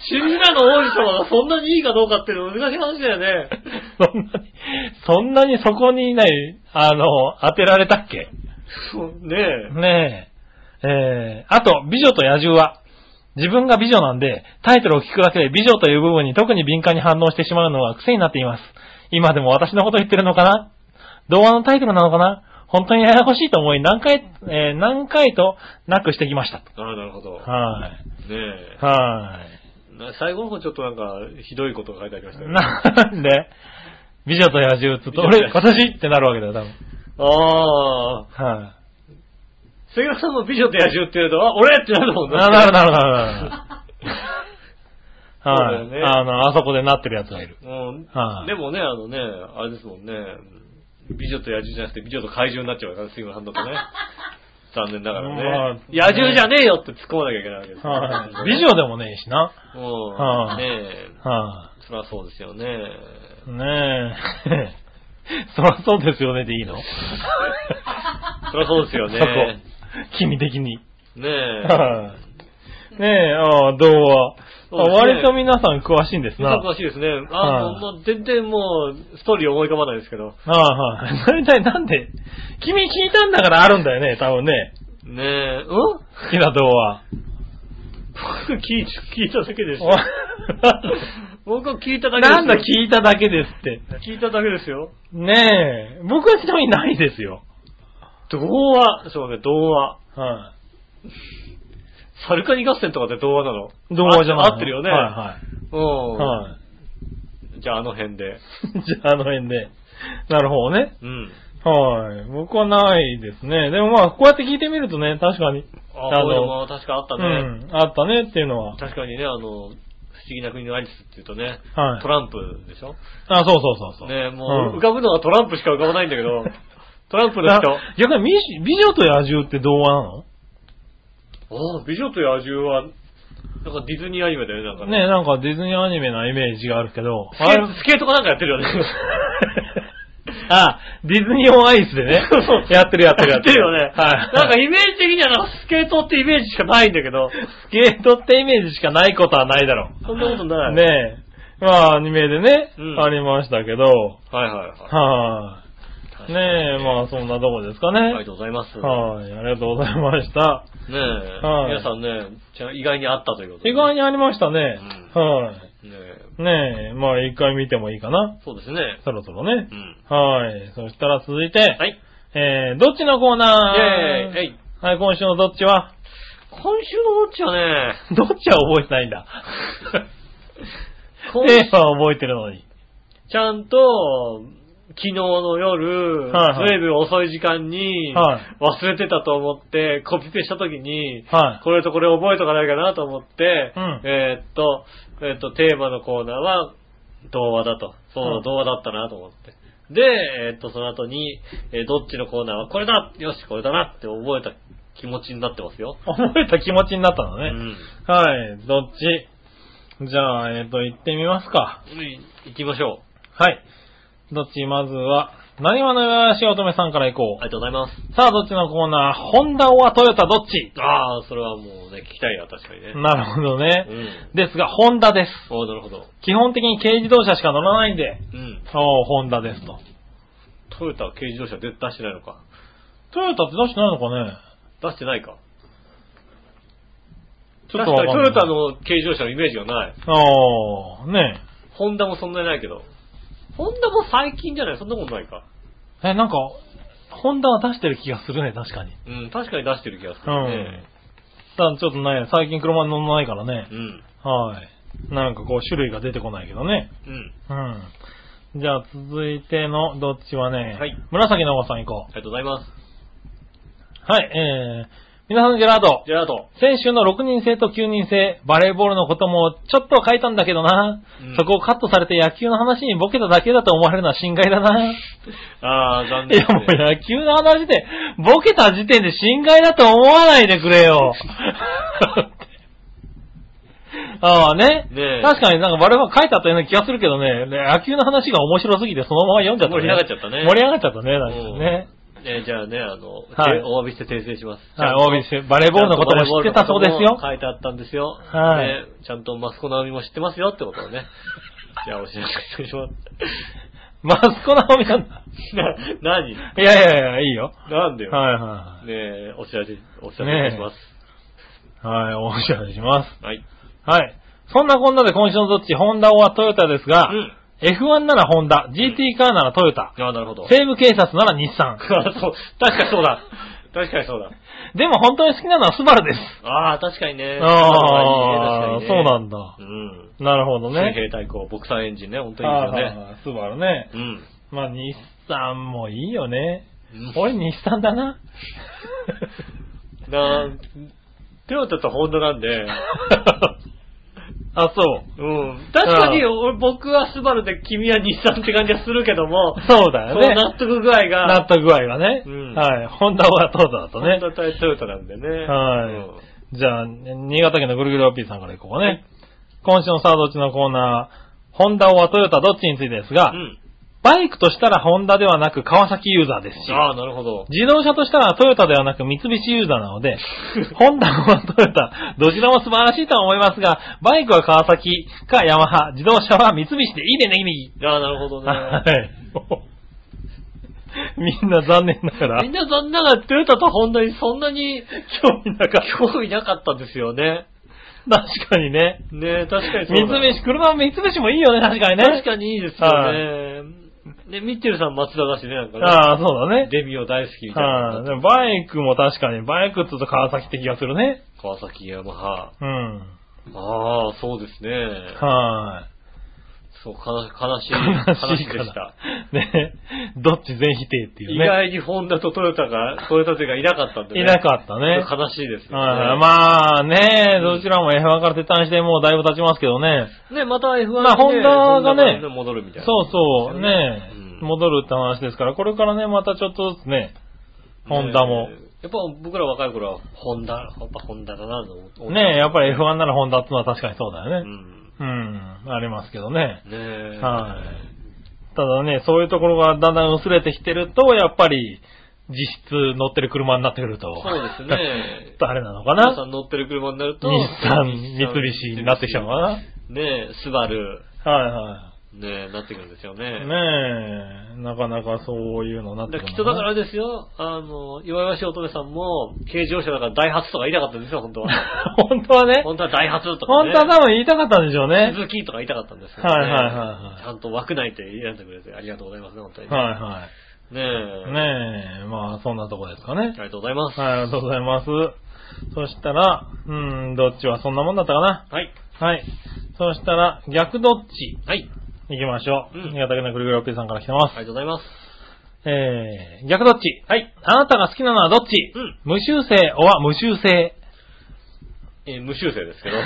[SPEAKER 2] シンデレラの王子様がそんなにいいかどうかっていうの難しい話だよね。
[SPEAKER 3] そんなに、そんなにそこにいない、あの、当てられたっけ
[SPEAKER 2] そうね
[SPEAKER 3] ねえ。えー、あと、美女と野獣は、自分が美女なんで、タイトルを聞くだけで美女という部分に特に敏感に反応してしまうのが癖になっています。今でも私のこと言ってるのかな童話のタイトルなのかな本当にややこしいと思い、何回、えー何回となくしてきました。
[SPEAKER 2] え。ああ、なるほど。
[SPEAKER 3] はい。
[SPEAKER 2] ねえ。
[SPEAKER 3] は
[SPEAKER 2] な最後の方ちょっとなんか、ひどいことが書いてありまし
[SPEAKER 3] い。
[SPEAKER 2] たよね。
[SPEAKER 3] なんで、美女と野獣って言うと、
[SPEAKER 2] 美
[SPEAKER 3] 俺
[SPEAKER 2] 女、と野
[SPEAKER 3] 私ってなるわけだよ、
[SPEAKER 2] あ
[SPEAKER 3] 多分。
[SPEAKER 2] あ。
[SPEAKER 3] はい。
[SPEAKER 2] 杉浦さんの美女と野獣って言うと、あ、俺ってなるもん
[SPEAKER 3] なるなるなるなる。
[SPEAKER 2] そうだ
[SPEAKER 3] はい。
[SPEAKER 2] よね
[SPEAKER 3] あの、あそこでなってるやつがいる。
[SPEAKER 2] うん
[SPEAKER 3] はい
[SPEAKER 2] でもね、あのね、あれですもんね、美女と野獣じゃなくて美女と怪獣になっちゃうから、杉村さんだと ね。残念ながらね。
[SPEAKER 3] まあ
[SPEAKER 2] 野獣じゃねえよって突っ込まなきゃいけないわけですよ
[SPEAKER 3] はい。美女でもねえしな。
[SPEAKER 2] う
[SPEAKER 3] は
[SPEAKER 2] ん。ね
[SPEAKER 3] い
[SPEAKER 2] え、
[SPEAKER 3] は
[SPEAKER 2] そりゃそうですよね。
[SPEAKER 3] い。ねえ。 そらそうですよねでいいの
[SPEAKER 2] そりゃそうですよ
[SPEAKER 3] そこ
[SPEAKER 2] ね。。
[SPEAKER 3] 君的に。
[SPEAKER 2] ねえ。
[SPEAKER 3] はい。 ねえ、ああ、童話。
[SPEAKER 2] そうで
[SPEAKER 3] あ
[SPEAKER 2] すね
[SPEAKER 3] 割と皆さん詳しいんです
[SPEAKER 2] 皆さ
[SPEAKER 3] な。
[SPEAKER 2] ん詳しいですね。
[SPEAKER 3] は
[SPEAKER 2] あ
[SPEAKER 3] い
[SPEAKER 2] の、もう全然もう、ストーリー思い浮かばないですけど。
[SPEAKER 3] ああ、はい。大体なんで、君聞いたんだからあるんだよね、多分ね。
[SPEAKER 2] ねえ、うん
[SPEAKER 3] 好きな童話。
[SPEAKER 2] 僕聞い聞いただけですよ。 僕は聞いただけですよ。
[SPEAKER 3] なんだ聞いただけですって。
[SPEAKER 2] 聞いただけですよ。
[SPEAKER 3] ねえ、僕はちなみにないですよ。
[SPEAKER 2] 童話、そうね、童話。
[SPEAKER 3] は
[SPEAKER 2] サルカニ合戦とかって童話なの
[SPEAKER 3] い。童話じゃない
[SPEAKER 2] あ合ってるよね。
[SPEAKER 3] は
[SPEAKER 2] う
[SPEAKER 3] い
[SPEAKER 2] ん。
[SPEAKER 3] はい。はい。
[SPEAKER 2] じゃああの辺で。
[SPEAKER 3] じゃあ、あの辺で。なるほどね。
[SPEAKER 2] うん。
[SPEAKER 3] はい。僕はないですね。でもまあ、こうやって聞いてみるとね、確かに。
[SPEAKER 2] あ、
[SPEAKER 3] あの
[SPEAKER 2] こういうのも確かあった
[SPEAKER 3] う
[SPEAKER 2] ね。
[SPEAKER 3] ん。あったねっていうのは。
[SPEAKER 2] 確かにね、あの、不思議な国のアリスっていうとね、
[SPEAKER 3] はい
[SPEAKER 2] トランプでしょ
[SPEAKER 3] あ、そうそうそうそう。
[SPEAKER 2] ねもう、
[SPEAKER 3] ん
[SPEAKER 2] 浮かぶのはトランプしか浮かばないんだけ ど、トランプの
[SPEAKER 3] だ
[SPEAKER 2] 人。
[SPEAKER 3] 逆に美女、美女と野獣って童話なの
[SPEAKER 2] ああ、美女と野獣は、なんかディズニーアニメだよね、なんか
[SPEAKER 3] ねなんかディズニーアニメなイメージがあるけど。
[SPEAKER 2] スケ
[SPEAKER 3] あれ
[SPEAKER 2] スケートかなんかやってるよ ね。
[SPEAKER 3] あ、ディズニーオンアイスでね
[SPEAKER 2] そうそう。
[SPEAKER 3] やってるやってる
[SPEAKER 2] やってるよね。
[SPEAKER 3] はい。
[SPEAKER 2] なんかイメージ的にはなんかスケートってイメージしかないんだけど、
[SPEAKER 3] スケートってイメージしかないことはないだろう。
[SPEAKER 2] そんなことない。。
[SPEAKER 3] ねえ。まあ、アニメでね、
[SPEAKER 2] うん
[SPEAKER 3] ありましたけど、
[SPEAKER 2] はいはいは
[SPEAKER 3] はい。
[SPEAKER 2] い。
[SPEAKER 3] ねえ、まあ、そんなとこですかね。
[SPEAKER 2] ありがとうございます。
[SPEAKER 3] はい、ありがとうございました。
[SPEAKER 2] ねえ、
[SPEAKER 3] はい
[SPEAKER 2] 皆さんね、じゃあ意外にあったということで。
[SPEAKER 3] 意外にありましたね。
[SPEAKER 2] う
[SPEAKER 3] は
[SPEAKER 2] ねえ
[SPEAKER 3] い。ねえ、まあ、一回見てもいいかな。
[SPEAKER 2] そうですね。
[SPEAKER 3] そろそろね
[SPEAKER 2] う。ん。
[SPEAKER 3] はい。そしたら続いて、
[SPEAKER 2] はい。
[SPEAKER 3] えー、どっちのコーナー
[SPEAKER 2] イェーイえい
[SPEAKER 3] はい、今週のどっちは
[SPEAKER 2] 今週のどっちはね、
[SPEAKER 3] どっちは覚えてないん だ。
[SPEAKER 2] 今
[SPEAKER 3] テーマは覚えてるのに。
[SPEAKER 2] ちゃんと、昨日の夜、
[SPEAKER 3] はいはい
[SPEAKER 2] ずいぶん遅い時間に、
[SPEAKER 3] はい
[SPEAKER 2] 忘れてたと思って、コピペした時に、
[SPEAKER 3] はい。
[SPEAKER 2] これとこれ覚えとかないかなと思って、
[SPEAKER 3] うん
[SPEAKER 2] えーっと、えーっと、テーマのコーナーは、童話だと。そうう、
[SPEAKER 3] ん
[SPEAKER 2] 童話だったなと思って。で、えっと、その後に、えーどっちのコーナーはこれだよし、これだなって覚えた気持ちになってますよ。
[SPEAKER 3] 思えた気持ちになったの
[SPEAKER 2] う
[SPEAKER 3] ね。
[SPEAKER 2] ん。
[SPEAKER 3] はい、どっちじゃあ、えっ、と、行ってみますか。
[SPEAKER 2] い行きましょう。
[SPEAKER 3] はい。どっちまずは、何話のよやしおとめさんから行こう。
[SPEAKER 2] ありがとうございます。
[SPEAKER 3] さあ、どっちのコーナーホンダオアトヨタどっち
[SPEAKER 2] ああ、それはもうね、聞きたいな、確かにね。
[SPEAKER 3] なるほどね。
[SPEAKER 2] うん。
[SPEAKER 3] ですが、ホンダです。
[SPEAKER 2] おーなるほど。
[SPEAKER 3] 基本的に軽自動車しか乗らないんで、
[SPEAKER 2] うん。
[SPEAKER 3] おー、ホンダですと。
[SPEAKER 2] トヨタは軽自動車絶対出してないのか。
[SPEAKER 3] トヨタって出してないのかね
[SPEAKER 2] 出してないか。
[SPEAKER 3] ちょ
[SPEAKER 2] 確
[SPEAKER 3] っと
[SPEAKER 2] か
[SPEAKER 3] わ
[SPEAKER 2] に
[SPEAKER 3] か
[SPEAKER 2] ト
[SPEAKER 3] んない
[SPEAKER 2] ヨタの軽自動車のイメージがない。
[SPEAKER 3] あー、ね
[SPEAKER 2] ホンダもそんなにないけど。ホンダも最近じゃないそんなことないか。
[SPEAKER 3] え。え、なんか、ホンダは出してる気がするね、確かに。
[SPEAKER 2] うん、確かに出してる気がす
[SPEAKER 3] う
[SPEAKER 2] る
[SPEAKER 3] ん
[SPEAKER 2] ね。。
[SPEAKER 3] ただちょっとね、最近車に乗らないからね。
[SPEAKER 2] うん。
[SPEAKER 3] はい。なんかこう、種類が出てこないけどね。
[SPEAKER 2] うん。
[SPEAKER 3] うん。じゃあ、続いての、どっちはね、
[SPEAKER 2] はい
[SPEAKER 3] 紫のおばさん行こう。
[SPEAKER 2] ありがとうございます。
[SPEAKER 3] はい、えー、皆さんジェラード。
[SPEAKER 2] ジェラート。
[SPEAKER 3] 先週の6人制と9人制、バレーボールのこともちょっと書いたんだけどな。
[SPEAKER 2] うん
[SPEAKER 3] そこをカットされて野球の話にボケただけだと思われるのは心外だな。
[SPEAKER 2] あー、残
[SPEAKER 3] い
[SPEAKER 2] 念
[SPEAKER 3] やもう野球の話で、ボケた時点で心外だと思わないでく れよ。ああね
[SPEAKER 2] ねえ
[SPEAKER 3] 確かになんか我々は書いてあったような気がするけどね、ね野球の話が面白すぎてそのまま読んじゃったね。
[SPEAKER 2] 盛り上がっちゃったね
[SPEAKER 3] 盛り上がっちゃったね、確かにね。
[SPEAKER 2] ねじゃあね、あの、
[SPEAKER 3] はい
[SPEAKER 2] でお詫びして訂正します。
[SPEAKER 3] はい、
[SPEAKER 2] ちゃんと
[SPEAKER 3] お詫びして、バレーボールのことも知ってたそうですよ。
[SPEAKER 2] 書いてあったんですよ。
[SPEAKER 3] はい
[SPEAKER 2] ねちゃんとマスコナミも知ってますよってことを ね。じゃあお知らせします。
[SPEAKER 3] マスコナオミさん。
[SPEAKER 2] な、何
[SPEAKER 3] いやいやいや、いいよ。
[SPEAKER 2] なんでよ。
[SPEAKER 3] はいは
[SPEAKER 2] ねえ、お知らせ、お知らせします。
[SPEAKER 3] い。はい、お知らせしま
[SPEAKER 2] はい。
[SPEAKER 3] す。はい。そんなこんなで今週のどっち、ホンダはトヨタですが、
[SPEAKER 2] うん。
[SPEAKER 3] F1 ならホンダ、GT カーならトヨタ、
[SPEAKER 2] ああ、なるほど。
[SPEAKER 3] 西部警察なら日産。
[SPEAKER 2] あ そう、確かにそうだ。確かにそうだ。
[SPEAKER 3] でも本当に好きなのはスバルです。
[SPEAKER 2] ああ、確かにね。
[SPEAKER 3] ああ、そうな
[SPEAKER 2] だ。
[SPEAKER 3] んだ。
[SPEAKER 2] うん。
[SPEAKER 3] なるほど
[SPEAKER 2] 水
[SPEAKER 3] ね。
[SPEAKER 2] 平対抗、ボクサーエンジンね、本当にいいで
[SPEAKER 3] あ
[SPEAKER 2] すよね。
[SPEAKER 3] あスバルね。
[SPEAKER 2] うん。
[SPEAKER 3] まあ、日産もいいよね。
[SPEAKER 2] うん
[SPEAKER 3] 俺、日産 だな。
[SPEAKER 2] なあ、トヨタとホンダなんで、
[SPEAKER 3] あ、そう。
[SPEAKER 2] うん。確かに、俺、僕はスバルで君は日産って感じがするけども、
[SPEAKER 3] そうだ
[SPEAKER 2] その
[SPEAKER 3] よね。
[SPEAKER 2] 納得具合が、
[SPEAKER 3] 納得具合がね。
[SPEAKER 2] うん
[SPEAKER 3] はい。ホンダはトヨタだとね
[SPEAKER 2] ホ。ンダ対トヨタなんでね。
[SPEAKER 3] はい
[SPEAKER 2] うん
[SPEAKER 3] じゃあ、新潟県のぐるぐるおっぴーさんからいこうかね。今週のサードっちのコーナー、ホンダはトヨタどっちについてですが、
[SPEAKER 2] うん。
[SPEAKER 3] バイクとしたらホンダではなく川崎ユーザーですし、
[SPEAKER 2] ああ、なるほど。
[SPEAKER 3] 自動車としたらトヨタではなく三菱ユーザーなので、 ホンダはトヨタ、どちらも素晴らしいとは思いますが、バイクは川崎かヤマハ、自動車は三菱でいいね、ネギネギ。
[SPEAKER 2] ああ、なるほど
[SPEAKER 3] は
[SPEAKER 2] ね。
[SPEAKER 3] い。みんな残念ながら
[SPEAKER 2] みん、な残念ながらトヨタとホンダにそんなに
[SPEAKER 3] 興味なかっ
[SPEAKER 2] 興味なかったんですよね。
[SPEAKER 3] た。確かにね。
[SPEAKER 2] ねえ、確かにそう
[SPEAKER 3] 三
[SPEAKER 2] だ
[SPEAKER 3] 菱、車は三菱もいいよね、確かにね。
[SPEAKER 2] 確かにいいですよね。ね、ミッチェルさん松田だしね、なんかね。
[SPEAKER 3] ああ、そうだね。
[SPEAKER 2] デビオ大好きみたい
[SPEAKER 3] は。。
[SPEAKER 2] ない
[SPEAKER 3] でもバイクも確かに、バイクって言うと川崎って気がするね。
[SPEAKER 2] 川崎、ヤマハ。
[SPEAKER 3] うん。
[SPEAKER 2] ああ、そうですね。
[SPEAKER 3] はい。
[SPEAKER 2] そう、かな悲しい
[SPEAKER 3] 悲し
[SPEAKER 2] 話
[SPEAKER 3] い
[SPEAKER 2] で
[SPEAKER 3] か
[SPEAKER 2] した
[SPEAKER 3] ら。。ね。どっち全否定っていう
[SPEAKER 2] 意
[SPEAKER 3] ね。
[SPEAKER 2] 外にホンダとトヨタが、トヨタ勢がいなかったんでね。
[SPEAKER 3] いなかったね。
[SPEAKER 2] 悲しいですよ
[SPEAKER 3] はい。
[SPEAKER 2] ね。
[SPEAKER 3] まあね、どちらも F1 から撤退してもうだいぶ経ちますけどね。
[SPEAKER 2] ね、また F1 にね
[SPEAKER 3] まあホンダがね
[SPEAKER 2] ホンダ戻るみたいな。
[SPEAKER 3] そうそう、ね
[SPEAKER 2] うん
[SPEAKER 3] 戻るって話ですから、これからね、またちょっとずつね、ホンダも
[SPEAKER 2] ね。やっぱ僕ら若い頃はホンダ、やっぱホンダだなと思って。
[SPEAKER 3] ねやっぱり F1 ならホンダってのは確かにそうだよ
[SPEAKER 2] う
[SPEAKER 3] ね。
[SPEAKER 2] ん。
[SPEAKER 3] うん、ありますけどね。
[SPEAKER 2] ねえ。
[SPEAKER 3] はい。ただね、そういうところがだんだん薄れてきてると、やっぱり、実質乗ってる車になってくると。
[SPEAKER 2] そうですね
[SPEAKER 3] ち ょっとあれなのか
[SPEAKER 2] 皆さ
[SPEAKER 3] な。
[SPEAKER 2] ん乗ってる車になる
[SPEAKER 3] 日
[SPEAKER 2] と、
[SPEAKER 3] 産、三菱になってきちゃうのかな。
[SPEAKER 2] ねえ、スバル、
[SPEAKER 3] は
[SPEAKER 2] ねえ、なってくるんですよね。
[SPEAKER 3] いはい。ねえ、なかなかそういうのなって
[SPEAKER 2] だ
[SPEAKER 3] く
[SPEAKER 2] からきっ
[SPEAKER 3] るの
[SPEAKER 2] とだから
[SPEAKER 3] な。
[SPEAKER 2] あれですよ、あの、岩橋乙女さんも、軽乗車だからダイハツとか言いたかったんですよ、本当は。
[SPEAKER 3] 本当はね、
[SPEAKER 2] 本当はダイハツとか、
[SPEAKER 3] 本
[SPEAKER 2] ね。
[SPEAKER 3] 当は多分言いたかったんでしょうね。
[SPEAKER 2] 鈴木とか言いたかったんですけど、
[SPEAKER 3] はいはいはいはい
[SPEAKER 2] ちゃんと枠内って選んでくれてありがとうございますね、本当に。
[SPEAKER 3] はいは
[SPEAKER 2] ねえ。
[SPEAKER 3] い。ねえ、まあそんなとこですかね
[SPEAKER 2] あり。がとうございます。
[SPEAKER 3] はい、ありがとうございます。そしたら、うん、どっちはそんなもんだったかな。
[SPEAKER 2] はい。
[SPEAKER 3] はい。そしたら、逆どっち
[SPEAKER 2] はい。
[SPEAKER 3] 行きましょう。
[SPEAKER 2] うん
[SPEAKER 3] 新潟県のぐるぐるおっぴーさんから来てま
[SPEAKER 2] あり
[SPEAKER 3] す。
[SPEAKER 2] がとうございます。
[SPEAKER 3] えー、逆どっち
[SPEAKER 2] はい。
[SPEAKER 3] あなたが好きなのはどっち、
[SPEAKER 2] うん
[SPEAKER 3] 無修正おは無修正。
[SPEAKER 2] えー無修正ですけど。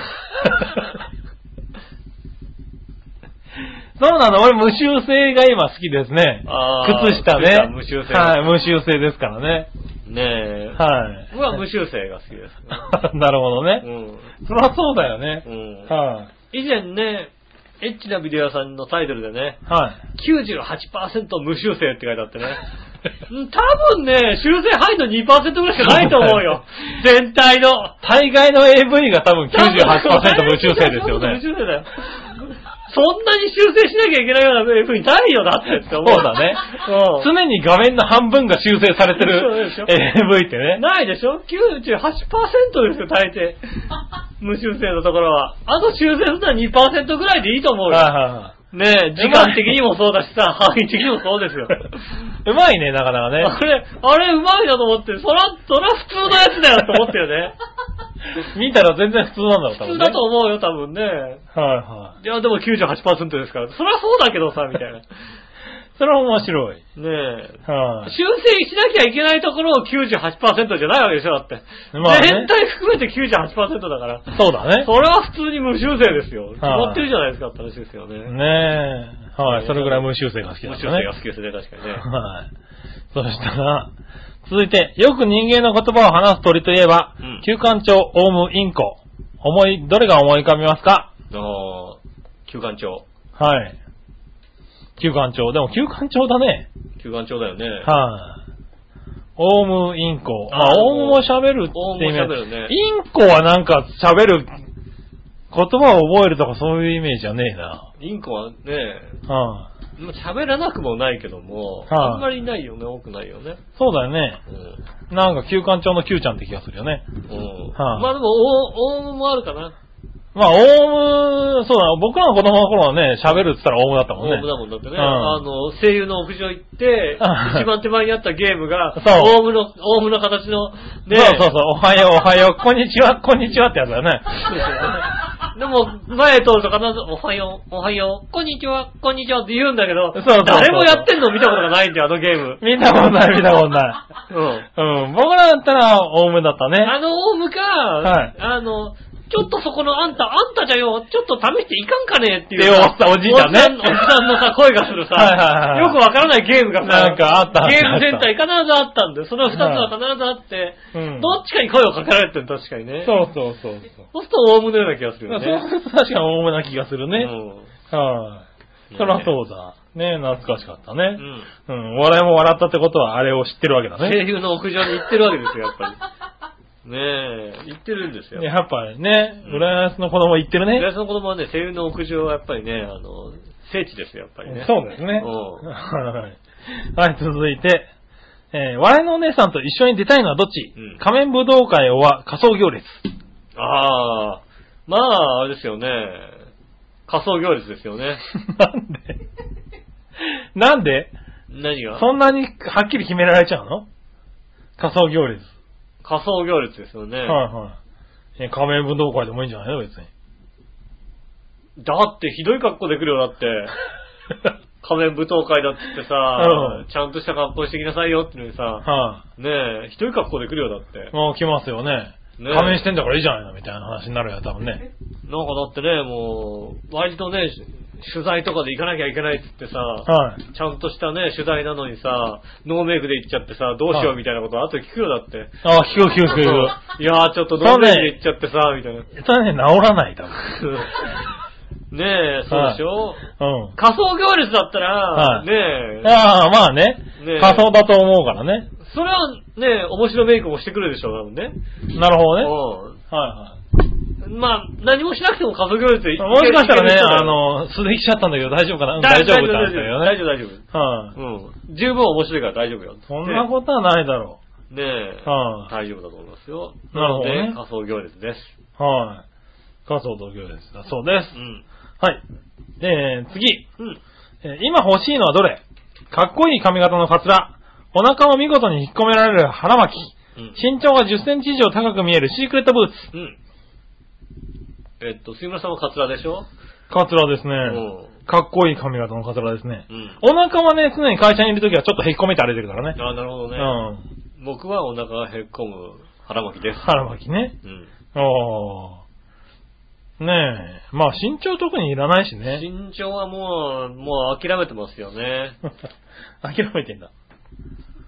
[SPEAKER 3] そうなの、俺無修正が今好きですね。
[SPEAKER 2] あー
[SPEAKER 3] 靴下
[SPEAKER 2] 靴下
[SPEAKER 3] ね。
[SPEAKER 2] 無修正
[SPEAKER 3] はい、無修正ですからね。
[SPEAKER 2] ねえ。
[SPEAKER 3] はい。
[SPEAKER 2] 僕は無修正が好きです。
[SPEAKER 3] なるほど
[SPEAKER 2] う
[SPEAKER 3] ね。
[SPEAKER 2] ん。
[SPEAKER 3] そりゃそうだよね
[SPEAKER 2] う。ん。
[SPEAKER 3] は
[SPEAKER 2] 以前ね、エッチなビデオ屋さんのタイトルでね、
[SPEAKER 3] い。はい。
[SPEAKER 2] 98%無修正って書いてあってね。 うん多分ね、修正範囲の2%ぐらいしかないと思う よ。全体の。
[SPEAKER 3] 大概の AV が多分98%無修正ですよね
[SPEAKER 2] 無。修正だよ。そんなに修正しなきゃいけないような AV ないよだってって思う。
[SPEAKER 3] そうだね
[SPEAKER 2] うん。
[SPEAKER 3] 常に画面の半分が修正されてる
[SPEAKER 2] そうで
[SPEAKER 3] AV ってね。
[SPEAKER 2] ないでしょ ?98% ですよ、大抵。無修正のところは。あと修正するのは2%ぐらいでいいと思う
[SPEAKER 3] はい
[SPEAKER 2] よ。
[SPEAKER 3] はいは
[SPEAKER 2] ねえ、時間的にもそうだしさ、範囲的にもそうですよ。
[SPEAKER 3] い。うま いね、なかな
[SPEAKER 2] あ
[SPEAKER 3] かね。
[SPEAKER 2] れ、あれうまいなと思って、そら、そら普通のやつだよと思ったよ ね。
[SPEAKER 3] 見たら全然普通なんだろう、多
[SPEAKER 2] 普
[SPEAKER 3] 分、
[SPEAKER 2] 通
[SPEAKER 3] ね。
[SPEAKER 2] だと思うよ、多分ね。
[SPEAKER 3] はいはい。
[SPEAKER 2] いや、でも98%ですから。そりゃそうだけどさ、みたいな。ね
[SPEAKER 3] それは面白い。
[SPEAKER 2] え。
[SPEAKER 3] はい、
[SPEAKER 2] 修正しなきゃいけないところを98%じゃないわけでしょ、だって。
[SPEAKER 3] まあね
[SPEAKER 2] 全体含めて98%だから。
[SPEAKER 3] そうだね。
[SPEAKER 2] それは普通に無修正ですよ。決まってるじゃないですかって話ですよね。
[SPEAKER 3] ねえ。はい、それぐらい無修正が好きだ
[SPEAKER 2] 無
[SPEAKER 3] ね。
[SPEAKER 2] 修正が好きですね、確かに ね。
[SPEAKER 3] はい。そしたら、続いて、よく人間の言葉を話す鳥といえば、
[SPEAKER 2] うん
[SPEAKER 3] 旧館長、オウム、インコ。思い、どれが思い浮かびますか
[SPEAKER 2] あー休館長。
[SPEAKER 3] はい。旧館長。でも旧館長だね。
[SPEAKER 2] 休館長だよね。
[SPEAKER 3] はい。オウム、インコ。
[SPEAKER 2] あ
[SPEAKER 3] あ、
[SPEAKER 2] ー
[SPEAKER 3] オウムも喋るって意味
[SPEAKER 2] オウムも喋るね
[SPEAKER 3] インコはなんか喋る、言葉を覚えるとかそういうイメージじゃねえな。
[SPEAKER 2] インコはね、
[SPEAKER 3] は
[SPEAKER 2] まあ喋らなくもないけども、
[SPEAKER 3] はい
[SPEAKER 2] あんまりないよね、多くないよね。
[SPEAKER 3] い。そうだよね。
[SPEAKER 2] うん。
[SPEAKER 3] なんか旧館長の旧ちゃんって気がするよね。
[SPEAKER 2] うん。
[SPEAKER 3] はい
[SPEAKER 2] まあでも、オウオウムもあるかな。
[SPEAKER 3] まあ、オウム、そうだ、僕らの子供の頃はね、喋るって言ったらオウムだったもん
[SPEAKER 2] オウ
[SPEAKER 3] ね
[SPEAKER 2] ム。だもんだってね。
[SPEAKER 3] うん
[SPEAKER 2] あの、声優の屋上行って、
[SPEAKER 3] うん
[SPEAKER 2] 一番手前にあったゲームが、
[SPEAKER 3] そう
[SPEAKER 2] オウムの、オウムの形の、ね、
[SPEAKER 3] そうそうそう、おはよう、おはよう、こんにちは、こんにちはってやつだよね。
[SPEAKER 2] でも、前通ると必ず、おはよう、おはよう、こんにちは、こんにちはって言うんだけど、
[SPEAKER 3] そうそうそう
[SPEAKER 2] 誰もやってんの見たことがないんだよ、あのゲーム。
[SPEAKER 3] 見たことない、見たことな
[SPEAKER 2] うん。
[SPEAKER 3] い。うん、僕らだったらオウムだった
[SPEAKER 2] あ
[SPEAKER 3] ね。
[SPEAKER 2] の、オウムか、
[SPEAKER 3] はい
[SPEAKER 2] あの、ちょっとそこのあんた、あんたじゃよ、ちょっと試していかんかねっていう。
[SPEAKER 3] っておっさんおじいちゃんね
[SPEAKER 2] おじさんのさ、声がするさ、
[SPEAKER 3] はいはいはい
[SPEAKER 2] よくわからないゲームがさ、
[SPEAKER 3] なんかあったあった
[SPEAKER 2] ゲーム全体必ずあったんだよ。その二つは必ずあって、
[SPEAKER 3] うん
[SPEAKER 2] どっちかに声をかけられてるの確かにね。
[SPEAKER 3] そ。うそうそうそ
[SPEAKER 2] そ
[SPEAKER 3] う。
[SPEAKER 2] うすると、オウムのような気がするよ
[SPEAKER 3] そう
[SPEAKER 2] ね。
[SPEAKER 3] すると 確かにオウムな気がする
[SPEAKER 2] う
[SPEAKER 3] ね。はい。そりゃそうだ。ね懐かしかった
[SPEAKER 2] ん。う
[SPEAKER 3] ね。
[SPEAKER 2] ん
[SPEAKER 3] うん、笑いも笑ったってことはあれを知ってるわけだ
[SPEAKER 2] 声
[SPEAKER 3] ね。
[SPEAKER 2] 優の屋上に行ってるわけですよ、やっぱり。ねえ、行ってるんですよ。
[SPEAKER 3] やっぱりね、浦安の子供言ってるね。
[SPEAKER 2] 平井さんの子供はね、声優の屋上はやっぱりね、あの、聖地ですよ、やっぱりね。
[SPEAKER 3] そうですね。
[SPEAKER 2] うん
[SPEAKER 3] はい。はい、続いて、えー笑いのお姉さんと一緒に出たいのはどっち、
[SPEAKER 2] うん
[SPEAKER 3] 仮面武道会は仮想行列。
[SPEAKER 2] ああ、まあ、あれですよね。仮想行列ですよ ね。
[SPEAKER 3] なんでなんで
[SPEAKER 2] 何が
[SPEAKER 3] そんなにはっきり決められちゃうの仮想行列。
[SPEAKER 2] 仮想行列ですよね。
[SPEAKER 3] はいはい。えー仮面武道会でもいいんじゃないの 別に。
[SPEAKER 2] だってひどい格好で来るよ、だって。仮面舞踏会だって言って
[SPEAKER 3] う
[SPEAKER 2] さ、ちゃんとした格好してきなさいよってのにさ、
[SPEAKER 3] は
[SPEAKER 2] ねえ、ひどい格好で来るよ、だって
[SPEAKER 3] い。。もう来ますよね。
[SPEAKER 2] ね
[SPEAKER 3] 仮面してんだからいいじゃないのみたいな話になるよ、多分ね。
[SPEAKER 2] なんかだってね、もう、割とね、し取材とかで行かなきゃいけないっつってさ、
[SPEAKER 3] はい。
[SPEAKER 2] ちゃんとしたね、取材なのにさ、ノーメイクで行っちゃってさ、どうしようみたいなこと、後で聞くよだって。
[SPEAKER 3] あ、聞く聞く聞く。
[SPEAKER 2] いやー、ちょっとノーメイクで行っちゃってさ、みたいな。
[SPEAKER 3] それね、治らない、多分。
[SPEAKER 2] ねえ、そうでしょ、
[SPEAKER 3] うん。
[SPEAKER 2] 仮想行列だったら、
[SPEAKER 3] はい
[SPEAKER 2] ねえ、
[SPEAKER 3] ああ、まあね
[SPEAKER 2] ねえ
[SPEAKER 3] 仮想だと思うからね。
[SPEAKER 2] それはね、面白メイクもしてくるでしょう、多分ね。
[SPEAKER 3] なるほどね。
[SPEAKER 2] う
[SPEAKER 3] は
[SPEAKER 2] ん。まあ、何もしなくても仮想行列で
[SPEAKER 3] い
[SPEAKER 2] 行
[SPEAKER 3] はい。もしかしたら
[SPEAKER 2] いけ
[SPEAKER 3] ね、
[SPEAKER 2] る人だよ
[SPEAKER 3] あの、素できちゃったんだけど大丈夫かなうん
[SPEAKER 2] 大
[SPEAKER 3] 大
[SPEAKER 2] 丈
[SPEAKER 3] 丈
[SPEAKER 2] 夫、
[SPEAKER 3] 夫だったんだ
[SPEAKER 2] 大
[SPEAKER 3] よね。
[SPEAKER 2] 丈夫、大丈夫。
[SPEAKER 3] はい。
[SPEAKER 2] うん。十分面白いから大丈夫よ。
[SPEAKER 3] そんなことはないだろ
[SPEAKER 2] とねえ、
[SPEAKER 3] はい
[SPEAKER 2] 大丈夫だと思いますよ。
[SPEAKER 3] なるほどね
[SPEAKER 2] ので仮想行列です。
[SPEAKER 3] う。はい。仮想同居です。だそうで
[SPEAKER 2] うん。
[SPEAKER 3] す。はい。で、次。
[SPEAKER 2] うん。
[SPEAKER 3] えー今欲しいのはどれかっこいい髪型のカツラ。お腹を見事に引っ込められる腹巻き。
[SPEAKER 2] うん。
[SPEAKER 3] 身長が10センチ以上高く見えるシークレットブーツ。
[SPEAKER 2] うん。えっと、杉村さんはカツラでしょ
[SPEAKER 3] カツラですね。
[SPEAKER 2] うん。
[SPEAKER 3] かっこいい髪型のカツラですね
[SPEAKER 2] う。ん。
[SPEAKER 3] お腹はね、常に会社にいるときはちょっと引っ込めて歩いてるからね。
[SPEAKER 2] あなるほど
[SPEAKER 3] う
[SPEAKER 2] ね。
[SPEAKER 3] ん。
[SPEAKER 2] 僕はお腹がへっこむ腹巻きです。
[SPEAKER 3] 腹巻きね。
[SPEAKER 2] うん。
[SPEAKER 3] ああ。ねえ。まあ身長特にいらないし ね。
[SPEAKER 2] 身長はもう、もう諦めてますよね。
[SPEAKER 3] 諦めてんだ。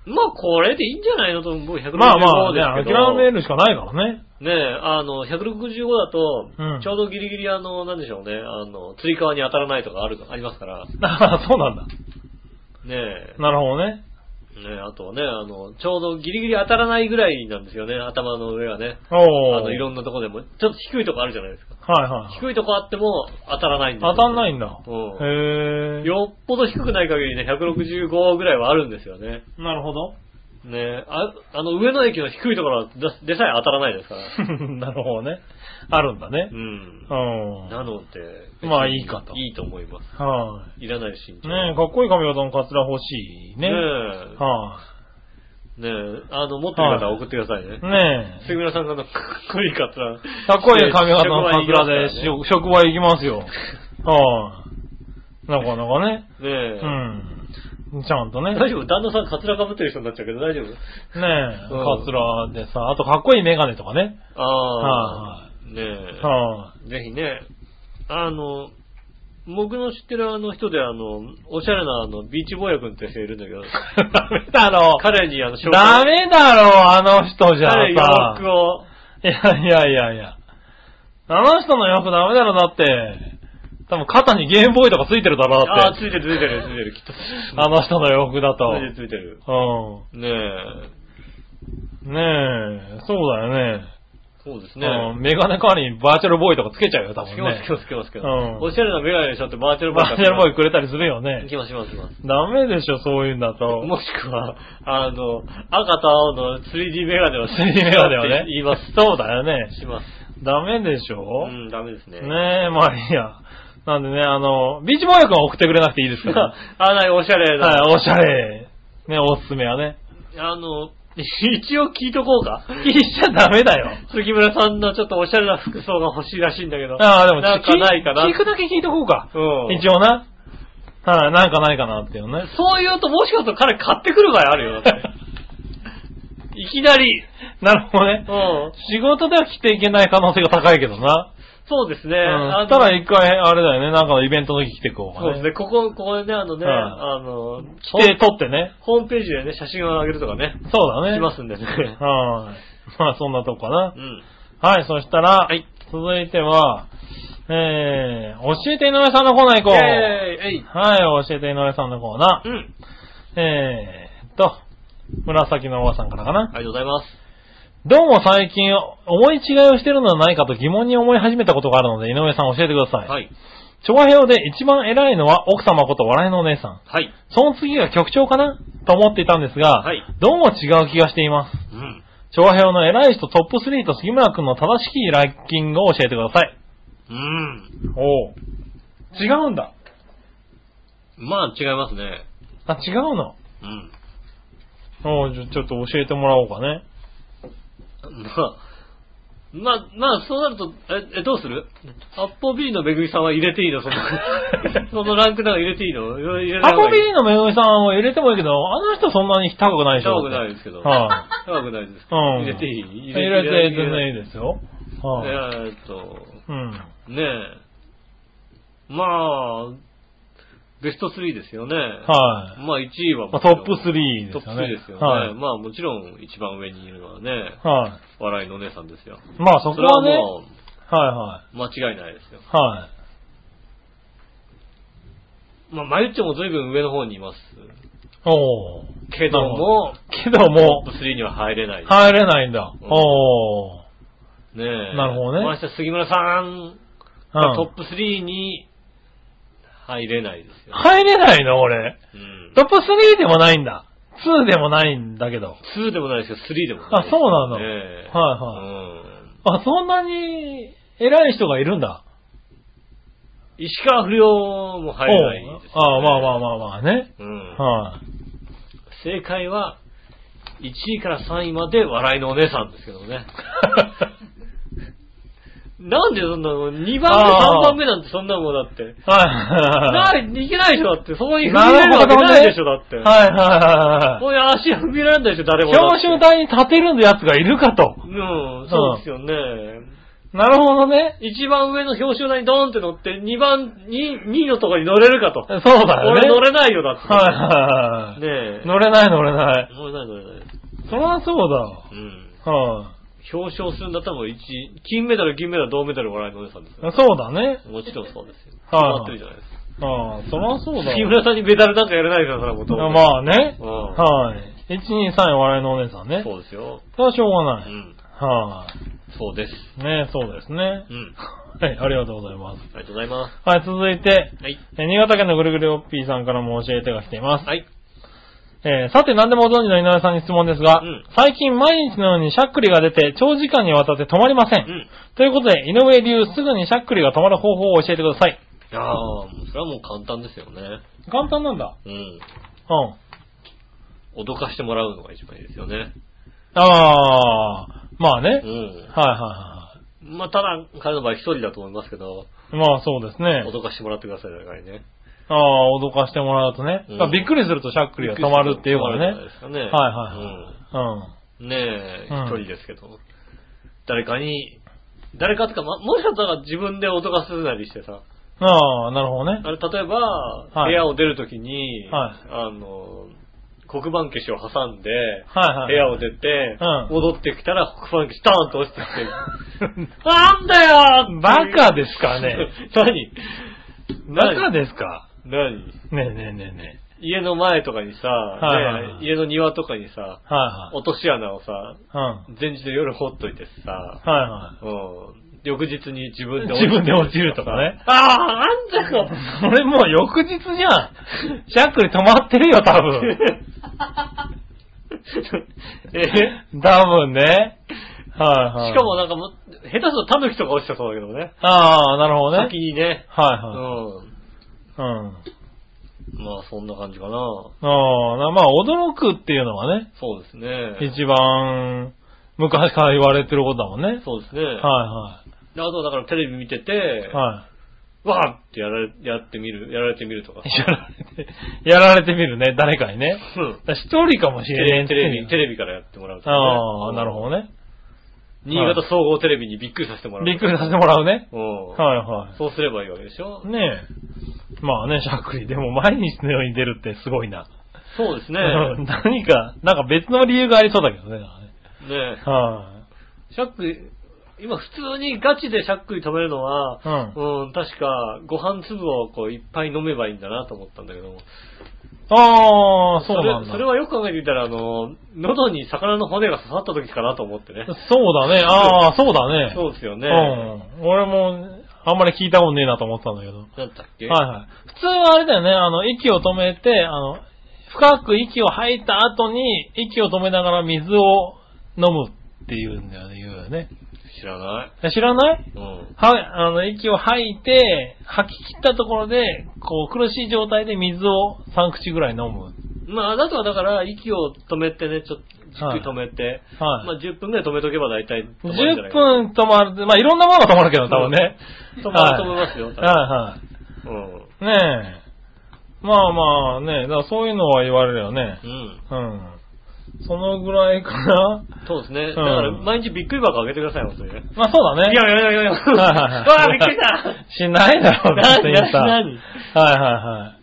[SPEAKER 2] まあこれでいいんじゃないのと、僕165ですけど。
[SPEAKER 3] まあまあ、ね、諦めるしかないからね。
[SPEAKER 2] ねえ、あの、165だと
[SPEAKER 3] うん、
[SPEAKER 2] ちょうどギリギリあの、なんでしょうね、あの、釣り革に当たらないとかある、ありますから、ね
[SPEAKER 3] ああ、そうなんだ。
[SPEAKER 2] え、
[SPEAKER 3] なるほどね。
[SPEAKER 2] ねえ、あとはね、あの、ちょうどギリギリ当たらないぐらいなんですよね、頭の上はね。あ
[SPEAKER 3] おお。
[SPEAKER 2] の、いろんなとこでも、ちょっと低いとこあるじゃないですか。
[SPEAKER 3] はいはい。
[SPEAKER 2] 低いとこあっても当たらないんですよ
[SPEAKER 3] 当たんないんだ。
[SPEAKER 2] う
[SPEAKER 3] へ
[SPEAKER 2] ん。
[SPEAKER 3] え。
[SPEAKER 2] よっぽど低くない限りね、165ぐらいはあるんですよね。
[SPEAKER 3] なるほど。
[SPEAKER 2] ねえ、ああの、上野駅の低いところはだでさえ当たらない ですから。
[SPEAKER 3] なるほどね。あるんだね
[SPEAKER 2] う。ん。
[SPEAKER 3] うん。
[SPEAKER 2] なので、
[SPEAKER 3] まあいいかと
[SPEAKER 2] いいと思います。
[SPEAKER 3] はい
[SPEAKER 2] らない身
[SPEAKER 3] い。
[SPEAKER 2] 長。
[SPEAKER 3] ねえ、かっこいい髪型のカツラ欲しいね。
[SPEAKER 2] ね
[SPEAKER 3] は
[SPEAKER 2] え。ねえ、あの、持ってる方は送ってくださいね
[SPEAKER 3] い。。ね
[SPEAKER 2] 杉村さんがあの、かっこいい方。
[SPEAKER 3] え。かっこいい髪型の
[SPEAKER 2] 職場に
[SPEAKER 3] カツ
[SPEAKER 2] 行きま
[SPEAKER 3] ラ
[SPEAKER 2] すから
[SPEAKER 3] でしょ職場行きますよ。はい。なかなかね。
[SPEAKER 2] ねえ。
[SPEAKER 3] うん。ちゃんとね。ね
[SPEAKER 2] 大丈夫旦那さんカツラかぶってる人になっちゃうけど大丈夫
[SPEAKER 3] え、カツラでさ、あとかっこいいメガネとかね。
[SPEAKER 2] ああ。ねえ。
[SPEAKER 3] は
[SPEAKER 2] ぜひね、あの、僕の知ってるあの人であの、おしゃれなあの、ビーチボーヤ君って人いるんだけど、
[SPEAKER 3] い。ダメだろ。
[SPEAKER 2] 彼にあの、紹
[SPEAKER 3] ダ
[SPEAKER 2] 介、
[SPEAKER 3] メだろ、あの人じゃ
[SPEAKER 2] 彼に洋
[SPEAKER 3] さ。
[SPEAKER 2] 服を、
[SPEAKER 3] いやいやいやいや。あの人の洋服ダメだろ、だって。多分肩にゲームボーイとかついてるだろ、だ
[SPEAKER 2] ああ、
[SPEAKER 3] っ
[SPEAKER 2] つい
[SPEAKER 3] て。
[SPEAKER 2] てるついてるついてる、きっと。
[SPEAKER 3] あの人の洋服だと。
[SPEAKER 2] ついてるついてる。
[SPEAKER 3] う
[SPEAKER 2] ねえ、
[SPEAKER 3] ん。ねえ、そうだよね。
[SPEAKER 2] そうですね。
[SPEAKER 3] うん。メガネ代わりにバーチャルボーイとかつけちゃうよ、多分
[SPEAKER 2] つけます、
[SPEAKER 3] ね
[SPEAKER 2] つ。けます、つけますけど。
[SPEAKER 3] うん
[SPEAKER 2] おしゃれなメガネでしょってバーチャルボーイ
[SPEAKER 3] バーチャルボーイ
[SPEAKER 2] イ。
[SPEAKER 3] くれたりするよ
[SPEAKER 2] 行
[SPEAKER 3] ね。
[SPEAKER 2] きます、行きます、行きます。
[SPEAKER 3] ダメでしょ、そういうんだと。
[SPEAKER 2] もしくは、あの、赤と青の 3D メガネを
[SPEAKER 3] 3D メガネはね。
[SPEAKER 2] 言います。
[SPEAKER 3] そうだよね。
[SPEAKER 2] します。
[SPEAKER 3] ダメでしょ
[SPEAKER 2] う、ん、ダメですね。。
[SPEAKER 3] ねえ、まあいいや。なんでね、あの、ビーチボーイ君は送ってくれなくていいですから
[SPEAKER 2] あ、なに、おしゃれな。
[SPEAKER 3] はい、おしゃれ。ね、おすすめはね。
[SPEAKER 2] あの、一応聞いとこう か。
[SPEAKER 3] 聞いちゃダメだよ。
[SPEAKER 2] 杉村さんのちょっとおしゃれな服装が欲しいらしいんだけど。
[SPEAKER 3] ああ、でも、
[SPEAKER 2] なんか
[SPEAKER 3] 聞
[SPEAKER 2] ないかな。
[SPEAKER 3] 聞くだけ聞いとこうか。
[SPEAKER 2] うん。
[SPEAKER 3] 一応な。はい、なんかないかなっていうね。
[SPEAKER 2] そう言うともしかすると彼買ってくる場合あ るよ、だっていきなり。
[SPEAKER 3] なるほど
[SPEAKER 2] う
[SPEAKER 3] ね。
[SPEAKER 2] ん。
[SPEAKER 3] 仕事では着ていけない可能性が高いけどな。
[SPEAKER 2] そうですね。
[SPEAKER 3] うん。
[SPEAKER 2] あの
[SPEAKER 3] したら一回、あれだよね、なんかのイベントの時着てこう
[SPEAKER 2] そう
[SPEAKER 3] か
[SPEAKER 2] です
[SPEAKER 3] ね。
[SPEAKER 2] ね。ここ、ここでね、あのね、
[SPEAKER 3] はい
[SPEAKER 2] あの、
[SPEAKER 3] 着て撮ってね。
[SPEAKER 2] ホームページでね、写真を上げるとかね、
[SPEAKER 3] そうだね。
[SPEAKER 2] しますん でね。
[SPEAKER 3] はい。まあ、そんなとこかな
[SPEAKER 2] う。ん。
[SPEAKER 3] はい、そしたら、
[SPEAKER 2] はい
[SPEAKER 3] 続いては、えー、教えて井上さんのコーナー行こう。
[SPEAKER 2] イェーイえい
[SPEAKER 3] はい、教えて井上さんのコーナー。
[SPEAKER 2] うん。
[SPEAKER 3] えーっと、紫のおばさんからかな。
[SPEAKER 2] ありがとうございます。
[SPEAKER 3] どうも最近、思い違いをしてるのではないかと疑問に思い始めたことがあるので、井上さん教えてください。
[SPEAKER 2] はい。
[SPEAKER 3] 調和表で一番偉いのは奥様こと笑いのお姉さん。
[SPEAKER 2] はい。
[SPEAKER 3] その次が局長かなと思っていたんですが、
[SPEAKER 2] はい
[SPEAKER 3] どうも違う気がしています。
[SPEAKER 2] うん。
[SPEAKER 3] 調和表の偉い人トップ3と杉村くんの正しきランキングを教えてください。
[SPEAKER 2] うん。
[SPEAKER 3] お違うんだ。
[SPEAKER 2] まあ、違いますね。
[SPEAKER 3] あ、違うの。
[SPEAKER 2] うん。
[SPEAKER 3] おうじゃちょっと教えてもらおうかね。
[SPEAKER 2] まあ、まあ、まあ、そうなると、え、え、どうするアッポビーのめぐみさんは入れていいの その、そのランクなの入れていいの入れ
[SPEAKER 3] アコビ
[SPEAKER 2] ー
[SPEAKER 3] ーのめぐみさんを入れてもいいけど、あの人そんなに高くないでしょ
[SPEAKER 2] 高くないですけど。
[SPEAKER 3] は
[SPEAKER 2] 高くないです
[SPEAKER 3] い。うん。
[SPEAKER 2] 入れていい
[SPEAKER 3] 入れて全然いいですよ。
[SPEAKER 2] 入れ
[SPEAKER 3] はい。
[SPEAKER 2] えーっと、
[SPEAKER 3] うん。
[SPEAKER 2] ねえ。まあ、ベスト3ですよね。
[SPEAKER 3] はい。
[SPEAKER 2] まあ1位は
[SPEAKER 3] まあ
[SPEAKER 2] もち
[SPEAKER 3] ト
[SPEAKER 2] ろん、
[SPEAKER 3] ップ3です
[SPEAKER 2] ト
[SPEAKER 3] よ
[SPEAKER 2] ップ
[SPEAKER 3] ね。
[SPEAKER 2] 3ですよね。
[SPEAKER 3] はい。
[SPEAKER 2] まあもちろん一番上にいるのはね、
[SPEAKER 3] は
[SPEAKER 2] 笑いのお姉さんですよ。
[SPEAKER 3] い。まあそこ
[SPEAKER 2] れは
[SPEAKER 3] はね、
[SPEAKER 2] も
[SPEAKER 3] はいは
[SPEAKER 2] う間違いないですよ。
[SPEAKER 3] い。はい。
[SPEAKER 2] まあ、まゆっちょも随分上の方にいます。
[SPEAKER 3] おー
[SPEAKER 2] けども、
[SPEAKER 3] けども
[SPEAKER 2] トッ、プ3には入れない。
[SPEAKER 3] 入れないんだ。
[SPEAKER 2] うん
[SPEAKER 3] おー
[SPEAKER 2] ねえ。
[SPEAKER 3] なるほどね
[SPEAKER 2] まして杉村さん
[SPEAKER 3] う
[SPEAKER 2] が
[SPEAKER 3] ん
[SPEAKER 2] トップ3に入れないですよ。
[SPEAKER 3] 入れないの俺。
[SPEAKER 2] うん。
[SPEAKER 3] トップ3でもないんだ。2でもないんだけど。
[SPEAKER 2] 2でもないですけど、3でもないですよ。
[SPEAKER 3] あそうなの
[SPEAKER 2] ねえ
[SPEAKER 3] は
[SPEAKER 2] うん。
[SPEAKER 3] あ、そんなに偉い人がいるんだ。
[SPEAKER 2] 石川不良も入れないです、ね。
[SPEAKER 3] おうあまあまあまあまあね。
[SPEAKER 2] うん。
[SPEAKER 3] はい、
[SPEAKER 2] 正解は、1位から3位まで笑いのお姉さんですけど ね。なんでそんなの、2番目、
[SPEAKER 3] あー
[SPEAKER 2] 3番目なんてそんなもんだって。
[SPEAKER 3] は。
[SPEAKER 2] ないい、いけないでしょ、だって。そこに踏み入れるわけないでしょ、だって。
[SPEAKER 3] はいはい
[SPEAKER 2] こうい
[SPEAKER 3] は
[SPEAKER 2] う足踏み入れられないでしょ、誰も
[SPEAKER 3] いはい。
[SPEAKER 2] だって。
[SPEAKER 3] 表彰台に立てるやつがいるかと。
[SPEAKER 2] うん、そうですよね。
[SPEAKER 3] なるほどね。
[SPEAKER 2] 一番上の表彰台にドーンって乗って、二番、二二位のとこに乗れるかと。
[SPEAKER 3] そうだよね。
[SPEAKER 2] 俺乗れないよ、だ
[SPEAKER 3] はい
[SPEAKER 2] っ
[SPEAKER 3] はいはい
[SPEAKER 2] て。。ねえ。
[SPEAKER 3] 乗れない乗れない。
[SPEAKER 2] 乗れない、乗れない。
[SPEAKER 3] そりゃそうだ。
[SPEAKER 2] うん。
[SPEAKER 3] は
[SPEAKER 2] 表彰するんだったらもう一、金メダル、銀メダル、銅メダルもらえるのお姉さんです
[SPEAKER 3] い
[SPEAKER 2] よ。
[SPEAKER 3] そうだね。
[SPEAKER 2] もちろんそうですよ。決
[SPEAKER 3] はい
[SPEAKER 2] まってるじゃないですか。
[SPEAKER 3] ああ、そりゃそうだ。
[SPEAKER 2] 木村さんにメダルなんかやれないから、それはもうどうも
[SPEAKER 3] まあね。
[SPEAKER 2] うん
[SPEAKER 3] はい。1、2、3、笑いのお姉さんね。
[SPEAKER 2] そうですよ。
[SPEAKER 3] それはしょうが
[SPEAKER 2] う
[SPEAKER 3] ない。
[SPEAKER 2] ん。
[SPEAKER 3] はい、
[SPEAKER 2] そうです。
[SPEAKER 3] ねそうですね
[SPEAKER 2] う。ん。あ
[SPEAKER 3] はい、ありがとうございます。
[SPEAKER 2] りがとうございま
[SPEAKER 3] はい、続いて、
[SPEAKER 2] す。はい。
[SPEAKER 3] えー新潟県のぐるぐるおっぴーさんからも教えてが来ています。
[SPEAKER 2] はい。
[SPEAKER 3] えーさて何でもご存知の井上さんに質問ですが、
[SPEAKER 2] うん
[SPEAKER 3] 最近毎日のようにしゃっくりが出て長時間にわたって止まりません。
[SPEAKER 2] うん。
[SPEAKER 3] ということで、井上流すぐにしゃっくりが止まる方法を教えてください。
[SPEAKER 2] いやー、もうそれはもう簡単ですよね。
[SPEAKER 3] 簡単なんだ。
[SPEAKER 2] うん。
[SPEAKER 3] うん。
[SPEAKER 2] 脅かしてもらうのが一番いいですよね。
[SPEAKER 3] あー、まあね。はいは
[SPEAKER 2] う
[SPEAKER 3] いは
[SPEAKER 2] ん。まあ、ただ、彼の場合一人だと思いますけど、
[SPEAKER 3] い。まあそうですね。
[SPEAKER 2] 脅かしてもらってください、だからね。
[SPEAKER 3] あー、脅かしてもらうとね。
[SPEAKER 2] うん
[SPEAKER 3] びっくりするとしゃっくりが止まるっていうからね。
[SPEAKER 2] 止まるんじゃないですかね。
[SPEAKER 3] はいはい
[SPEAKER 2] うん。ねえ、
[SPEAKER 3] う
[SPEAKER 2] 一
[SPEAKER 3] ん
[SPEAKER 2] 人ですけど。誰かに、誰かとか、ま、もしかしたら自分で脅かすなりしてさ、
[SPEAKER 3] うん。あー、なるほどね。
[SPEAKER 2] あれ、例えば、
[SPEAKER 3] は
[SPEAKER 2] 部
[SPEAKER 3] い
[SPEAKER 2] 屋を出るときに、
[SPEAKER 3] はい
[SPEAKER 2] あの、黒板消しを挟んで、
[SPEAKER 3] はいは
[SPEAKER 2] 部
[SPEAKER 3] い。
[SPEAKER 2] 屋を出て、
[SPEAKER 3] うん
[SPEAKER 2] 戻ってきたら黒板消しターンと落ちてきて、なんだよ
[SPEAKER 3] バカですかね
[SPEAKER 2] 何
[SPEAKER 3] バカ
[SPEAKER 2] 何
[SPEAKER 3] ですか
[SPEAKER 2] 何
[SPEAKER 3] ねえねえねえね
[SPEAKER 2] 家の前とかにさ、
[SPEAKER 3] いはいはい
[SPEAKER 2] ね家の庭とかにさ、
[SPEAKER 3] え。はい
[SPEAKER 2] 落とし穴をさ、
[SPEAKER 3] はい。
[SPEAKER 2] 前日の夜放っといてさ、
[SPEAKER 3] うん。はいはい。
[SPEAKER 2] うん、翌日に自分で
[SPEAKER 3] 自分で落ちるとかね。
[SPEAKER 2] ああ、なんだよ
[SPEAKER 3] それもう翌 日じゃん。シャックリ止まってるよ、多分。
[SPEAKER 2] えし
[SPEAKER 3] 多分ね。はいはい。
[SPEAKER 2] かも。なんかもう、下手するとタヌキとか落ちてそうだけどね。
[SPEAKER 3] ああ、なるほどね。
[SPEAKER 2] 先にね。
[SPEAKER 3] はい
[SPEAKER 2] うん。
[SPEAKER 3] はい。うん。
[SPEAKER 2] まあ、そんな感じかな。
[SPEAKER 3] ああ、なまあ、驚くっていうのはね、
[SPEAKER 2] そうですね。
[SPEAKER 3] 一番昔から言われてることだもんね。
[SPEAKER 2] そうですね。
[SPEAKER 3] は
[SPEAKER 2] であと、だからテレビ見てて
[SPEAKER 3] いはい。、は
[SPEAKER 2] わーってやられ、やってみる、やられてみるとか。
[SPEAKER 3] い。やられて、 やられてみるね、誰かにね。
[SPEAKER 2] うん。
[SPEAKER 3] 一人かもし
[SPEAKER 2] テ
[SPEAKER 3] れ
[SPEAKER 2] レ
[SPEAKER 3] ん
[SPEAKER 2] ビ、テレビ、テレビからやってもらうとかね
[SPEAKER 3] ああ、なるほどね。
[SPEAKER 2] 新潟総合テレビにびっくりさせてもらう。
[SPEAKER 3] びっくりさせてもらうね。
[SPEAKER 2] うん。
[SPEAKER 3] はいは
[SPEAKER 2] そうすればいいわけでしょ
[SPEAKER 3] い。ねえ。まあね、しゃっくり。でも毎日のように出るってすごいな。
[SPEAKER 2] そう ですね。
[SPEAKER 3] うん何か、なんか別の理由がありそうだけどね。なんかね
[SPEAKER 2] ね
[SPEAKER 3] は
[SPEAKER 2] シャックリ、今普通にガチでシャックリ止めるのは、うん、確かご飯粒をこういっぱい飲めばいいんだなと思ったんだけども。
[SPEAKER 3] い。ああ、そう
[SPEAKER 2] れ
[SPEAKER 3] なんだ。
[SPEAKER 2] それはよく考えてみたら、あの、喉に魚の骨が刺さった時かなと思ってね。
[SPEAKER 3] そうだね。ああ、そうだね。
[SPEAKER 2] そうですよね。
[SPEAKER 3] うん。俺も、あんまり聞いたことねえなと思ってたんだけど。
[SPEAKER 2] なんだっけ
[SPEAKER 3] はいはい。普通はあれだよね、あの、息を止めて、あの、深く息を吐いた後に、息を止めながら水を飲むっていうんだよね、言うよね。
[SPEAKER 2] 知らない。
[SPEAKER 3] え知らない
[SPEAKER 2] うん。
[SPEAKER 3] はい、あの、息を吐いて、吐き切ったところで、こう、苦しい状態で水を3口ぐらい飲む。
[SPEAKER 2] まあ、あなたはだから、息を止めてね、ちょっと、じっくり止めて、
[SPEAKER 3] はい
[SPEAKER 2] まあ、10分ぐらい止めとけば大体止まるんじゃない
[SPEAKER 3] 10
[SPEAKER 2] かな、
[SPEAKER 3] 分止まる。まあ、いろんなものが止まるけど、多分ね。
[SPEAKER 2] 止まると思いますよ、
[SPEAKER 3] はい
[SPEAKER 2] 多分
[SPEAKER 3] は
[SPEAKER 2] うん。
[SPEAKER 3] い。ねえ。まあまあね、だからそういうのは言われるよね
[SPEAKER 2] う。ん。
[SPEAKER 3] うん。そのぐらいかな。
[SPEAKER 2] そうですね。だから、毎日びっくり箱あげてください、本当にね。
[SPEAKER 3] まあそうだね。
[SPEAKER 2] いやいやいやいや。う
[SPEAKER 3] はいはいはいう
[SPEAKER 2] わ、びっくりした。
[SPEAKER 3] しないだろう、
[SPEAKER 2] な
[SPEAKER 3] 別にさ。
[SPEAKER 2] な
[SPEAKER 3] はい
[SPEAKER 2] 何
[SPEAKER 3] はいは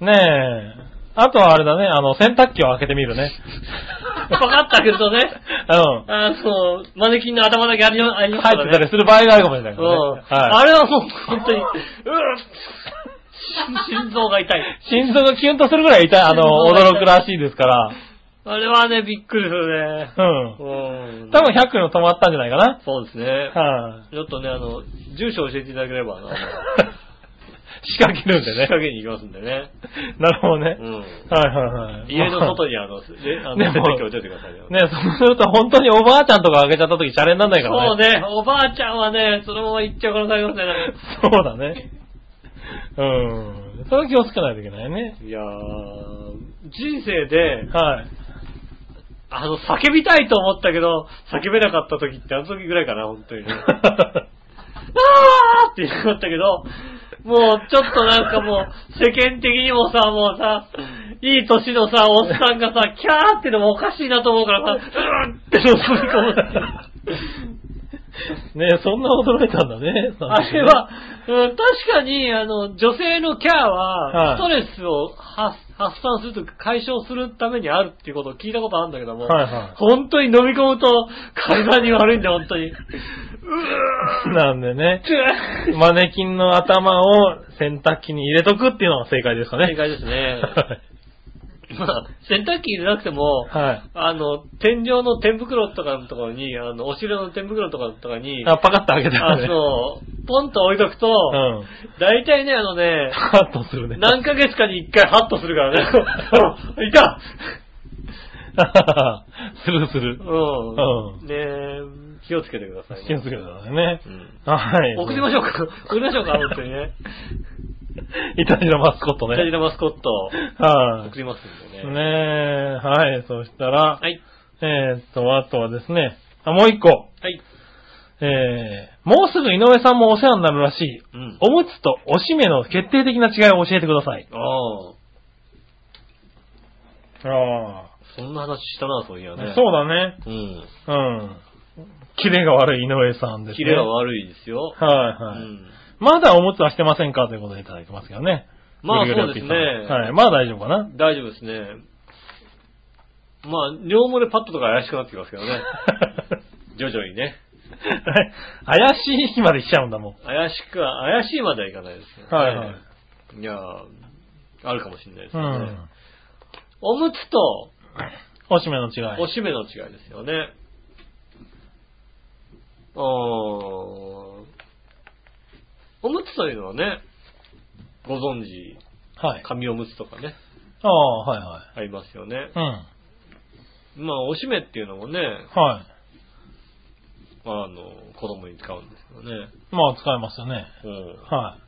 [SPEAKER 3] い。ねえ。あとはあれだね、あの、洗濯機を開けてみるね。
[SPEAKER 2] パカッと開けるとね、
[SPEAKER 3] うん。
[SPEAKER 2] あの、マネキンの頭だけありありますか
[SPEAKER 3] 入
[SPEAKER 2] ら
[SPEAKER 3] って
[SPEAKER 2] ね。
[SPEAKER 3] たりする場合があるかもしれないか
[SPEAKER 2] うん。
[SPEAKER 3] らね。
[SPEAKER 2] あ
[SPEAKER 3] はい。
[SPEAKER 2] れはもう、本当に、うー心心臓が痛い。
[SPEAKER 3] 心臓がキュンとするぐらい痛い、あの、
[SPEAKER 2] 心臓が痛い
[SPEAKER 3] 驚くらしいですから。
[SPEAKER 2] あれはね、びっくりするね。
[SPEAKER 3] うん。
[SPEAKER 2] うん。
[SPEAKER 3] 多分100の止まったんじゃないかな。
[SPEAKER 2] そうですね。
[SPEAKER 3] はい、
[SPEAKER 2] ちょっとね、あの、住所教えていただければ、 あの、
[SPEAKER 3] 仕掛けるんで
[SPEAKER 2] 仕
[SPEAKER 3] ね。
[SPEAKER 2] 掛けに行きますんでね。
[SPEAKER 3] なるほどね。
[SPEAKER 2] うん。
[SPEAKER 3] はいはいはい。
[SPEAKER 2] 家の外にあ の、であの、
[SPEAKER 3] で
[SPEAKER 2] 出
[SPEAKER 3] も
[SPEAKER 2] てきておいてくださいよ。
[SPEAKER 3] ね、そうすると本当におばあちゃんとか開けちゃった時シャレになんないか
[SPEAKER 2] そ
[SPEAKER 3] ら
[SPEAKER 2] う
[SPEAKER 3] ね。
[SPEAKER 2] ね、おばあちゃんはね、そのまま行っちゃう可能性ありますね。
[SPEAKER 3] そうだね。うん。それは気をつけないといけないね。
[SPEAKER 2] いやー、人生で、
[SPEAKER 3] はい。
[SPEAKER 2] あの、叫びたいと思ったけど、叫べなかった時ってあの時ぐらいかな、本当にね。あーって言うかったけど、もうちょっとなんかもう、世間的にもさ、もうさ、いい歳のさ、おっさんがさ、キャーってのもおかしいなと思うからさ、うーんってのを飛び込むっていう。
[SPEAKER 3] ねそんな驚いたんだね。
[SPEAKER 2] あれは、うん、確かに、あの、女性のキャーは、
[SPEAKER 3] はい
[SPEAKER 2] ストレスを発発散するというか解消するためにあるっていうことを聞いたことあるんだけども、
[SPEAKER 3] はいは
[SPEAKER 2] 本当に飲み込むと体に悪いんだよ、本当に。う
[SPEAKER 3] い。なんでね、
[SPEAKER 2] ー
[SPEAKER 3] マネキンの頭を洗濯機に入れとくっていうのが正解ですかね。
[SPEAKER 2] 正解ですね。
[SPEAKER 3] はい
[SPEAKER 2] まあ、洗濯機入れなくても、
[SPEAKER 3] はい。
[SPEAKER 2] あの、天井の天袋とかのところに、あの、お尻の天袋とかとかに、
[SPEAKER 3] あ、パカッと開けたら
[SPEAKER 2] あ
[SPEAKER 3] ね。
[SPEAKER 2] そう、ポンと置いとくと、
[SPEAKER 3] うん。
[SPEAKER 2] 大体ね、あのね、
[SPEAKER 3] パカッとするね。
[SPEAKER 2] 何ヶ月かに一回ハッとするからね。あいた
[SPEAKER 3] するする。
[SPEAKER 2] う。
[SPEAKER 3] うん
[SPEAKER 2] ねえ気をつけてくださいね。
[SPEAKER 3] 気をつけてくださいね
[SPEAKER 2] う。ん
[SPEAKER 3] はい。
[SPEAKER 2] 送りましょうか。送りましょうか、本当にね。
[SPEAKER 3] イタジラマスコット
[SPEAKER 2] 大事
[SPEAKER 3] ね。
[SPEAKER 2] なマスコット、
[SPEAKER 3] は
[SPEAKER 2] 送りますん
[SPEAKER 3] い。
[SPEAKER 2] で
[SPEAKER 3] ねえ、
[SPEAKER 2] ね。
[SPEAKER 3] はい。そしたら
[SPEAKER 2] は、い。
[SPEAKER 3] えーっと、あとはですね、あ、もう一個。
[SPEAKER 2] はい。
[SPEAKER 3] えー、もうすぐ井上さんもお世話になるらしい。
[SPEAKER 2] うん。
[SPEAKER 3] おむつとおしめの決定的な違いを教えてください。
[SPEAKER 2] ああ。
[SPEAKER 3] あ
[SPEAKER 2] そんな話したな、そういや
[SPEAKER 3] あ、
[SPEAKER 2] ね。
[SPEAKER 3] そうだね。
[SPEAKER 2] う。うん。
[SPEAKER 3] うん。キレが悪い井上さんですね。
[SPEAKER 2] キレが
[SPEAKER 3] は
[SPEAKER 2] 悪いですよ。
[SPEAKER 3] いはい。
[SPEAKER 2] うん。
[SPEAKER 3] まだおむつはしてませんかということでいただいてますけどね。
[SPEAKER 2] まあ
[SPEAKER 3] ぐりぐり
[SPEAKER 2] そうですね
[SPEAKER 3] おっぴーさんはい。まあ大丈夫かな。
[SPEAKER 2] 大丈夫ですね。まあ、尿漏れパッドとか怪しくなってきますけど ね。徐々にね。
[SPEAKER 3] 怪しい日まで来ちゃうんだもん。
[SPEAKER 2] 怪しくは、怪しいまではいかないですけどね。
[SPEAKER 3] はいはい。
[SPEAKER 2] いやーあるかもしれないです
[SPEAKER 3] う
[SPEAKER 2] よね。
[SPEAKER 3] ん。
[SPEAKER 2] おむつと
[SPEAKER 3] おしめの違
[SPEAKER 2] お
[SPEAKER 3] い。
[SPEAKER 2] しめの違いですよね。おおむつというのはね、ご存知、
[SPEAKER 3] はい。
[SPEAKER 2] 紙おむつとかね、
[SPEAKER 3] ああ、はいは
[SPEAKER 2] ありますよね
[SPEAKER 3] い。。うん。
[SPEAKER 2] まあ、おしめっていうのもね、
[SPEAKER 3] は
[SPEAKER 2] あの、子供に使うんですよね。
[SPEAKER 3] い。まあ使えますよね。
[SPEAKER 2] うん。
[SPEAKER 3] は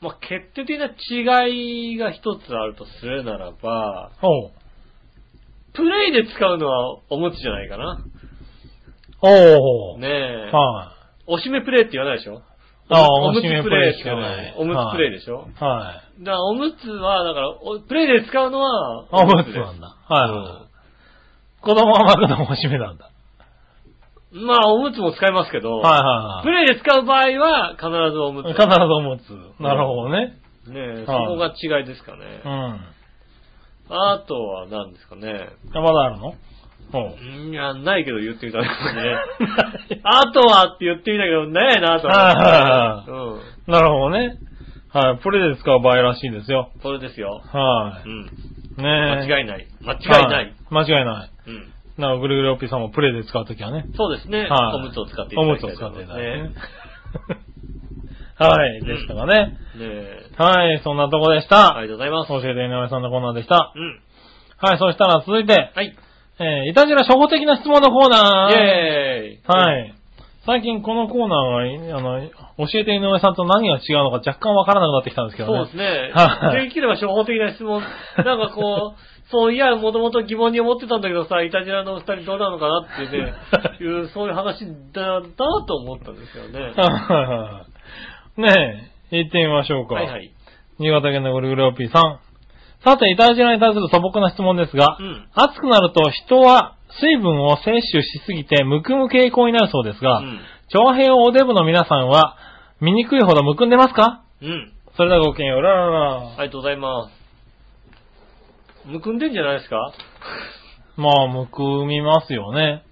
[SPEAKER 2] まあ、決定的な違いが一つあるとするならば
[SPEAKER 3] い。、おう。
[SPEAKER 2] プレイで使うのはおむつじゃないかな。
[SPEAKER 3] おう。
[SPEAKER 2] ねえ。
[SPEAKER 3] は
[SPEAKER 2] おしめプレイって言わないでしょ
[SPEAKER 3] ああ
[SPEAKER 2] おむつ
[SPEAKER 3] おしめプレイって言わない
[SPEAKER 2] おむつプレイでしょ
[SPEAKER 3] い。は
[SPEAKER 2] だ
[SPEAKER 3] い。
[SPEAKER 2] から、おむつは、だから、おプレイで使うのは、
[SPEAKER 3] あ、おむつ
[SPEAKER 2] です
[SPEAKER 3] なんだ。はいはい。子供はまだおしめなんだ。
[SPEAKER 2] うんまあ、おむつも使いますけど、
[SPEAKER 3] はい
[SPEAKER 2] プレイで使う場合は、必ずおむつ。
[SPEAKER 3] はいはい。必ずおむつ。なるほどね。
[SPEAKER 2] ねえ、そ
[SPEAKER 3] はい
[SPEAKER 2] こが違いですかね
[SPEAKER 3] う。ん。
[SPEAKER 2] あとは何ですかね。
[SPEAKER 3] あまだあるのおう。
[SPEAKER 2] いや、ないけど言ってみたい ですね。あとはって言ってみたけど、ないなと思って。
[SPEAKER 3] なるほどね。はい。プレイで使う場合らしいですよ。
[SPEAKER 2] うん。これですよ。
[SPEAKER 3] は
[SPEAKER 2] うん。
[SPEAKER 3] い。ねえ。
[SPEAKER 2] 間違いない。間違いない。。
[SPEAKER 3] 間違いない。
[SPEAKER 2] うん。
[SPEAKER 3] なお、ぐるぐるおっぴーさんもプレイで使うときはね。
[SPEAKER 2] そうですね。
[SPEAKER 3] はい
[SPEAKER 2] おむつを使ってい
[SPEAKER 3] お
[SPEAKER 2] ただ
[SPEAKER 3] む
[SPEAKER 2] き
[SPEAKER 3] つ
[SPEAKER 2] たいと
[SPEAKER 3] を使っ
[SPEAKER 2] 思
[SPEAKER 3] て
[SPEAKER 2] い
[SPEAKER 3] い
[SPEAKER 2] ま
[SPEAKER 3] た
[SPEAKER 2] す
[SPEAKER 3] だいて
[SPEAKER 2] ね
[SPEAKER 3] ね。 はい。でしたかね。
[SPEAKER 2] ねえ。
[SPEAKER 3] はい。そんなとこでし
[SPEAKER 2] あ
[SPEAKER 3] た。
[SPEAKER 2] りがとうございます。
[SPEAKER 3] 教えて井上さんのコーナーでした。
[SPEAKER 2] うん。
[SPEAKER 3] はい。そしたら続いて、
[SPEAKER 2] はい。
[SPEAKER 3] えー、いたじら初歩的な質問のコーナー。
[SPEAKER 2] イェーイ。。
[SPEAKER 3] はいい。最近このコーナーは、あの、教えて井上さんと何が違うのか若干わからなくなってきたんですけどね。
[SPEAKER 2] そうですね。
[SPEAKER 3] はい
[SPEAKER 2] できれば初歩的な質問。なんかこう、そういや、もともと疑問に思ってたんだけどさ、イタジラのお二人どうなのかなって ね、いう、そういう話だ、だと思ったんですよね。
[SPEAKER 3] はい ねえ、行ってみましょうか。
[SPEAKER 2] はいはい。
[SPEAKER 3] 新潟県のぐるぐるおっぴーさん。さて、イタジラに対する素朴な質問ですが、
[SPEAKER 2] うん
[SPEAKER 3] 暑くなると人は水分を摂取しすぎてむくむ傾向になるそうですが、
[SPEAKER 2] うん
[SPEAKER 3] 長編おデブの皆さんは、醜いほどむくんでますか
[SPEAKER 2] うん。
[SPEAKER 3] それではごきげんよう。らららら。
[SPEAKER 2] ありがとうございます。むくんでんじゃないですか
[SPEAKER 3] まあ、むくみますよね。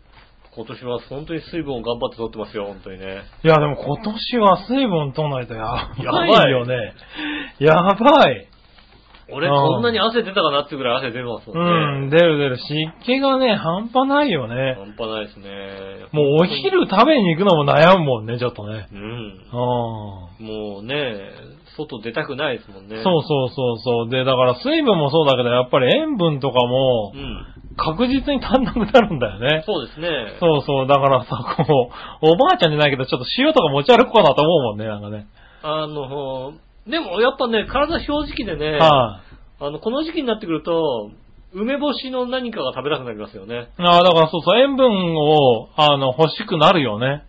[SPEAKER 2] 今年は本当に水分を頑張って取ってますよ、本当にね。
[SPEAKER 3] いや、でも今年は水分取らないとやば
[SPEAKER 2] やば
[SPEAKER 3] い
[SPEAKER 2] い
[SPEAKER 3] よね。やばい。
[SPEAKER 2] 俺、
[SPEAKER 3] あー
[SPEAKER 2] こんなに汗出たかなってぐらい汗出てます
[SPEAKER 3] う
[SPEAKER 2] もん
[SPEAKER 3] ん、
[SPEAKER 2] ね。
[SPEAKER 3] 出る出る。湿気がね、半端ないよね。
[SPEAKER 2] 半端ないですね。
[SPEAKER 3] もうお昼食べに行くのも悩むもんね、ちょっとね。
[SPEAKER 2] うん
[SPEAKER 3] う。ん。
[SPEAKER 2] もうね、外出たくないですもんね。
[SPEAKER 3] そうそうそうそう。で、だから水分もそうだけど、やっぱり塩分とかも
[SPEAKER 2] うん。
[SPEAKER 3] 確実に足んなくなるんだよね。
[SPEAKER 2] そうですね。
[SPEAKER 3] そうそう。だからさ、こう、おばあちゃんじゃないけど、ちょっと塩とか持ち歩こうかなと思うもんね、なんかね。
[SPEAKER 2] あの、でもやっぱね、体正直でね、
[SPEAKER 3] はい、
[SPEAKER 2] あの、この時期になってくると、梅干しの何かが食べたくなりますよね。
[SPEAKER 3] ああ、だからそうそう、塩分を、あの、欲しくなるよね。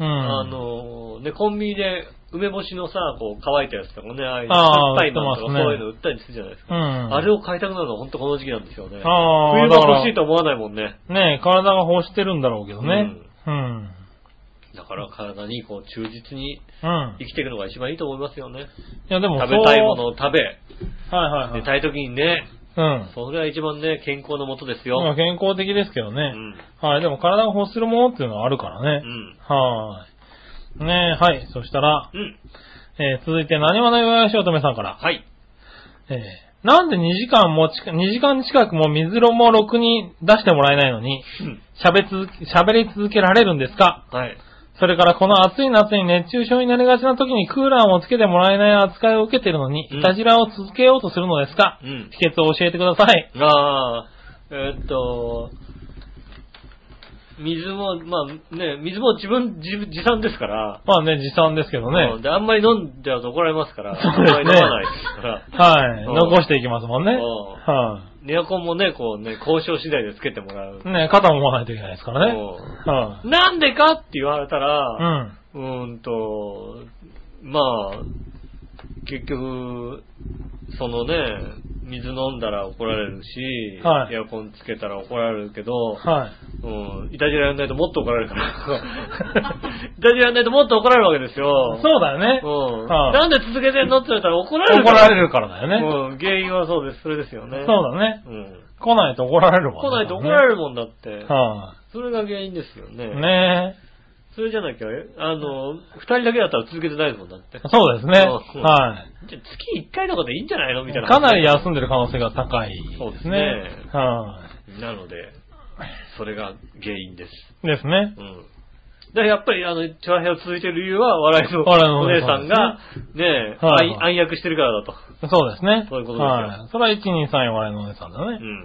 [SPEAKER 2] うん。
[SPEAKER 3] うん
[SPEAKER 2] あの、ね、コンビニで梅干しのさ、こう、乾いたやつとかね、ああいう
[SPEAKER 3] あー
[SPEAKER 2] 酸っぱいのと
[SPEAKER 3] 売ってます
[SPEAKER 2] か、
[SPEAKER 3] ね
[SPEAKER 2] そういうの売ったりするじゃないです
[SPEAKER 3] う
[SPEAKER 2] か。
[SPEAKER 3] ん。
[SPEAKER 2] あれを買いたくなるのは本当この時期なんですよね。
[SPEAKER 3] あー
[SPEAKER 2] 冬
[SPEAKER 3] だか
[SPEAKER 2] 場
[SPEAKER 3] ら
[SPEAKER 2] 欲しいと思わないもんね。
[SPEAKER 3] ね体が欲してるんだろうけどね。
[SPEAKER 2] うん
[SPEAKER 3] うん。
[SPEAKER 2] だから体にこう忠実に
[SPEAKER 3] うん。
[SPEAKER 2] 生きていくのが一番いいと思いますよね。
[SPEAKER 3] いや、でも
[SPEAKER 2] 食べたいもの
[SPEAKER 3] そう
[SPEAKER 2] を食べ、
[SPEAKER 3] はいは
[SPEAKER 2] 寝
[SPEAKER 3] いはい。
[SPEAKER 2] たい時にね、
[SPEAKER 3] うん。
[SPEAKER 2] それが一番ね、健康のもとです
[SPEAKER 3] ま
[SPEAKER 2] よ
[SPEAKER 3] あ。健康的ですけど
[SPEAKER 2] う
[SPEAKER 3] ね。
[SPEAKER 2] ん。
[SPEAKER 3] はい。でも体を欲するものっていうのはあるから
[SPEAKER 2] う
[SPEAKER 3] ね。
[SPEAKER 2] ん。
[SPEAKER 3] はーい。ねえ、はい。そしたら、
[SPEAKER 2] うん。
[SPEAKER 3] えー続いて、何話の岩井しおとめさんから。
[SPEAKER 2] はい。
[SPEAKER 3] えーなんで2時間もち、2時間近くも水路もろくに出してもらえないのに、
[SPEAKER 2] うん
[SPEAKER 3] 喋続け喋り続けられるんですか
[SPEAKER 2] はい。
[SPEAKER 3] それからこの暑い夏に熱中症になりがちな時にクーラーもつけてもらえない扱いを受けているのに、
[SPEAKER 2] うん
[SPEAKER 3] いたじらを続けようとするのですか、
[SPEAKER 2] うん
[SPEAKER 3] 秘訣を教えてください。
[SPEAKER 2] ああ、えーっと、水も、まあね、水も自分、自分持参ですから、
[SPEAKER 3] まあね、持参ですけど
[SPEAKER 2] うん
[SPEAKER 3] ね。
[SPEAKER 2] で、あんまり飲んじゃうと怒られますから、
[SPEAKER 3] そ
[SPEAKER 2] あん
[SPEAKER 3] うです
[SPEAKER 2] ま
[SPEAKER 3] ね
[SPEAKER 2] り飲まないですから。
[SPEAKER 3] はい。
[SPEAKER 2] うん
[SPEAKER 3] 残していきますもんね。
[SPEAKER 2] うん
[SPEAKER 3] は
[SPEAKER 2] エアコンもね、こうね、交渉次第でつけてもらう。
[SPEAKER 3] い。ね、肩もまないといけないですからね。は
[SPEAKER 2] うんなんでかって言われた
[SPEAKER 3] い。う
[SPEAKER 2] ら、
[SPEAKER 3] ん。
[SPEAKER 2] うーんと、まあ、結局、そのね、水飲んだら怒られるし、
[SPEAKER 3] はい
[SPEAKER 2] エアコンつけたら怒られるけど、
[SPEAKER 3] はい。
[SPEAKER 2] うん、いたじらやんないともっと怒られるから。 いたじらやんないともっと怒られるわけですよ。
[SPEAKER 3] そうだよね。
[SPEAKER 2] うん。
[SPEAKER 3] はい
[SPEAKER 2] なんで続けてんのって言われたら怒られる
[SPEAKER 3] 怒られるからだよね。
[SPEAKER 2] うん、原因はそうです。それですよね。
[SPEAKER 3] そうだね。
[SPEAKER 2] うん。
[SPEAKER 3] 来ないと怒られるもん
[SPEAKER 2] 来ないと怒られ
[SPEAKER 3] る。
[SPEAKER 2] るもんだって。
[SPEAKER 3] は
[SPEAKER 2] それが原因ですよね。
[SPEAKER 3] い。ねえ。
[SPEAKER 2] それじゃなきゃ、えあの、二人だけだったら続けてないもんだって。
[SPEAKER 3] そうですね。
[SPEAKER 2] うん
[SPEAKER 3] は
[SPEAKER 2] じゃあ月一回とかでいいんじゃないのみ
[SPEAKER 3] い
[SPEAKER 2] たい。な。
[SPEAKER 3] かなり休んでる可能性が高い
[SPEAKER 2] そうで
[SPEAKER 3] ですす
[SPEAKER 2] ね
[SPEAKER 3] ね。は
[SPEAKER 2] なので、それが原因です。
[SPEAKER 3] い。ですね。
[SPEAKER 2] うん。だからやっぱり、あの、チャワヘア続いてる理由は、笑いの
[SPEAKER 3] 笑いの
[SPEAKER 2] お
[SPEAKER 3] お
[SPEAKER 2] 姉
[SPEAKER 3] 姉
[SPEAKER 2] さ
[SPEAKER 3] さ
[SPEAKER 2] ん
[SPEAKER 3] ん
[SPEAKER 2] が、ねえ、
[SPEAKER 3] はい
[SPEAKER 2] 暗暗躍してるからだと。
[SPEAKER 3] そうですね。
[SPEAKER 2] そういうことですよ
[SPEAKER 3] はい。それは1、2、3、笑いのお姉さんだ
[SPEAKER 2] う
[SPEAKER 3] ね。
[SPEAKER 2] ん。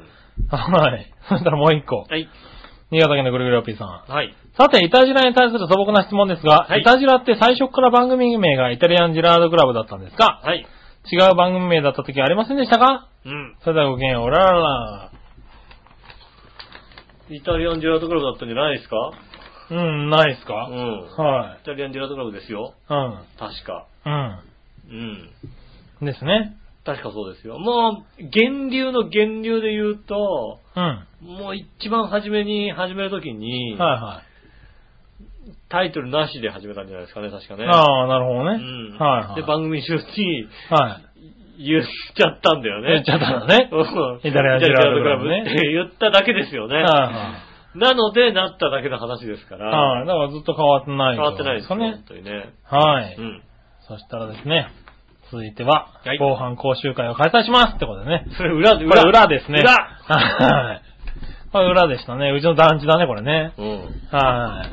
[SPEAKER 3] はい。そしたらもう一個。
[SPEAKER 2] はい。
[SPEAKER 3] 新潟県のぐるぐるおっぴーさん。
[SPEAKER 2] はい。
[SPEAKER 3] さて、イタジラに対する素朴な質問ですが、
[SPEAKER 2] はい
[SPEAKER 3] イタジラって最初から番組名がイタリアンジェラードクラブだったんですか
[SPEAKER 2] はい。
[SPEAKER 3] 違う番組名だった時ありませんでしたか
[SPEAKER 2] うん。
[SPEAKER 3] それではごきげんよう、おららら。
[SPEAKER 2] イタリアンジェラートクラブだったんじゃないですか
[SPEAKER 3] うん、ないっす
[SPEAKER 2] う
[SPEAKER 3] か、
[SPEAKER 2] ん。
[SPEAKER 3] はい。
[SPEAKER 2] イタリアンジェラートクラブですよ。
[SPEAKER 3] うん。
[SPEAKER 2] 確か。
[SPEAKER 3] うん。
[SPEAKER 2] うん。
[SPEAKER 3] ですね。
[SPEAKER 2] 確かそうですよ。もう、源流の源流で言うと、
[SPEAKER 3] うん。は
[SPEAKER 2] もう一番初めに始めるときに、
[SPEAKER 3] いは
[SPEAKER 2] タイトルなしで始めたんじゃないですかね、確か
[SPEAKER 3] い。
[SPEAKER 2] ね。
[SPEAKER 3] ああ、なるほど
[SPEAKER 2] う
[SPEAKER 3] ね。
[SPEAKER 2] ん。
[SPEAKER 3] はいはい。
[SPEAKER 2] で、番組中に
[SPEAKER 3] はい。
[SPEAKER 2] 言っちゃったんだよね。
[SPEAKER 3] 言っちゃった のね
[SPEAKER 2] うん
[SPEAKER 3] イタリアンジェラートクラブね
[SPEAKER 2] イタリアンジェラートクラブって言っただけですよね。
[SPEAKER 3] はいは
[SPEAKER 2] なので、なっただけの話ですか
[SPEAKER 3] い。
[SPEAKER 2] ら。
[SPEAKER 3] はい。だからずっと変わってない。
[SPEAKER 2] 変わってないです
[SPEAKER 3] か
[SPEAKER 2] よね、本
[SPEAKER 3] ね。
[SPEAKER 2] 当にね。
[SPEAKER 3] はい。
[SPEAKER 2] うん。
[SPEAKER 3] そしたらですね、続いては
[SPEAKER 2] はい、
[SPEAKER 3] 後半講習会を開催しますってことでね。
[SPEAKER 2] それ裏で、
[SPEAKER 3] これ裏ですね。
[SPEAKER 2] 裏
[SPEAKER 3] はい。これ裏でしたね。うちの団地だね、これね。
[SPEAKER 2] うん。
[SPEAKER 3] は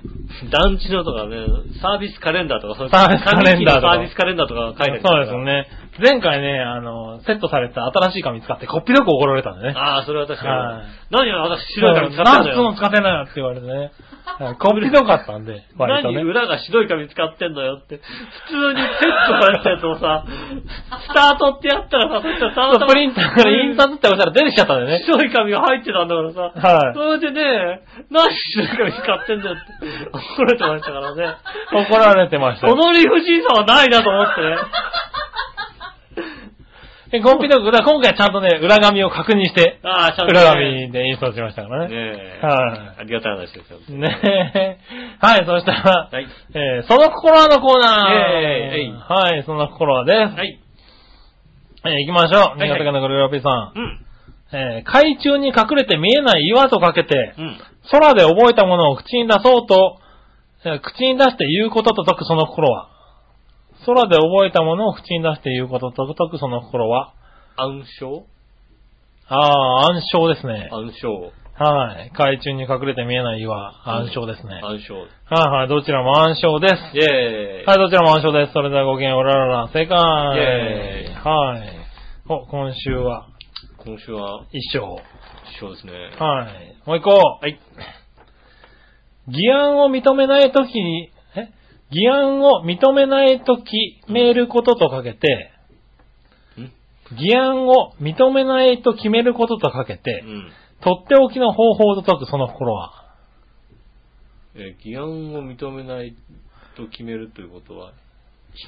[SPEAKER 3] い。
[SPEAKER 2] 団地のとかね、サービスカレンダーとか、そういう
[SPEAKER 3] サービスカレンダーとか
[SPEAKER 2] 紙機のサービスカレンダーとかが書いてある
[SPEAKER 3] そうですよ。ね。前回ね、あの、セットされた新しい紙使ってこっぴどく怒られたんでね。
[SPEAKER 2] ああ、それは確かに
[SPEAKER 3] はい。
[SPEAKER 2] 何よ、私白い紙使って
[SPEAKER 3] なん
[SPEAKER 2] だ
[SPEAKER 3] んで
[SPEAKER 2] よ
[SPEAKER 3] そ。の使ってないのって言われてね。はいこっぴどかったんで、割と
[SPEAKER 2] 何
[SPEAKER 3] ね。
[SPEAKER 2] 裏が白い紙使ってんのよって。普通にセットされたやつをさ、スタートってやったらさ、そしたらたま
[SPEAKER 3] そ
[SPEAKER 2] たま
[SPEAKER 3] うプリンターから印刷って押したら出てきちゃった んでね。
[SPEAKER 2] 白い紙が入ってたんだからさ、
[SPEAKER 3] はい
[SPEAKER 2] それでね、何白い紙使ってんだよって怒られてましたからね。
[SPEAKER 3] 怒られてました
[SPEAKER 2] そ
[SPEAKER 3] よ。
[SPEAKER 2] の理不尽さはないなと思ってね。
[SPEAKER 3] え、コンピューターだから今回はちゃんとね、裏紙を確認して、
[SPEAKER 2] ああ、ちゃんと、ね。
[SPEAKER 3] 裏紙で印刷しましたからね。
[SPEAKER 2] ねえ。
[SPEAKER 3] はい
[SPEAKER 2] ありがたい話ですよ。
[SPEAKER 3] ねえ。はい、そしたら、
[SPEAKER 2] はい。
[SPEAKER 3] えーその心はのコーナー
[SPEAKER 2] イェーイ
[SPEAKER 3] はい、その心はです。
[SPEAKER 2] はい。
[SPEAKER 3] えー行きましょう。
[SPEAKER 2] はい
[SPEAKER 3] 新潟県のグルーラピーさん。
[SPEAKER 2] うん。
[SPEAKER 3] えー海中に隠れて見えない岩とかけて、
[SPEAKER 2] うん。
[SPEAKER 3] 空で覚えたものを口に出そうと、えー口に出して言うことと解くその心は。空で覚えたものを口に出して言うことと解くその心は。
[SPEAKER 2] 暗証
[SPEAKER 3] ああ、暗礁ですね。
[SPEAKER 2] 暗証。
[SPEAKER 3] はい。海中に隠れて見えない岩、暗礁ですね。はい
[SPEAKER 2] 暗証。
[SPEAKER 3] はい、どちらも暗礁です。
[SPEAKER 2] イェーイ。
[SPEAKER 3] はい、どちらも暗礁です。それではごきげんおららら、
[SPEAKER 2] イ
[SPEAKER 3] 正解。
[SPEAKER 2] ェーイ
[SPEAKER 3] はい。お、今週は
[SPEAKER 2] 今週は、
[SPEAKER 3] 一章。
[SPEAKER 2] そうですね。。
[SPEAKER 3] はい。もう一個。はい議案を認めないときに、え議案を認めないとき、メールこととかけて、議案を認めないと決めることとかけ
[SPEAKER 2] う
[SPEAKER 3] て、
[SPEAKER 2] ん。
[SPEAKER 3] とっておきの方法と解くその心は。
[SPEAKER 2] えー、議案を認めないと決めるということは、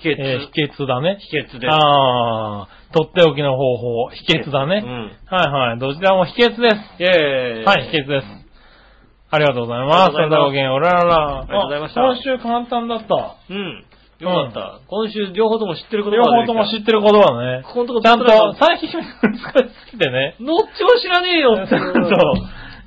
[SPEAKER 2] 秘訣。
[SPEAKER 3] えー秘訣だね。
[SPEAKER 2] 秘訣です。
[SPEAKER 3] ああ、とっておきの方法、秘訣だ
[SPEAKER 2] う
[SPEAKER 3] ね。
[SPEAKER 2] ん。
[SPEAKER 3] はいはい、どちらも秘訣です。
[SPEAKER 2] イェーイ。
[SPEAKER 3] はい、秘訣です。ありがとうございます。そ
[SPEAKER 2] ありが
[SPEAKER 3] れで
[SPEAKER 2] とう
[SPEAKER 3] は
[SPEAKER 2] ご
[SPEAKER 3] ご
[SPEAKER 2] ざ
[SPEAKER 3] きげんよう、ラララ。あ
[SPEAKER 2] りがとうございました
[SPEAKER 3] 今週簡単だった。
[SPEAKER 2] うん。よかった。今週、両方とも知ってること
[SPEAKER 3] 両方とも知ってる言葉だね。
[SPEAKER 2] ここのとこ
[SPEAKER 3] ち
[SPEAKER 2] ずっ
[SPEAKER 3] ゃ
[SPEAKER 2] と
[SPEAKER 3] ん
[SPEAKER 2] なん
[SPEAKER 3] と、
[SPEAKER 2] か
[SPEAKER 3] 最近難しくてね。
[SPEAKER 2] どっちも知らねえよって
[SPEAKER 3] そ
[SPEAKER 2] いう
[SPEAKER 3] う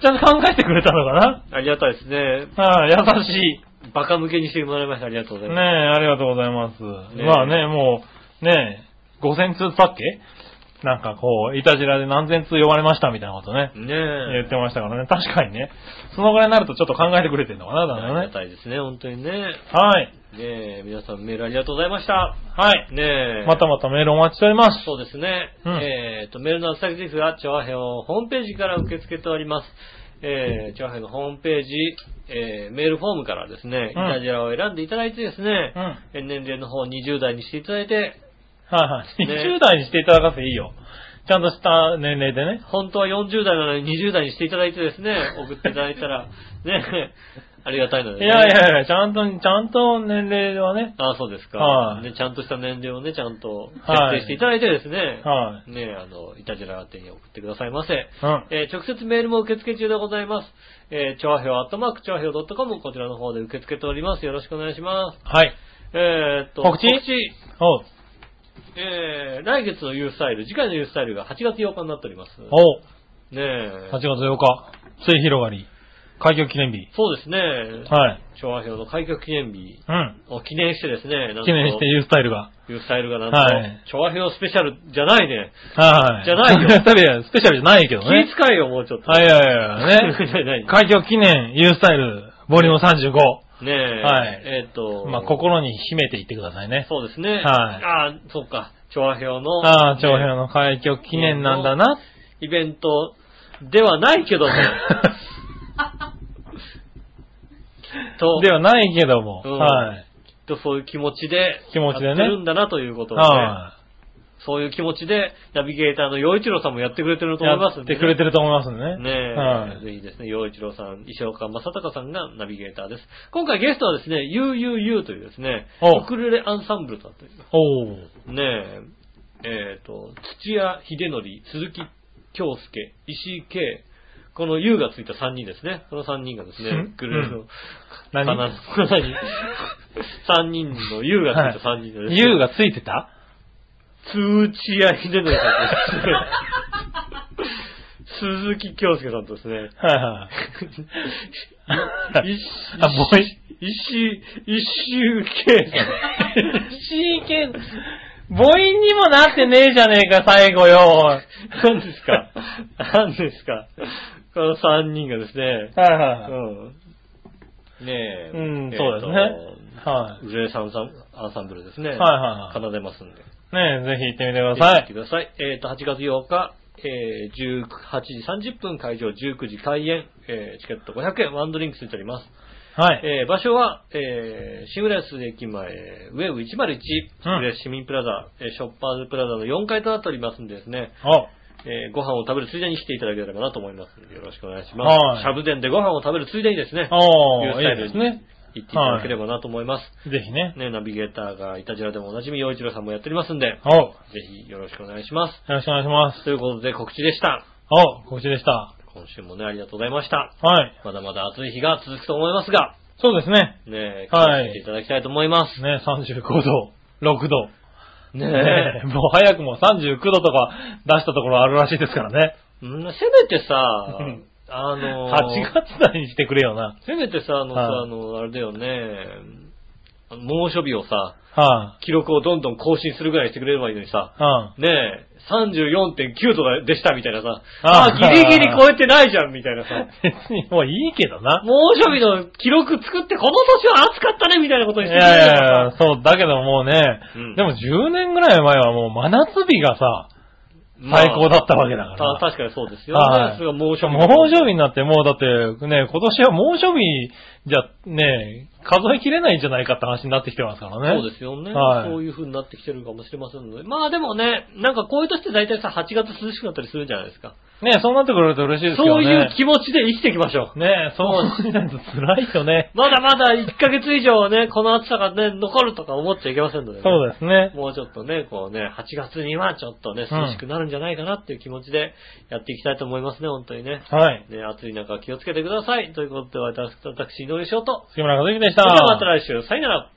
[SPEAKER 3] ちゃんと考えてくれたのかな
[SPEAKER 2] ありがたいですね。
[SPEAKER 3] はい、優しい。
[SPEAKER 2] バカ向けにしてもらいました。ありがとうござい
[SPEAKER 3] ねえ、
[SPEAKER 2] ます。
[SPEAKER 3] ありがとうございます。
[SPEAKER 2] ねえ
[SPEAKER 3] まあね、もう、ねえ、5000通だっけなんかこう、いたじらで何千通呼ばれましたみたいなことね、
[SPEAKER 2] ね
[SPEAKER 3] 言っ
[SPEAKER 2] え。
[SPEAKER 3] てましたからね。確かにね。そのぐらいになるとちょっと考えてくれてるのかな、だ
[SPEAKER 2] あ
[SPEAKER 3] から
[SPEAKER 2] り
[SPEAKER 3] ね
[SPEAKER 2] が。たいですね、本当にね。
[SPEAKER 3] はい。
[SPEAKER 2] ねえ、皆さんメールありがとうございました。
[SPEAKER 3] はい。
[SPEAKER 2] ねえ。
[SPEAKER 3] またまたメールお待ちしております。
[SPEAKER 2] そうですね。
[SPEAKER 3] うん
[SPEAKER 2] えっ、と、メールの宛先ですが、チョアヘオホームページから受け付けております。えー、チョアヘオのホームページ、えー、メールフォームからですね、イ
[SPEAKER 3] うん
[SPEAKER 2] タジラを選んでいただいてですね
[SPEAKER 3] う、ん。はい
[SPEAKER 2] えー年齢の方20代にしていただいて、
[SPEAKER 3] はい。
[SPEAKER 2] ね
[SPEAKER 3] 20代にしていただかせていいよ。ちゃんとした年齢でね。
[SPEAKER 2] 本当は40代なのに20代にしていただいてです ね、送っていただいたら、ね、ありがたいので、
[SPEAKER 3] い
[SPEAKER 2] ね。
[SPEAKER 3] やいやいや、ちゃんと、ちゃんと年齢はね。
[SPEAKER 2] ああ、そうですか、
[SPEAKER 3] はい
[SPEAKER 2] ね。ちゃんとした年齢をね、ちゃんと設
[SPEAKER 3] はい
[SPEAKER 2] 定していただいてですね、
[SPEAKER 3] は
[SPEAKER 2] ね、あの、いたじら宛てに送ってくださいませ。
[SPEAKER 3] うん。
[SPEAKER 2] えー直接メールも受付中でございます。えー、調和表、アットマーク、調和表 .com、こちらの方で受け付けております。よろしくお願いします。
[SPEAKER 3] はい。
[SPEAKER 2] えー、っと、
[SPEAKER 3] 告知おう。
[SPEAKER 2] えー、来月のユースタイル、次回のユースタイルが8月8日になっております。
[SPEAKER 3] おう。
[SPEAKER 2] ねえ
[SPEAKER 3] 8月8日、水広がり、開業記念日。
[SPEAKER 2] そうですね。
[SPEAKER 3] はい。
[SPEAKER 2] 調和表の開局記念日
[SPEAKER 3] うん。
[SPEAKER 2] を記念してですね、なんと
[SPEAKER 3] 記念して、ユースタイルが。
[SPEAKER 2] ユースタイルがなん
[SPEAKER 3] はい
[SPEAKER 2] と、調和表スペシャルじゃないね。
[SPEAKER 3] はい。
[SPEAKER 2] じゃないよ
[SPEAKER 3] スペシャル、 スペシャルじゃないけど
[SPEAKER 2] 気
[SPEAKER 3] ね。
[SPEAKER 2] 遣いよ、もうちょっと。
[SPEAKER 3] はいはいはい はい。ね。
[SPEAKER 2] ね
[SPEAKER 3] 開業記念、ユースタイル、ボリューム35。
[SPEAKER 2] ねえ、
[SPEAKER 3] はい
[SPEAKER 2] えーっと、
[SPEAKER 3] まあ、心に秘めていってくださいね。
[SPEAKER 2] そうですね。
[SPEAKER 3] い
[SPEAKER 2] ああ、そうか。調和表の、
[SPEAKER 3] ああ、長編
[SPEAKER 2] ね
[SPEAKER 3] の開業記念なんだな。
[SPEAKER 2] イベントではないけど も、と、
[SPEAKER 3] ではないけども。
[SPEAKER 2] うん
[SPEAKER 3] はい。
[SPEAKER 2] とそういう気持ちで、
[SPEAKER 3] 気持ち
[SPEAKER 2] や
[SPEAKER 3] でね
[SPEAKER 2] ってるんだなということをね、
[SPEAKER 3] は
[SPEAKER 2] そういう気持ちで、ナビゲーターの洋一郎さんもやってくれてる
[SPEAKER 3] い。
[SPEAKER 2] と思
[SPEAKER 3] や
[SPEAKER 2] います
[SPEAKER 3] っ
[SPEAKER 2] んで、
[SPEAKER 3] てくれてると思いますんでね。
[SPEAKER 2] ねえ、
[SPEAKER 3] はい。
[SPEAKER 2] ぜひですね、洋一郎さん、石岡正隆さんがナビゲーターです。今回ゲストはですね、UUU というですね、
[SPEAKER 3] お
[SPEAKER 2] ウクレレアンサンブルだという。
[SPEAKER 3] おー。
[SPEAKER 2] ねえ、えっ、と、土屋秀則、鈴木京介、石井圭、この U がついた3人ですね。この3人がです
[SPEAKER 3] う
[SPEAKER 2] ね
[SPEAKER 3] ん、
[SPEAKER 2] グループの、
[SPEAKER 3] 何
[SPEAKER 2] かな何 ?3 人の U がついた3人のですね、
[SPEAKER 3] U がついてた
[SPEAKER 2] 土屋秀則さん とですね、鈴木京介さんとですね、
[SPEAKER 3] はいはい。
[SPEAKER 2] 石、
[SPEAKER 3] あもうい
[SPEAKER 2] 石、石井圭さん。
[SPEAKER 3] C 系、母音にもなってねえじゃねえか、最後よ。
[SPEAKER 2] 何ですか何ですかこの3人がですね、
[SPEAKER 3] はいうは
[SPEAKER 2] ん。ねえ。
[SPEAKER 3] い。うん
[SPEAKER 2] え、ー
[SPEAKER 3] そうですね。は
[SPEAKER 2] と。ウレイサンサンアンサンブルですね。
[SPEAKER 3] い。はいはいは
[SPEAKER 2] 奏でますんで。
[SPEAKER 3] い。ねえ、ぜひ行ってみてくだ
[SPEAKER 2] ぜ
[SPEAKER 3] さ
[SPEAKER 2] ひ来て
[SPEAKER 3] い。
[SPEAKER 2] ください。えっ、と、8月8日、えー、18時30分会場、19時開演、えー、チケット500円、ワンドリンクついております。
[SPEAKER 3] はい。
[SPEAKER 2] えー場所は、えー、シングレス駅前、ウェーブ101、シングレス市民プラザ、えーショッパーズプラザの4階となっておりますんでですね、
[SPEAKER 3] お、
[SPEAKER 2] えーご飯を食べるついでに来ていただければなと思いますので、よろしくお願いし
[SPEAKER 3] は
[SPEAKER 2] ま
[SPEAKER 3] い
[SPEAKER 2] す。しゃぶ殿でご飯を食べるついでにですね、
[SPEAKER 3] お
[SPEAKER 2] ユース
[SPEAKER 3] ー、
[SPEAKER 2] タイ
[SPEAKER 3] いい
[SPEAKER 2] ル
[SPEAKER 3] ですね。
[SPEAKER 2] 行っていただければなと思います。
[SPEAKER 3] ぜひね。
[SPEAKER 2] ね、ナビゲーターがいたじらでもおなじみ、洋一郎さんもやっておりますんで、
[SPEAKER 3] お、よ
[SPEAKER 2] ぜひよろしくお願いします。
[SPEAKER 3] ろしくお願いします。
[SPEAKER 2] ということで告知でした。
[SPEAKER 3] お、告知でした。
[SPEAKER 2] 今週もね、ありがとうございました。
[SPEAKER 3] はい。
[SPEAKER 2] まだまだ暑い日が続くと思いますが、
[SPEAKER 3] そうですね。
[SPEAKER 2] ね、
[SPEAKER 3] はい
[SPEAKER 2] していただきたいと思います。
[SPEAKER 3] ね35度、6度。
[SPEAKER 2] ね
[SPEAKER 3] ねえもう早くも39度とか出したところあるらしいですからね。
[SPEAKER 2] うんせめて さ
[SPEAKER 3] うん、
[SPEAKER 2] あのー、
[SPEAKER 3] 8月台にしてくれよな。
[SPEAKER 2] せめてさ、あのさ、
[SPEAKER 3] はい
[SPEAKER 2] あの、あれだよね、あの猛暑日をさ、
[SPEAKER 3] は
[SPEAKER 2] 記録をどんどん更新するぐらいしてくれればいいのにさ、
[SPEAKER 3] い。う
[SPEAKER 2] ね
[SPEAKER 3] ん。
[SPEAKER 2] え、34.9度でしたみたいなさ、あ
[SPEAKER 3] あ
[SPEAKER 2] あ、ギリギリ超えてないじゃんみ たいなさ、
[SPEAKER 3] 別にもういいけどな。
[SPEAKER 2] 猛暑日の記録作って、この年は暑かったねみたいなこと
[SPEAKER 3] い
[SPEAKER 2] に
[SPEAKER 3] や
[SPEAKER 2] して
[SPEAKER 3] い
[SPEAKER 2] くれればさ
[SPEAKER 3] やいや、そう、だけどもうね、
[SPEAKER 2] うん
[SPEAKER 3] でも10年ぐらい前はもう真夏日がさ、
[SPEAKER 2] まあ
[SPEAKER 3] 最高だったわけだから
[SPEAKER 2] た確かにそうですよ
[SPEAKER 3] は
[SPEAKER 2] ね。
[SPEAKER 3] い
[SPEAKER 2] それが猛
[SPEAKER 3] 猛
[SPEAKER 2] 暑日。
[SPEAKER 3] 暑日になってもうだってね、今年は猛暑日じゃね、数えきれないんじゃないかって話になってきてますからね。
[SPEAKER 2] そうですよね。
[SPEAKER 3] はい
[SPEAKER 2] そういう風になってきてるかもしれませんので。まあでもね、なんかこういう年って大体さ、8月涼しくなったりするじゃないですか。
[SPEAKER 3] ねそうなってくれると嬉しいですけ
[SPEAKER 2] そ
[SPEAKER 3] ど
[SPEAKER 2] う
[SPEAKER 3] ね。
[SPEAKER 2] いう気持ちで生きていきましょう。
[SPEAKER 3] ねそうしないと辛いよね。
[SPEAKER 2] まだまだ1ヶ月以上ね、この暑さがね、残るとか思っちゃいけませんので、ね。
[SPEAKER 3] そうですね。
[SPEAKER 2] もうちょっとね、こうね、8月にはちょっとね、涼しくなるんじゃないかなっていう気持ちでやっていきたいと思いますね、本当にね。
[SPEAKER 3] はい。
[SPEAKER 2] ね、暑い中気をつけてください。ということで、私、私、井上翔と。
[SPEAKER 3] 杉村和之でし
[SPEAKER 2] そ
[SPEAKER 3] た。
[SPEAKER 2] れではまた来週、さよなら。